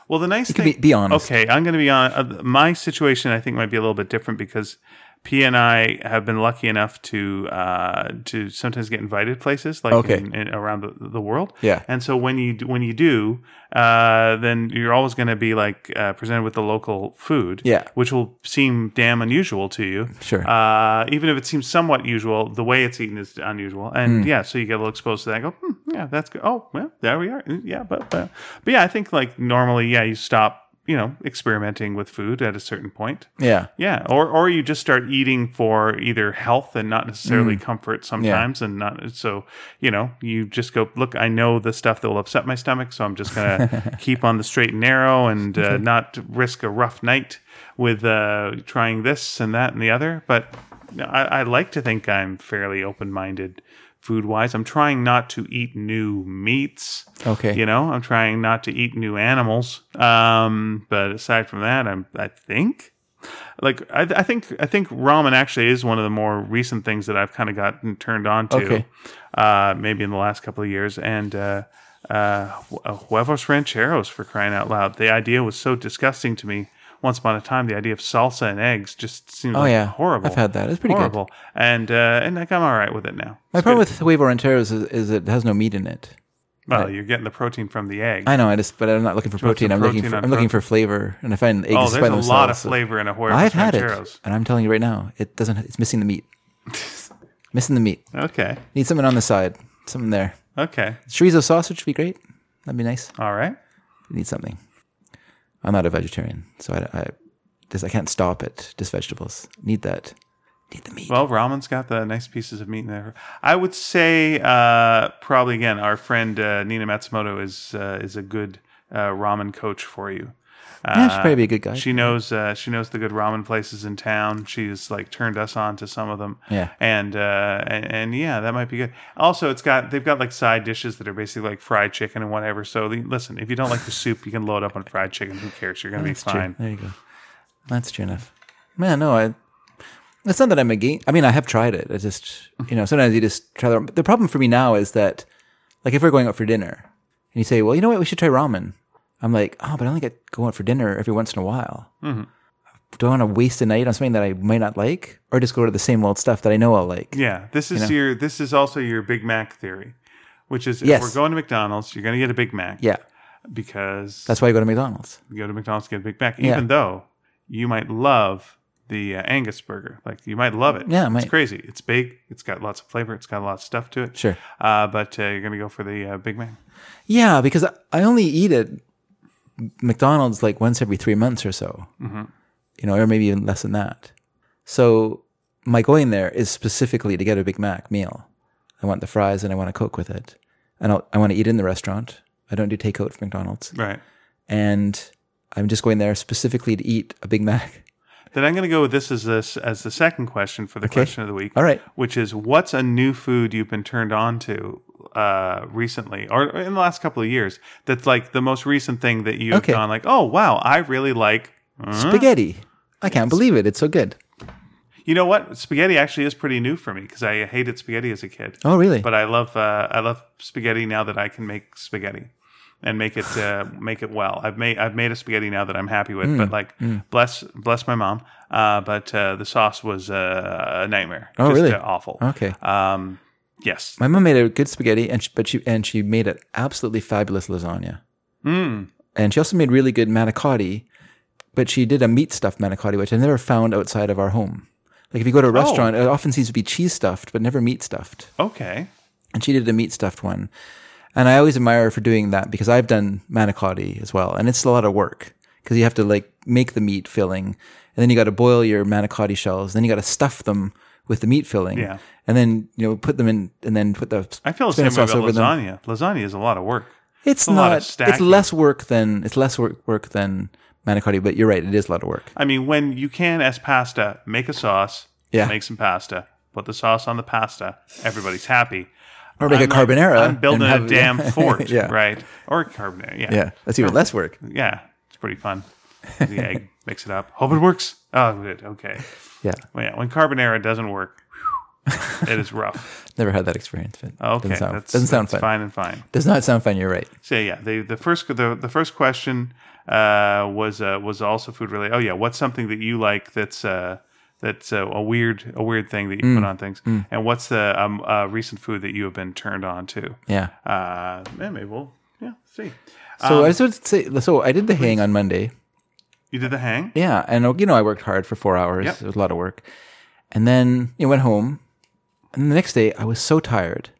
S2: well, the nice
S1: Can
S2: thing.
S1: be, be honest.
S2: Okay, I'm going to be on. Uh, my situation, I think, might be a little bit different because P and I have been lucky enough to uh, to sometimes get invited places like
S1: Okay.
S2: in, in, around the, the world.
S1: Yeah.
S2: And so when you d- when you do, uh, then you're always going to be like uh, presented with the local food.
S1: Yeah.
S2: Which will seem damn unusual to you.
S1: Sure.
S2: Uh, even if it seems somewhat usual, the way it's eaten is unusual. And yeah, so you get a little exposed to that. And go, hmm, yeah, that's good. Oh, well, there we are. Yeah, but, but but yeah, I think like normally, yeah, you stop, you know, experimenting with food at a certain point.
S1: Yeah.
S2: Yeah, or or you just start eating for either health and not necessarily comfort sometimes, and not so you know you just go look. I know the stuff that will upset my stomach, so I'm just gonna keep on the straight and narrow and uh, not risk a rough night with uh, trying this and that and the other. But you know, I, I like to think I'm fairly open minded food wise. I'm trying not to eat new meats.
S1: Okay.
S2: You know, I'm trying not to eat new animals. Um, but aside from that, I'm I think like I, I think I think ramen actually is one of the more recent things that I've kind of gotten turned on to,
S1: Okay.
S2: uh, maybe in the last couple of years. And uh, uh, hu- uh, huevos rancheros for crying out loud! The idea was so disgusting to me. Once upon a time, the idea of salsa and eggs just seemed like
S1: Oh, yeah.
S2: horrible.
S1: I've had that. It's pretty good.
S2: horrible. And uh, and like I'm all right with it now.
S1: My problem with huevo rancheros is, is it has no meat in it.
S2: Well, you're getting the protein from the egg.
S1: I know, I just, but I'm not looking for
S2: want some
S1: protein. I'm looking
S2: protein
S1: for,
S2: on
S1: I'm looking for flavor, and I find eggs
S2: Oh,
S1: by
S2: there's a
S1: themselves.
S2: lot of
S1: so-
S2: flavor in a huevos
S1: I've had
S2: rancheros.
S1: it, and I'm telling you right now, it doesn't. It's missing the meat. missing the meat.
S2: Okay.
S1: Need something on the side. Something there.
S2: Okay.
S1: Chorizo sausage would be great. That'd be nice.
S2: All right.
S1: Need something. I'm not a vegetarian, so I, I this I can't stop at just vegetables. Need that. Need the meat.
S2: Well, ramen's got the nice pieces of meat in there. I would say uh, probably again, our friend uh, Nina Matsumoto is uh, is a good uh, ramen coach for you.
S1: Yeah, she'd probably be a good guy.
S2: She knows uh, she knows the good ramen places in town. She's like turned us on to some of them.
S1: Yeah.
S2: and uh, and, and yeah, that might be good. Also, it's got they've got like side dishes that are basically like fried chicken and whatever. So the, listen, if you don't like the soup, you can load up on fried chicken. Who cares? You're gonna be
S1: That's true.
S2: fine.
S1: There you go. That's true enough. Man, no, I. It's not that I'm against. I mean, I have tried it. I just, you know, sometimes you just try the. But the problem for me now is that, like, if we're going out for dinner, and you say, "Well, you know what? We should try ramen." I'm like, "Oh, but I only get go out for dinner every once in a while. Do I want to waste a night on something that I may not like, or just go to the same old stuff that I know I'll like?"
S2: Yeah, this is your this is also your Big Mac theory, which is
S1: Yes.
S2: if we're going to McDonald's, you're gonna get a Big Mac.
S1: Yeah,
S2: because
S1: that's why I go to McDonald's.
S2: you go to McDonald's get a Big Mac,
S1: Yeah.
S2: even though you might love the uh, Angus burger. Like you might love it.
S1: Yeah, I
S2: it's
S1: might.
S2: crazy. It's big. It's got lots of flavor. It's got a lot of stuff to it.
S1: Sure.
S2: Uh, but uh, you're gonna go for the uh, Big Mac.
S1: Yeah, because I- I only eat at McDonald's like once every three months or so, you know, or maybe even less than that. So my going there is specifically to get a Big Mac meal. I want the fries and I want a Coke with it, and I'll, I want to eat in the restaurant. I don't do takeout from McDonald's,
S2: Right.
S1: and I'm just going there specifically to eat a Big Mac.
S2: Then I'm gonna go with this as this as the second question for the question of the week.
S1: All right.
S2: Which is what's a new food you've been turned on to uh recently or in the last couple of years that's like the most recent thing that you've
S1: Okay.
S2: gone like oh wow i really like uh,
S1: Spaghetti. I can't believe it. It's so good.
S2: You know what? Spaghetti actually is pretty new for me because I hated spaghetti as a kid.
S1: Oh, really?
S2: But I love uh, I love spaghetti now that I can make spaghetti and make it uh, make it well. I've made I've made a spaghetti now that I'm happy
S1: Mm,
S2: with. but like bless bless my mom. Uh, but uh, the sauce was uh, a nightmare.
S1: Oh,
S2: Just,
S1: really?
S2: uh, awful.
S1: okay.
S2: Um, yes.
S1: My mom made a good spaghetti, and she, but she and she made an absolutely fabulous lasagna.
S2: Mm.
S1: and she also made really good manicotti, but she did a meat stuffed manicotti, which I never found outside of our home. Like if you go to a restaurant, it often seems to be cheese stuffed, but never meat stuffed.
S2: Okay.
S1: And she did a meat stuffed one, and I always admire her for doing that because I've done manicotti as well, and it's a lot of work because you have to like make the meat filling, and then you got to boil your manicotti shells, then you got to stuff them with the meat filling,
S2: Yeah.
S1: and then you know put them in, and then put the
S2: I feel the same
S1: spinach
S2: way about
S1: sauce over them.
S2: lasagna. Lasagna is a lot of work.
S1: It's
S2: a lot
S1: not.
S2: of
S1: It's
S2: stacking.
S1: less work than it's less work, work than manicotti, but you're right. It is a lot of work.
S2: I mean, when you can, as pasta, make a sauce,
S1: Yeah.
S2: make some pasta, put the sauce on the pasta, everybody's happy.
S1: Or make a carbonara
S2: I'm building
S1: and have-
S2: a damn fort,
S1: Yeah.
S2: right? Or carbonara, yeah.
S1: Yeah, that's even less work.
S2: Yeah, it's pretty fun. The egg, mix it up. Hope it works. Oh, good. Okay.
S1: Yeah,
S2: Well, yeah, when carbonara doesn't work, whew, it is rough.
S1: never had that experience. But
S2: Okay,
S1: doesn't sound,
S2: that's,
S1: doesn't sound
S2: that's
S1: fun.
S2: fine and fine.
S1: Does not sound fun. You're right.
S2: So yeah, the the first the, the first question uh, was uh, was also food related. Oh yeah, what's something that you like that's uh, that's uh, a weird a weird thing that you
S1: Mm,
S2: put on things, and what's the um, uh, recent food that you have been turned on to?
S1: Yeah.
S2: Uh, yeah, maybe we'll yeah see.
S1: So
S2: Um,
S1: I just would say. So I did the hang on Monday.
S2: You did the hang.
S1: Yeah, and you know I worked hard for four hours.
S2: Yep.
S1: It was a lot of work, and then you know, went home. And the next day, I was so tired.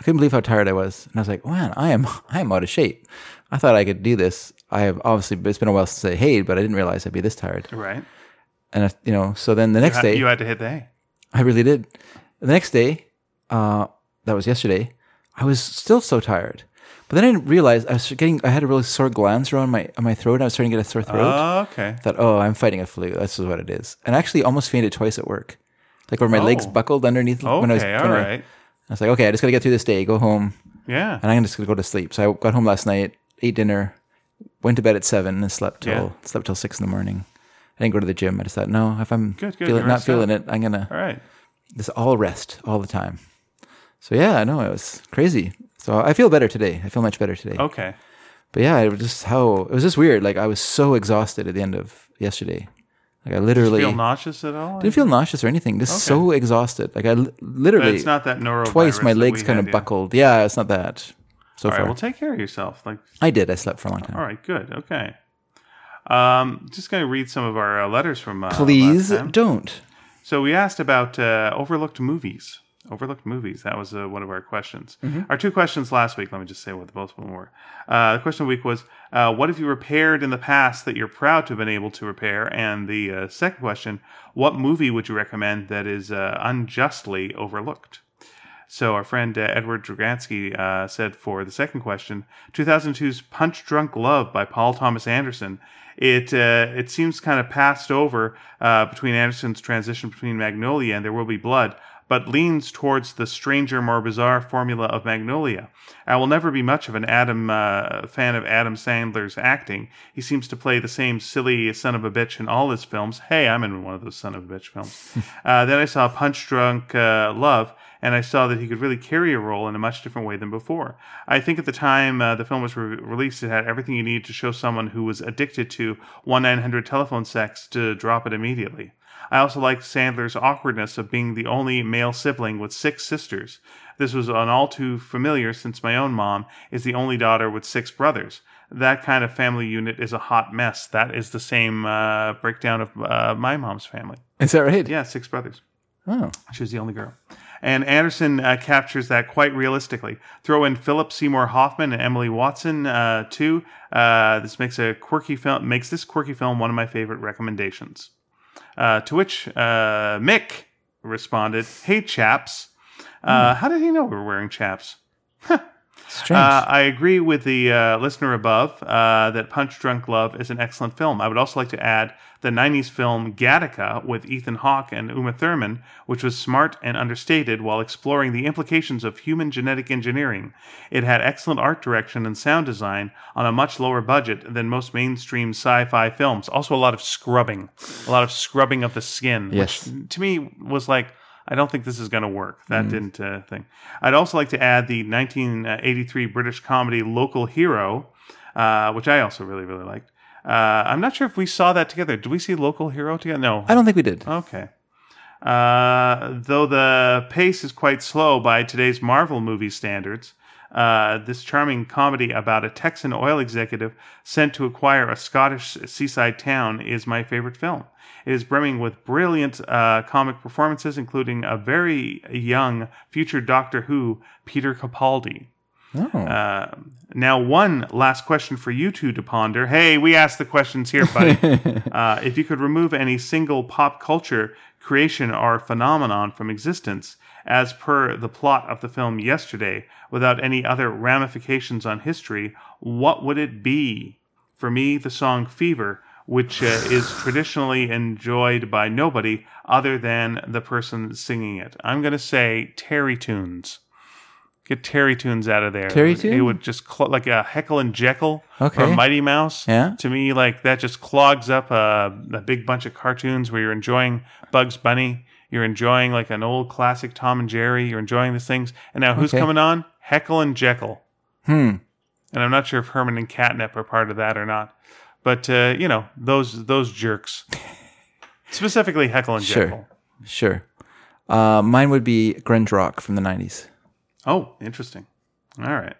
S1: I couldn't believe how tired I was, and I was like, "Man, I am I am out of shape." I thought I could do this. I have obviously it's been a while since I hayed, but I didn't realize I'd be this tired.
S2: Right.
S1: And I, you know, so then the next day,
S2: You had to hit the hay.
S1: I really did. The next day, uh, that was yesterday. I was still so tired, but then I didn't realize I was getting. I had a really sore glands around my on my throat. And I was starting to get a sore throat
S2: Oh, okay.
S1: thought, oh, I'm fighting a flu. This is what it is. And I actually almost fainted twice at work. Like where my legs
S2: Oh.
S1: buckled underneath
S2: Okay.
S1: when I was
S2: all
S1: when I-
S2: right.
S1: I was like, okay, I just gotta get through this day, go home,
S2: Yeah.
S1: and I'm just gonna go to sleep. So I got home last night, ate dinner, went to bed at seven, and slept till
S2: Yeah.
S1: slept till six in the morning. I didn't go to the gym. I just thought, no, if I'm
S2: Good, good,
S1: feeling,
S2: you
S1: not
S2: rest up.
S1: feeling it, I'm gonna
S2: All right.
S1: just all rest all the time. So yeah, I know it was crazy. So I feel better today. I feel much better today.
S2: Okay.
S1: But yeah, it was just how it was just weird. Like I was so exhausted at the end of yesterday. Like I literally
S2: Feel nauseous at all?
S1: didn't feel nauseous or anything. Just so exhausted. Like I li- literally
S2: it's not that neurovirus.
S1: twice my
S2: that
S1: legs
S2: we
S1: kind
S2: had,
S1: of
S2: yeah.
S1: buckled. Yeah, it's not that. So far,
S2: All right. uh, Well, take care of yourself. Like
S1: I did. I slept for a long time.
S2: All right, good. Okay. Um, just going to read some of our uh, letters from. Uh,
S1: Please
S2: last time.
S1: don't.
S2: So we asked about uh, overlooked movies. Overlooked movies. That was uh, one of our questions. Our two questions last week. Let me just say what both of them were. Uh, the question of the week was, uh, "What have you repaired in the past that you're proud to have been able to repair?" And the uh, second question, "What movie would you recommend that is uh, unjustly overlooked?" So our friend uh, Edward Dragatsky uh, said for the second question, 2002's "Punch Drunk Love" by Paul Thomas Anderson. It uh, it seems kind of passed over uh, between Anderson's transition between Magnolia and There Will Be Blood, but leans towards the stranger, more bizarre formula of Magnolia. I will never be much of an Adam uh, fan of Adam Sandler's acting. He seems to play the same silly son of a bitch in all his films. Hey, I'm in one of those son of a bitch films. uh, then I saw Punch Drunk uh, Love and I saw that he could really carry a role in a much different way than before. I think at the time uh, the film was re- released, it had everything you needed to show someone who was addicted to 1 900 telephone sex to drop it immediately. I also liked Sandler's awkwardness of being the only male sibling with six sisters. This was an all too familiar since my own mom is the only daughter with six brothers. That kind of family unit is a hot mess. That is the same uh, breakdown of uh, my mom's family.
S1: Is that right?
S2: Yeah, six brothers.
S1: Oh.
S2: She was the only girl. And Anderson uh, captures that quite realistically. Throw in Philip Seymour Hoffman and Emily Watson uh, too. Uh, this makes a quirky film. Makes this quirky film one of my favorite recommendations. Uh, to which uh, Mick responded, "Hey chaps, uh, how did he know we were wearing chaps?"
S1: Strange.
S2: Uh, I agree with the uh, listener above uh, that Punch Drunk Love is an excellent film. I would also like to add the 90s film Gattaca with Ethan Hawke and Uma Thurman, which was smart and understated while exploring the implications of human genetic engineering. It had excellent art direction and sound design on a much lower budget than most mainstream sci fi films. Also, a lot of scrubbing, a lot of scrubbing of the skin,
S1: Yes.
S2: which to me was like, I don't think this is going to work. That didn't uh, thing. I'd also like to add the 1983 British comedy Local Hero, uh, which I also really really liked. Uh, I'm not sure if we saw that together. Did we see Local Hero together? No.
S1: I don't think we did.
S2: Okay. Uh, though the pace is quite slow by today's Marvel movie standards, uh, this charming comedy about a Texan oil executive sent to acquire a Scottish seaside town is my favorite film. It is brimming with brilliant uh, comic performances, including a very young future Doctor Who, Peter Capaldi.
S1: Oh.
S2: Uh, now, one last question for you two to ponder. Hey, we ask the questions here, buddy. uh, if you could remove any single pop culture creation or phenomenon from existence, as per the plot of the film yesterday, without any other ramifications on history, what would it be? For me, the song Fever, which uh, is traditionally enjoyed by nobody other than the person singing it. I'm going to say Terry Tunes. Get Terry Tunes out of there.
S1: Terry
S2: It would- It
S1: Tune?
S2: would just cl- like a Heckle and Jekyll
S1: Okay.
S2: or Mighty Mouse.
S1: Yeah.
S2: To me, like that just clogs up a, a big bunch of cartoons where you're enjoying Bugs Bunny, you're enjoying like an old classic Tom and Jerry, you're enjoying these things. And now who's
S1: Okay.
S2: coming on? Heckle and Jekyll
S1: hmm.
S2: and I'm not sure if Herman and Catnip are part of that or not. But uh, you know those those jerks, specifically Heckle and
S1: Sure.
S2: Jekyll.
S1: Sure. Uh, mine would be grunge rock from the 90s.
S2: Oh, interesting. All right.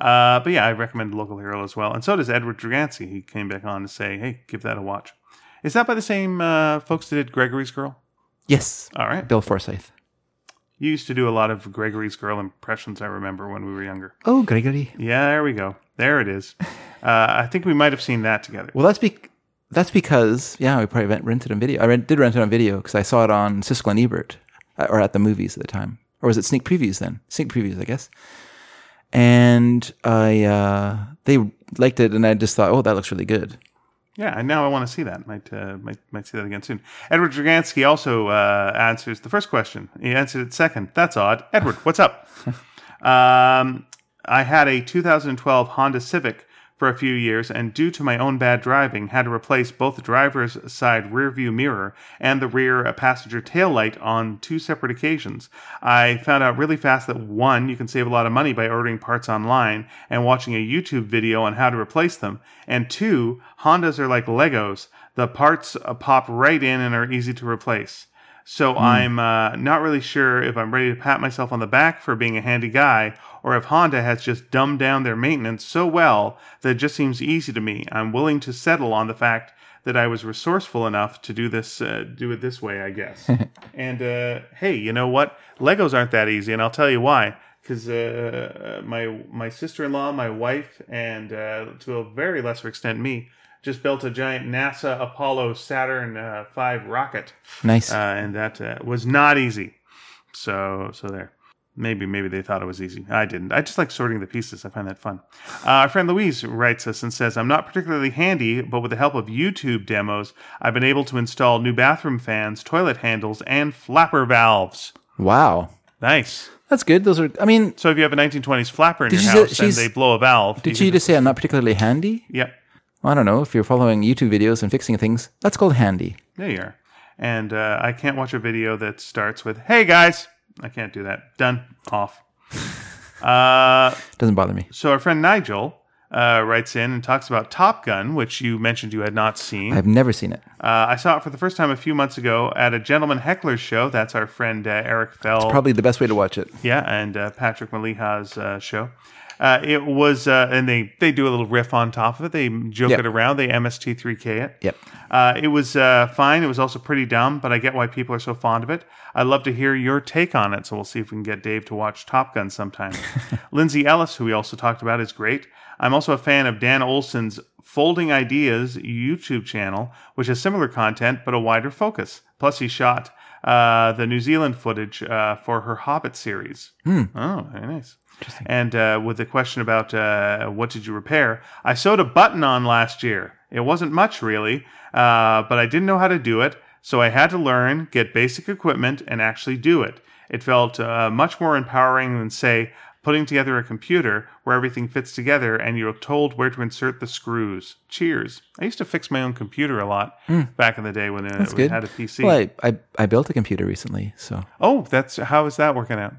S2: Uh, but yeah, I recommend Local Hero as well, and so does Edward Dragansky. He came back on to say, "Hey, give that a watch." Is that by the same uh, folks that did Gregory's Girl?
S1: Yes.
S2: All right.
S1: Bill Forsyth.
S2: You used to do a lot of Gregory's Girl impressions. I remember when we were younger.
S1: Oh, Gregory.
S2: Yeah, there we go. There it is. Uh, I think we might have seen that together.
S1: Well, that's be that's because yeah, we probably rent- rented on video. I rent, did rent it on video because I saw it on Siskel and Ebert, uh, or at the movies at the time, or was it sneak previews then? Sneak previews, I guess. And I uh, they liked it, and I just thought, oh, that looks really good.
S2: Yeah, and now I want to see that. Might uh, might might see that again soon. Edward Dragansky also uh, answers the first question. He answered it second. That's odd. Edward, what's up? um, I had a 2012 Honda Civic for a few years, and due to my own bad driving, had to replace both the driver's side rear view mirror and the rear passenger taillight on two separate occasions. I found out really fast that one, you can save a lot of money by ordering parts online and watching a YouTube video on how to replace them, and two, Hondas are like Legos. The parts uh, pop right in and are easy to replace. So I'm uh, not really sure if I'm ready to pat myself on the back for being a handy guy or if Honda has just dumbed down their maintenance so well that it just seems easy to me. I'm willing to settle on the fact that I was resourceful enough to do this uh, do it this way, I guess. and uh, hey, you know what? Legos aren't that easy, and I'll tell you why. Because uh, my my sister in law, my wife, and uh, to a very lesser extent me, just built a giant NASA Apollo Saturn uh, V rocket
S1: Nice.
S2: uh, and that uh, was not easy. So, so there. Maybe, maybe they thought it was easy. I didn't. I just like sorting the pieces. I find that fun. Uh, our friend Louise writes us and says, I'm not particularly handy, but with the help of YouTube demos, I've been able to install new bathroom fans, toilet handles, and flapper valves.
S1: Wow,
S2: Nice.
S1: that's good. Those are. I mean,
S2: So if you have a 1920s flapper in
S1: Did
S2: your
S1: you say
S2: house and
S1: she's-
S2: they blow a valve,
S1: did she just say I'm not particularly handy?
S2: Yep.
S1: Well, I don't know. If you're following YouTube videos and fixing things, that's called handy.
S2: There you are. And uh, I can't watch a video that starts with, hey guys. I can't do that. Done. Off. uh,
S1: Doesn't bother me.
S2: so our friend Nigel uh, writes in and talks about Top Gun, which you mentioned you had not seen.
S1: I've never seen it.
S2: Uh, I saw it for the first time a few months ago at a Gentleman Heckler's show. That's our friend uh, Eric Fell.
S1: Probably the best way to watch it.
S2: Yeah, and uh, Patrick Maliha's uh, show. Uh, it was, uh, and they, they do a little riff on top of it. They joke
S1: Yep.
S2: it around. They MST3K it.
S1: Yep.
S2: Uh, it was uh, fine. It was also pretty dumb, but I get why people are so fond of it. I'd love to hear your take on it, so we'll see if we can get Dave to watch Top Gun sometime. Lindsay Ellis, who we also talked about, is great. I'm also a fan of Dan Olson's Folding Ideas YouTube channel, which has similar content but a wider focus. Plus, he shot uh, the New Zealand footage uh, for her Hobbit series.
S1: Hmm.
S2: Oh, very nice. And uh, with the question about uh, what did you repair, I sewed a button on last year. It wasn't much really, uh, but I didn't know how to do it, so I had to learn, get basic equipment, and actually do it. It felt uh, much more empowering than, say, putting together a computer where everything fits together and you're told where to insert the screws. Cheers. I used to fix my own computer a lot back in the day when uh, we
S1: Hmm. good.
S2: had a PC.
S1: Well, I, I I built a computer recently, so
S2: Oh, that's how is that working out?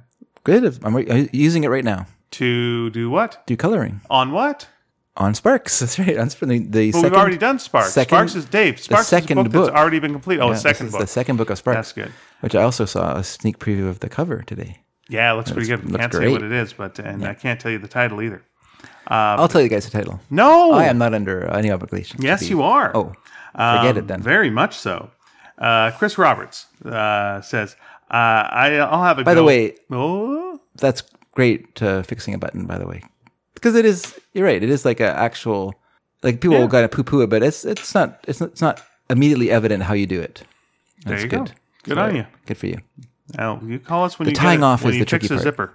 S1: good. If- I'm, re- I'm using it right now.
S2: To do what?
S1: Do coloring
S2: On what?
S1: on Sparks. That's right. On Sparks. The, the
S2: But
S1: second,
S2: we've already done Sparks.
S1: second-
S2: Sparks is Dave. Sparks
S1: second
S2: is a book,
S1: book.
S2: that's already been complete. Oh,
S1: yeah,
S2: a
S1: this
S2: second
S1: is
S2: book.
S1: The second book of Sparks.
S2: That's good.
S1: Which I also saw a sneak preview of the cover today.
S2: Yeah, it looks pretty good.
S1: looks
S2: Can't say
S1: great.
S2: what it is, but and I can't tell you the title either. Ah,
S1: I'll tell you guys the title.
S2: No,
S1: I am not under any obligation. to
S2: Yes,
S1: be-
S2: you are.
S1: Oh, forget
S2: Um,
S1: it then.
S2: Very much so. Uh, Chris Roberts uh, says, uh, I, "I'll have a."
S1: By the way-
S2: oh,
S1: That's great uh, fixing a button, by the way, because it is. You're right. It is like an actual. Like people will kind of poo-poo it, but it's it's not it's not, it's not immediately evident how you do it.
S2: there
S1: That's
S2: you
S1: good.
S2: go. Good on you.
S1: Good for you.
S2: Oh, you call us when you get
S1: tying
S2: it-
S1: off
S2: when
S1: is
S2: you
S1: the tricky
S2: fix a
S1: part.
S2: zipper.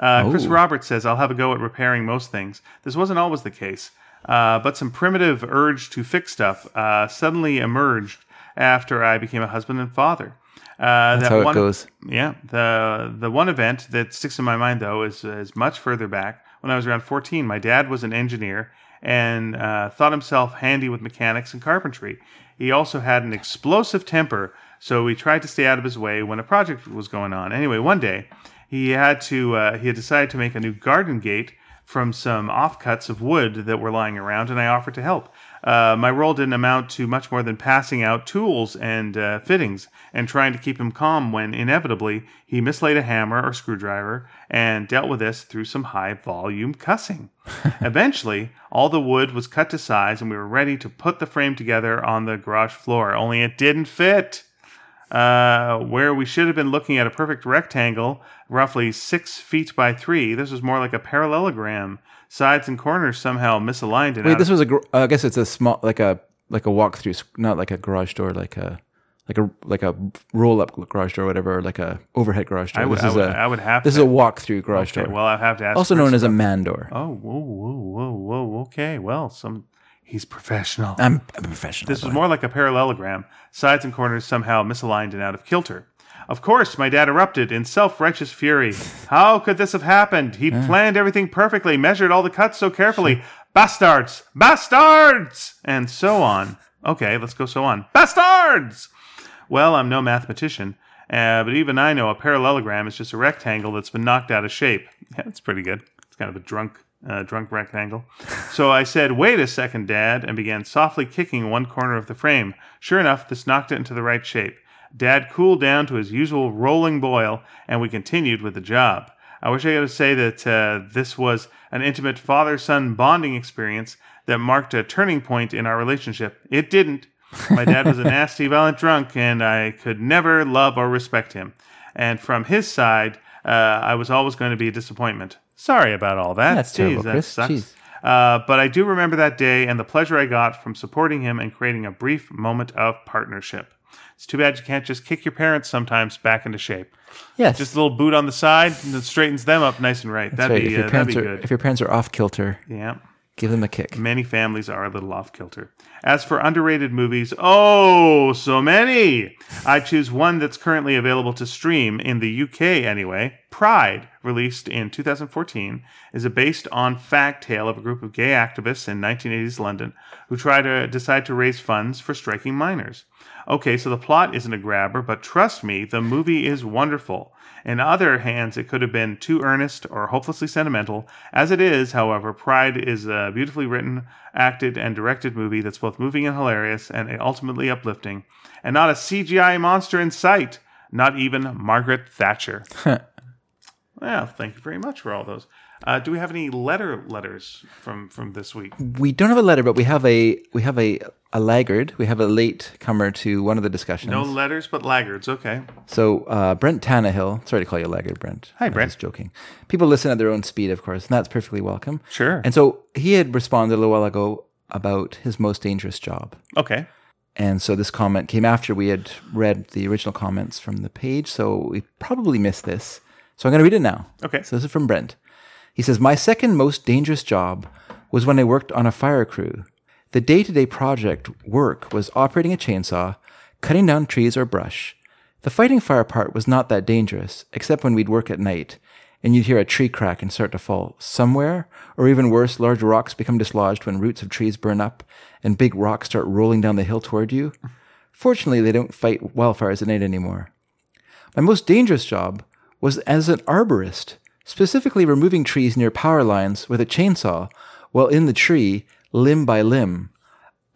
S2: Uh, Chris
S1: Oh.
S2: Roberts says, "I'll have a go at repairing most things. This wasn't always the case, uh, but some primitive urge to fix stuff uh, suddenly emerged after I became a husband and father. Uh, that
S1: how it
S2: one,
S1: goes.
S2: Yeah, the the one event that sticks in my mind though is is much further back when I was around 14. My dad was an engineer and uh, thought himself handy with mechanics and carpentry. He also had an explosive temper, so he tried to stay out of his way when a project was going on. Anyway, one day he had to uh, he had decided to make a new garden gate from some offcuts of wood that were lying around, and I offered to help. Uh, my role didn't amount to much more than passing out tools and uh, fittings and trying to keep him calm when inevitably he mislaid a hammer or screwdriver and dealt with this through some high volume cussing. Eventually, all the wood was cut to size and we were ready to put the frame together on the garage floor, only it didn't fit uh, where we should have been looking at a perfect rectangle, roughly six feet by three. This was more like a parallelogram. Sides and corners somehow misaligned. And out
S1: Wait,
S2: of-
S1: this was a. gr- uh, I guess it's a small, like a like a walkthrough, sc- not like a garage door, like a like a like a roll up garage door, or whatever, or like a overhead garage door.
S2: I would,
S1: this
S2: I
S1: is
S2: would,
S1: a
S2: I would have
S1: this
S2: to.
S1: is a walkthrough garage
S2: okay,
S1: door,
S2: well, I have to ask.
S1: also
S2: Chris.
S1: known as a man door.
S2: Oh, whoa, whoa, whoa, whoa. Okay, well, some he's professional.
S1: I'm, I'm a professional.
S2: This
S1: by
S2: was
S1: the way.
S2: more like a parallelogram, sides and corners somehow misaligned and out of kilter. Of course, my dad erupted in self righteous fury. How could this have happened? He'd
S1: Ah.
S2: planned everything perfectly, measured all the cuts so carefully. Bastards! Bastards! And so on. Okay, let's go so on. Bastards! Well, I'm no mathematician, uh, but even I know a parallelogram is just a rectangle that's been knocked out of shape. Yeah, that's pretty good. It's kind of a drunk, uh, drunk rectangle. so I said, "Wait a second, Dad," and began softly kicking one corner of the frame. Sure enough, this knocked it into the right shape. Dad cooled down to his usual rolling boil, and we continued with the job. I wish I could say that uh, this was an intimate father son bonding experience that marked a turning point in our relationship. It didn't. My dad was a nasty, violent drunk, and I could never love or respect him. And from his side, uh, I was always going to be a disappointment. Sorry about all that.
S1: That's terrible,
S2: that
S1: Chris.
S2: sucks.
S1: Jeez.
S2: Uh, but I do remember that day and the pleasure I got from supporting him and creating a brief moment of partnership. It's too bad you can't just kick your parents sometimes back into shape.
S1: Yes.
S2: Just a little boot on the side and it straightens them up nice and right.
S1: That's right.
S2: That'd
S1: if,
S2: be uh,
S1: your
S2: that'd be
S1: parents are,
S2: good.
S1: if your parents are off kilter,
S2: yeah.
S1: give them a kick.
S2: Many families are a little off kilter. As for underrated movies, oh, so many! I choose one that's currently available to stream in the UK anyway. Pride, released in 2014, is a based on fact tale of a group of gay activists in 1980s London who try to decide to raise funds for striking minors. Okay, so the plot isn't a grabber, but trust me, the movie is wonderful. In other hands, it could have been too earnest or hopelessly sentimental. As it is, however, Pride is a beautifully written, acted, and directed movie that's both moving and hilarious and ultimately uplifting. And not a CGI monster in sight, not even Margaret Thatcher. well, thank you very much for all those. Uh, do we have any letter letters from from this week?
S1: We don't have a letter, but we have a we have a, a laggard. We have a late comer to one of the discussions.
S2: No letters, but laggards. Okay.
S1: So uh, Brent Tannehill, sorry to call you a laggard, Brent.
S2: Hi,
S1: I was
S2: Brent.
S1: Just joking. People listen at their own speed, of course, and that's perfectly welcome.
S2: Sure.
S1: And so he had responded a little while ago about his most dangerous job.
S2: Okay.
S1: And so this comment came after we had read the original comments from the page, so we probably missed this. So I'm going to read it now.
S2: Okay.
S1: So this is from Brent. He says, My second most dangerous job was when I worked on a fire crew. The day to day project work was operating a chainsaw, cutting down trees or brush. The fighting fire part was not that dangerous, except when we'd work at night and you'd hear a tree crack and start to fall somewhere, or even worse, large rocks become dislodged when roots of trees burn up and big rocks start rolling down the hill toward you. Fortunately, they don't fight wildfires at night anymore. My most dangerous job was as an arborist, specifically removing trees near power lines with a chainsaw while in the tree, limb by limb.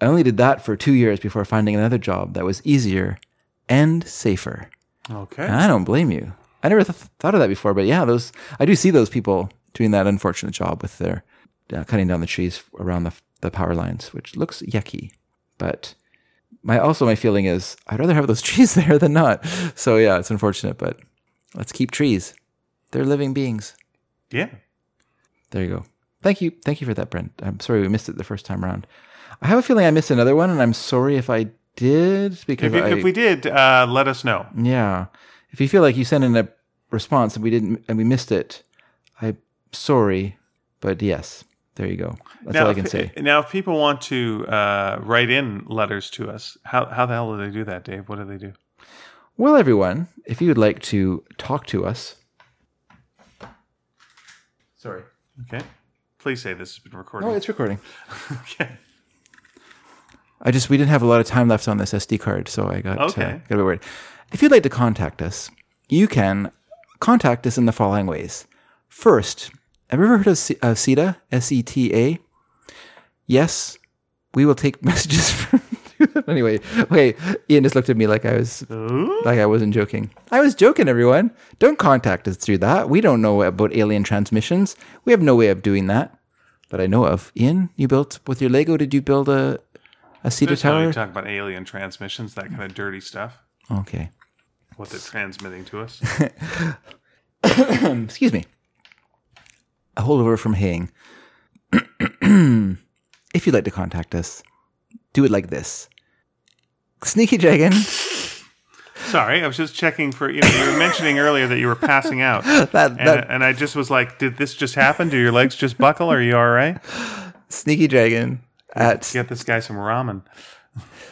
S1: I only did that for two years before finding another job that was easier and safer.
S2: Okay.
S1: And I don't blame you. I never th- thought of that before, but yeah, those I do see those people doing that unfortunate job with their uh, cutting down the trees around the, the power lines, which looks yucky. But my also my feeling is I'd rather have those trees there than not. So yeah, it's unfortunate, but let's keep trees. They're living beings.
S2: Yeah.
S1: There you go. Thank you, thank you for that, Brent. I'm sorry we missed it the first time around. I have a feeling I missed another one, and I'm sorry if I did because
S2: If, you-
S1: I,
S2: if we did, uh, let us know.
S1: Yeah. If you feel like you sent in a response and we didn't and we missed it, I'm sorry, but yes, there you go. That's all I can
S2: if,
S1: say.
S2: Now, if people want to uh, write in letters to us, how, how the hell do they do that, Dave? What do they do?
S1: Well, everyone, if you would like to talk to us, sorry.
S2: Okay. Please say this has been recorded.
S1: No, it's recording.
S2: okay.
S1: I just we didn't have a lot of time left on this SD card, so I got
S2: Okay.
S1: uh, got a bit worried. If you'd like to contact us, you can contact us in the following ways. First, have you ever heard of C- uh, CETA? S E T A. Yes, we will take messages from. anyway, okay. Ian just looked at me like I was
S2: Ooh.
S1: like I wasn't joking. I was joking, everyone. Don't contact us through that. We don't know about alien transmissions. We have no way of doing that that I know of. Ian, you built with your Lego? Did you build a a cedar
S2: There's no way
S1: tower?
S2: to talk about alien transmissions, that kind of dirty stuff,
S1: okay.
S2: what they're transmitting to us.
S1: Excuse me. A holdover from haying. if you'd like to contact us, do it like this. Sneaky Dragon.
S2: Sorry, I was just checking for you know you were mentioning earlier that you were passing out, and,
S1: That, that
S2: and I just was like, did this just happen? Do your legs just buckle? Are you all right?
S1: Sneaky Dragon at
S2: Get this guy some ramen.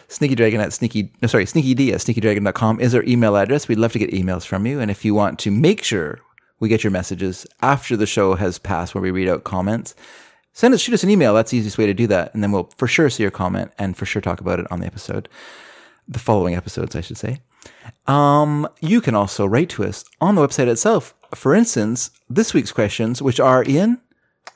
S1: Sneaky Dragon at sneaky, no, sorry, sneaky D at sneakydragon.com is our email address. We'd love to get emails from you. And if you want to make sure we get your messages after the show has passed, where we read out comments, send us, shoot us an email. That's the easiest way to do that. And then we'll for sure see your comment and for sure talk about it on the episode, the following episodes, I should say. Um, you can also write to us on the website itself. For instance, this week's questions, which are Ian,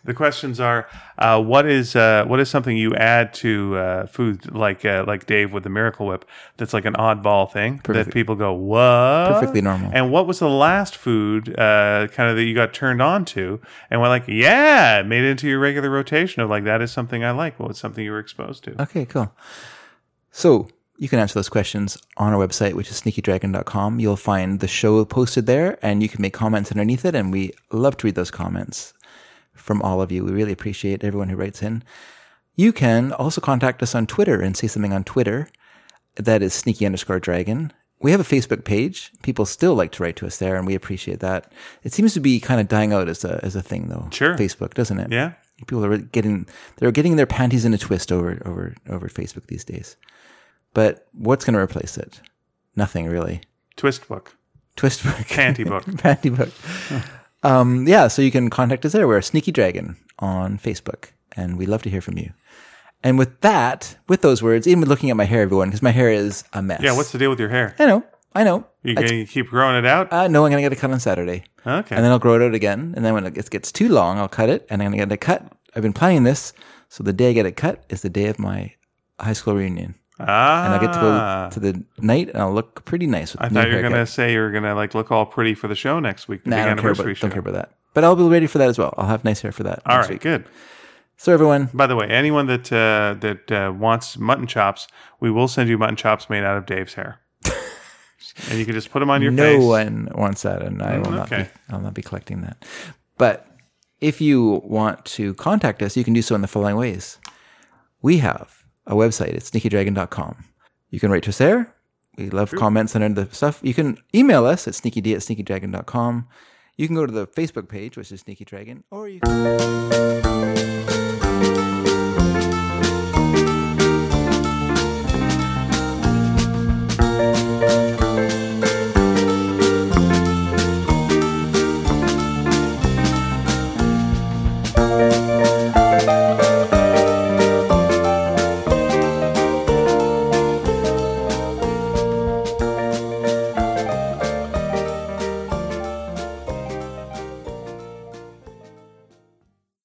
S2: The questions are: uh, What is uh, what is something you add to uh, food, like uh, like Dave with the Miracle Whip? That's like an oddball thing that people go, "What?"
S1: Perfectly normal.
S2: And what was the last food uh, kind of that you got turned on to, and were like, "Yeah, it made it into your regular rotation of like that is something I like." What was something you were exposed to?
S1: Okay, cool. So you can answer those questions on our website, which is sneakydragon.com. You'll find the show posted there and you can make comments underneath it. And we love to read those comments from all of you. We really appreciate everyone who writes in. You can also contact us on Twitter and say something on Twitter. That is sneaky underscore dragon. We have a Facebook page. People still like to write to us there, and we appreciate that. It seems to be kind of dying out as a as a thing, though.
S2: Sure.
S1: Facebook doesn't it?
S2: Yeah.
S1: people are getting they're getting their panties in a twist over over over Facebook these days. But what's going to replace it? Nothing really.
S2: Twist book.
S1: Twist book,
S2: Panty book.
S1: panty book. Um, yeah, so you can contact us there. We're Sneaky Dragon on Facebook, and we love to hear from you. And with that, with those words, even with looking at my hair, everyone, because my hair is a mess.
S2: Yeah, what's the deal with your hair?
S1: I know, I know.
S2: You gonna keep growing it out?
S1: Uh, no, I'm gonna get a cut on Saturday.
S2: Okay.
S1: Uh, And then I'll grow it out again. And then when it gets- gets too long, I'll cut it. And I'm going to get it cut. I've been planning this. So the day I get it cut is the day of my high school reunion.
S2: ah.
S1: And I get to go to the night and I'll look pretty nice with
S2: I
S1: the new
S2: thought you were
S1: haircut.
S2: gonna say you were gonna like look all pretty for the show next week, the
S1: Nah,
S2: big
S1: I don't care, about,
S2: anniversary show.
S1: don't care about that. But I'll be ready for that as well. I'll have nice hair for that.
S2: all
S1: next
S2: right,
S1: week.
S2: good.
S1: So everyone,
S2: By the way, anyone that uh, that uh, wants mutton chops, we will send you mutton chops made out of Dave's hair, and you can just put them on your
S1: no
S2: face. Mm,
S1: one wants that, and I will not
S2: okay.
S1: be. I'll not be collecting that. But if you want to contact us, you can do so in the following ways. We have a website. It's sneakydragon.com. You can write to us there. We love comments and other stuff. You can email us at sneakyd at sneakydragon.com. You can go to the Facebook page, which is Sneaky Dragon, or you can.